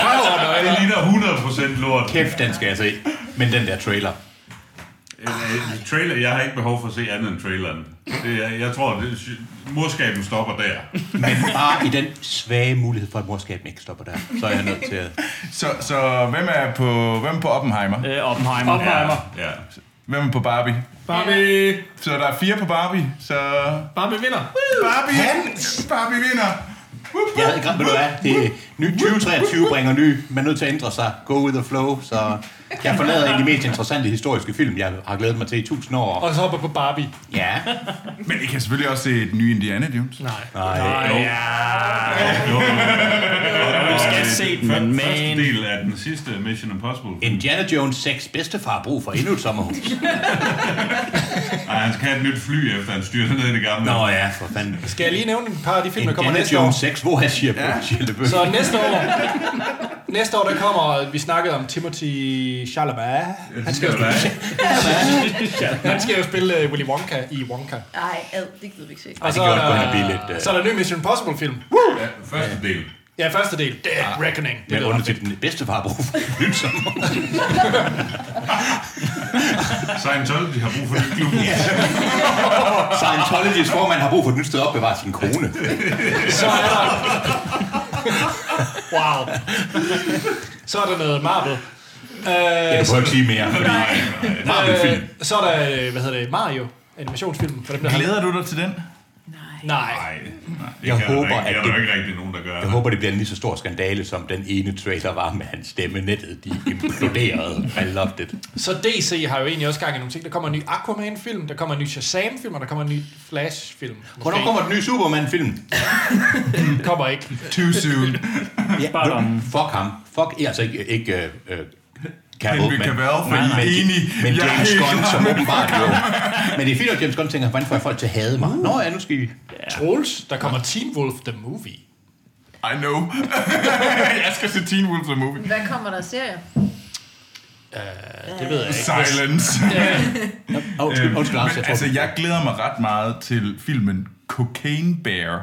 Speaker 8: Røvernøgler.
Speaker 4: Det ligner 100% lort.
Speaker 2: Kæft, den skal jeg se. Men den der trailer.
Speaker 4: Øh, øh, Trailer, jeg har ikke behov for at se andet end traileren. Det, er- jeg tror, det, morskaben stopper der.
Speaker 2: Men bare i den svage mulighed for, at morskaben ikke stopper der. Så er jeg nødt til at...
Speaker 5: Så, så hvem, er på, hvem er på Oppenheimer?
Speaker 3: Øh, Oppenheimer.
Speaker 8: Oppenheimer.
Speaker 4: Ja.
Speaker 5: Hvem er på Barbie?
Speaker 7: Barbie,
Speaker 5: Så der er fire på Barbie, så...
Speaker 7: Barbie vinder.
Speaker 5: Barbie! Barbie vinder!
Speaker 2: Jeg havde ikke ved du hvad, det er ny 2023 bringer ny. Man er nødt til at ændre sig. Go with the flow. Så jeg forlader en af de mest interessante historiske film, jeg har glædet mig til i tusind år.
Speaker 8: Og så hopper på Barbie.
Speaker 2: Ja.
Speaker 5: Men I kan selvfølgelig også se et nye Indiana Jones.
Speaker 7: Nej.
Speaker 2: Nej.
Speaker 4: Jo, jo,
Speaker 3: Du skal se den, men
Speaker 4: Første
Speaker 3: man.
Speaker 4: del af den sidste Mission Impossible.
Speaker 2: Indiana Jones 6 bedstefar har brug for endnu et sommerhus.
Speaker 4: Nej, han skal have et nyt fly, efter han styrter ned i det gamle.
Speaker 2: Nå ja, for fanden.
Speaker 8: Skal jeg lige nævne et par af de film, der kommer
Speaker 2: Indiana
Speaker 8: næste år?
Speaker 2: Jones 6, hvor er Shia Bøh?
Speaker 8: Så næste år, næste år der kommer, vi snakkede om Timothy Chalamet. Han skal jo spille, han skal jo spille øh, Willy Wonka i Wonka.
Speaker 6: Nej, ad, det gider vi ikke se.
Speaker 8: Og så
Speaker 2: kan
Speaker 8: er,
Speaker 2: godt gå hen og blive
Speaker 8: der,
Speaker 2: lidt, øh,
Speaker 8: så er der en ny Mission Impossible film.
Speaker 4: Ja, første del.
Speaker 8: Ja, første del. Dead Reckoning. Det
Speaker 2: Men
Speaker 8: lyder ret
Speaker 2: under
Speaker 8: fedt.
Speaker 2: til den bedstefar har brug for et nyt sommerhus.
Speaker 4: Scientology har brug for en ny klub.
Speaker 2: Scientologys formand har brug for et nyt sted at opbevare sin
Speaker 8: Øh,
Speaker 2: kone.
Speaker 8: Så er der... wow. Så er der noget Marvel.
Speaker 2: Jeg
Speaker 8: Øh,
Speaker 2: kan ikke sige mere.
Speaker 8: Marvel-film. Øh, så er der, øh, hvad hedder det, Mario. Animationsfilm. For dem, der har...
Speaker 5: Glæder du dig til den?
Speaker 8: Nej.
Speaker 4: Nej, nej, det
Speaker 2: Jeg
Speaker 4: kan der
Speaker 2: håber,
Speaker 4: ikke.
Speaker 2: at
Speaker 4: det er der
Speaker 2: det-
Speaker 4: jo ikke rigtig nogen, der gør.
Speaker 2: Jeg håber, det bliver en lige så stor skandale, som den ene trailer var med hans stemme. Nettet, de imploderede. I loved it.
Speaker 8: Så DC har jo egentlig også gang i nogle ting. Der kommer en ny Aquaman-film, der kommer en ny Shazam-film, og der kommer en ny Flash-film. Måske.
Speaker 2: Hvornår kommer den nye Superman-film?
Speaker 8: Den kommer ikke.
Speaker 5: Too soon.
Speaker 3: Spot on.
Speaker 2: Fuck ham. Fuck, ja, altså ikke, ikke uh, Cavill,
Speaker 5: Henry Cavill, for I er enige.
Speaker 2: men
Speaker 5: Jeg er
Speaker 2: James
Speaker 5: helt
Speaker 2: Gunn,
Speaker 5: klar
Speaker 2: som
Speaker 5: med
Speaker 2: åbenbart jo. Men det er fint, at James Gunn tænker, hvordan får jeg folk til at hade mig? Nå ja, nu skal I...
Speaker 8: Trolls, der kommer Teen Wolf The Movie.
Speaker 5: I know. jeg skal se Teen Wolf the Movie.
Speaker 6: Hvad kommer der af serier?
Speaker 8: Det ved jeg ikke.
Speaker 5: Silence.
Speaker 2: Åh, Undskyld,
Speaker 5: Øhm,
Speaker 2: undskyld, Anders,
Speaker 5: men
Speaker 2: jeg
Speaker 5: altså,
Speaker 2: tror...
Speaker 5: jeg glæder mig ret meget til filmen Cocaine Bear,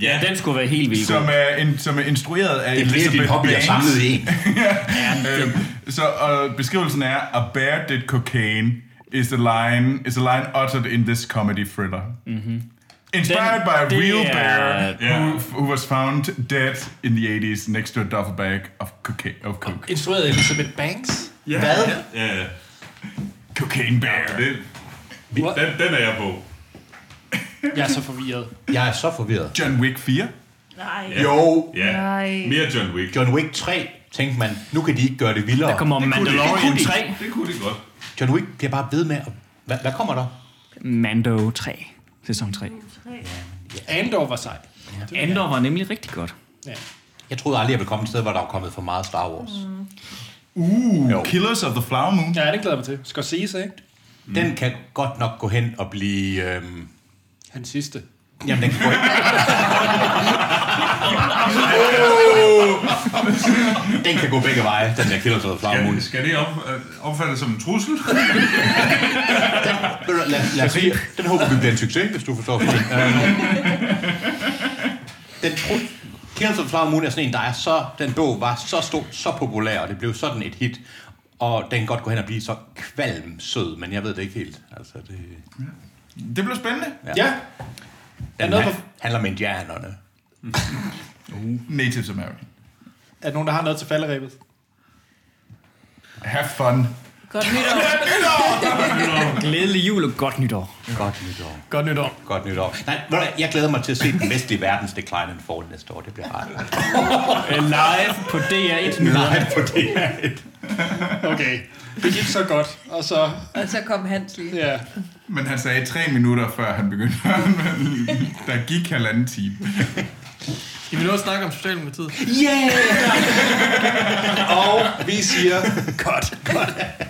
Speaker 3: Ja, den skulle være helt vildt.
Speaker 5: som er, en, som er instrueret af
Speaker 2: Det er flere af dine
Speaker 5: Elizabeth
Speaker 2: hobbyer samlet
Speaker 5: Banks.
Speaker 2: i en.
Speaker 5: Øhm, så og beskrivelsen er, A bear did cocaine is a line, is a line uttered in this comedy thriller. Inspired
Speaker 3: Mhm. Den-
Speaker 5: by a
Speaker 3: det
Speaker 5: real
Speaker 3: er-
Speaker 5: bear
Speaker 4: Ja.
Speaker 5: who, who was found dead in the 80s next to a duffel bag of, cocaine, of coke.
Speaker 8: Instrueret af Elizabeth Banks.
Speaker 2: Hvad?
Speaker 4: Ja,
Speaker 5: Cocaine bear.
Speaker 4: det, den, den er jeg på.
Speaker 8: Jeg er så forvirret.
Speaker 2: Jeg er så forvirret.
Speaker 5: John Wick 4.
Speaker 6: Nej.
Speaker 2: Jo,
Speaker 4: Ja.
Speaker 6: Nej.
Speaker 4: Mere John Wick.
Speaker 2: John Wick 3, tænkte man, nu kan de ikke gøre det vildere.
Speaker 3: Der kommer Mandalorian 3.
Speaker 4: Det kunne det godt.
Speaker 2: John Wick bliver bare ved med at... Hvad, hvad kommer der?
Speaker 3: Mando 3. Sæson 3.
Speaker 8: Andor var sej.
Speaker 3: Andor var nemlig rigtig godt.
Speaker 2: Jeg troede aldrig, jeg ville komme et sted, hvor der var kommet for meget Star Wars.
Speaker 5: Uh,
Speaker 2: Jo.
Speaker 5: Killers of the Flower Moon.
Speaker 8: Ja, det glæder jeg mig til. Scorsese, ikke?
Speaker 2: Mm. Den kan godt nok gå hen og blive... Øhm,
Speaker 8: Hans sidste.
Speaker 2: jamen, den kan gå hen... den kan gå begge veje, den der Killers of the Flower Moon.
Speaker 4: Ja, skal det op, øh, opfattes som en trussel?
Speaker 2: Ved du hvad, Lad, lad os sige, den håber vi bliver en succes, hvis du forstår det. den tru- Killers of the Flower Moon er sådan en, der er så... Den bog var så stor, så populær, og det blev sådan et hit. Og den kan godt gå hen og blive så kvalmsød, men jeg ved det ikke helt. Altså, det,
Speaker 5: Det bliver spændende.
Speaker 8: Ja,
Speaker 2: den
Speaker 8: noget
Speaker 2: han,
Speaker 8: for-
Speaker 2: handler om indianerne.
Speaker 5: Natives American.
Speaker 8: er der nogen, der har noget til falderæbet?
Speaker 5: Have fun.
Speaker 6: Godt nytår.
Speaker 3: Glædelig jul og godt nytår.
Speaker 2: Godt nytår.
Speaker 7: Godt nytår.
Speaker 2: Godt nytår. Nej, ved du hvad, jeg glæder mig til at se den vestlige verdens Decline and Fall næste år. Det bliver rart.
Speaker 3: Øh, Live på DR1 Nyheder.
Speaker 2: Nej, for det er et...
Speaker 8: Okay. Det gik så godt, og så...
Speaker 6: Og så kom Hans lige.
Speaker 8: Ja.
Speaker 5: Men han sagde tre minutter, før han begyndte. der gik halvanden time.
Speaker 7: Skal vi nu også snakke om Socialdemokratiet?
Speaker 8: Og vi siger...
Speaker 2: Godt, godt.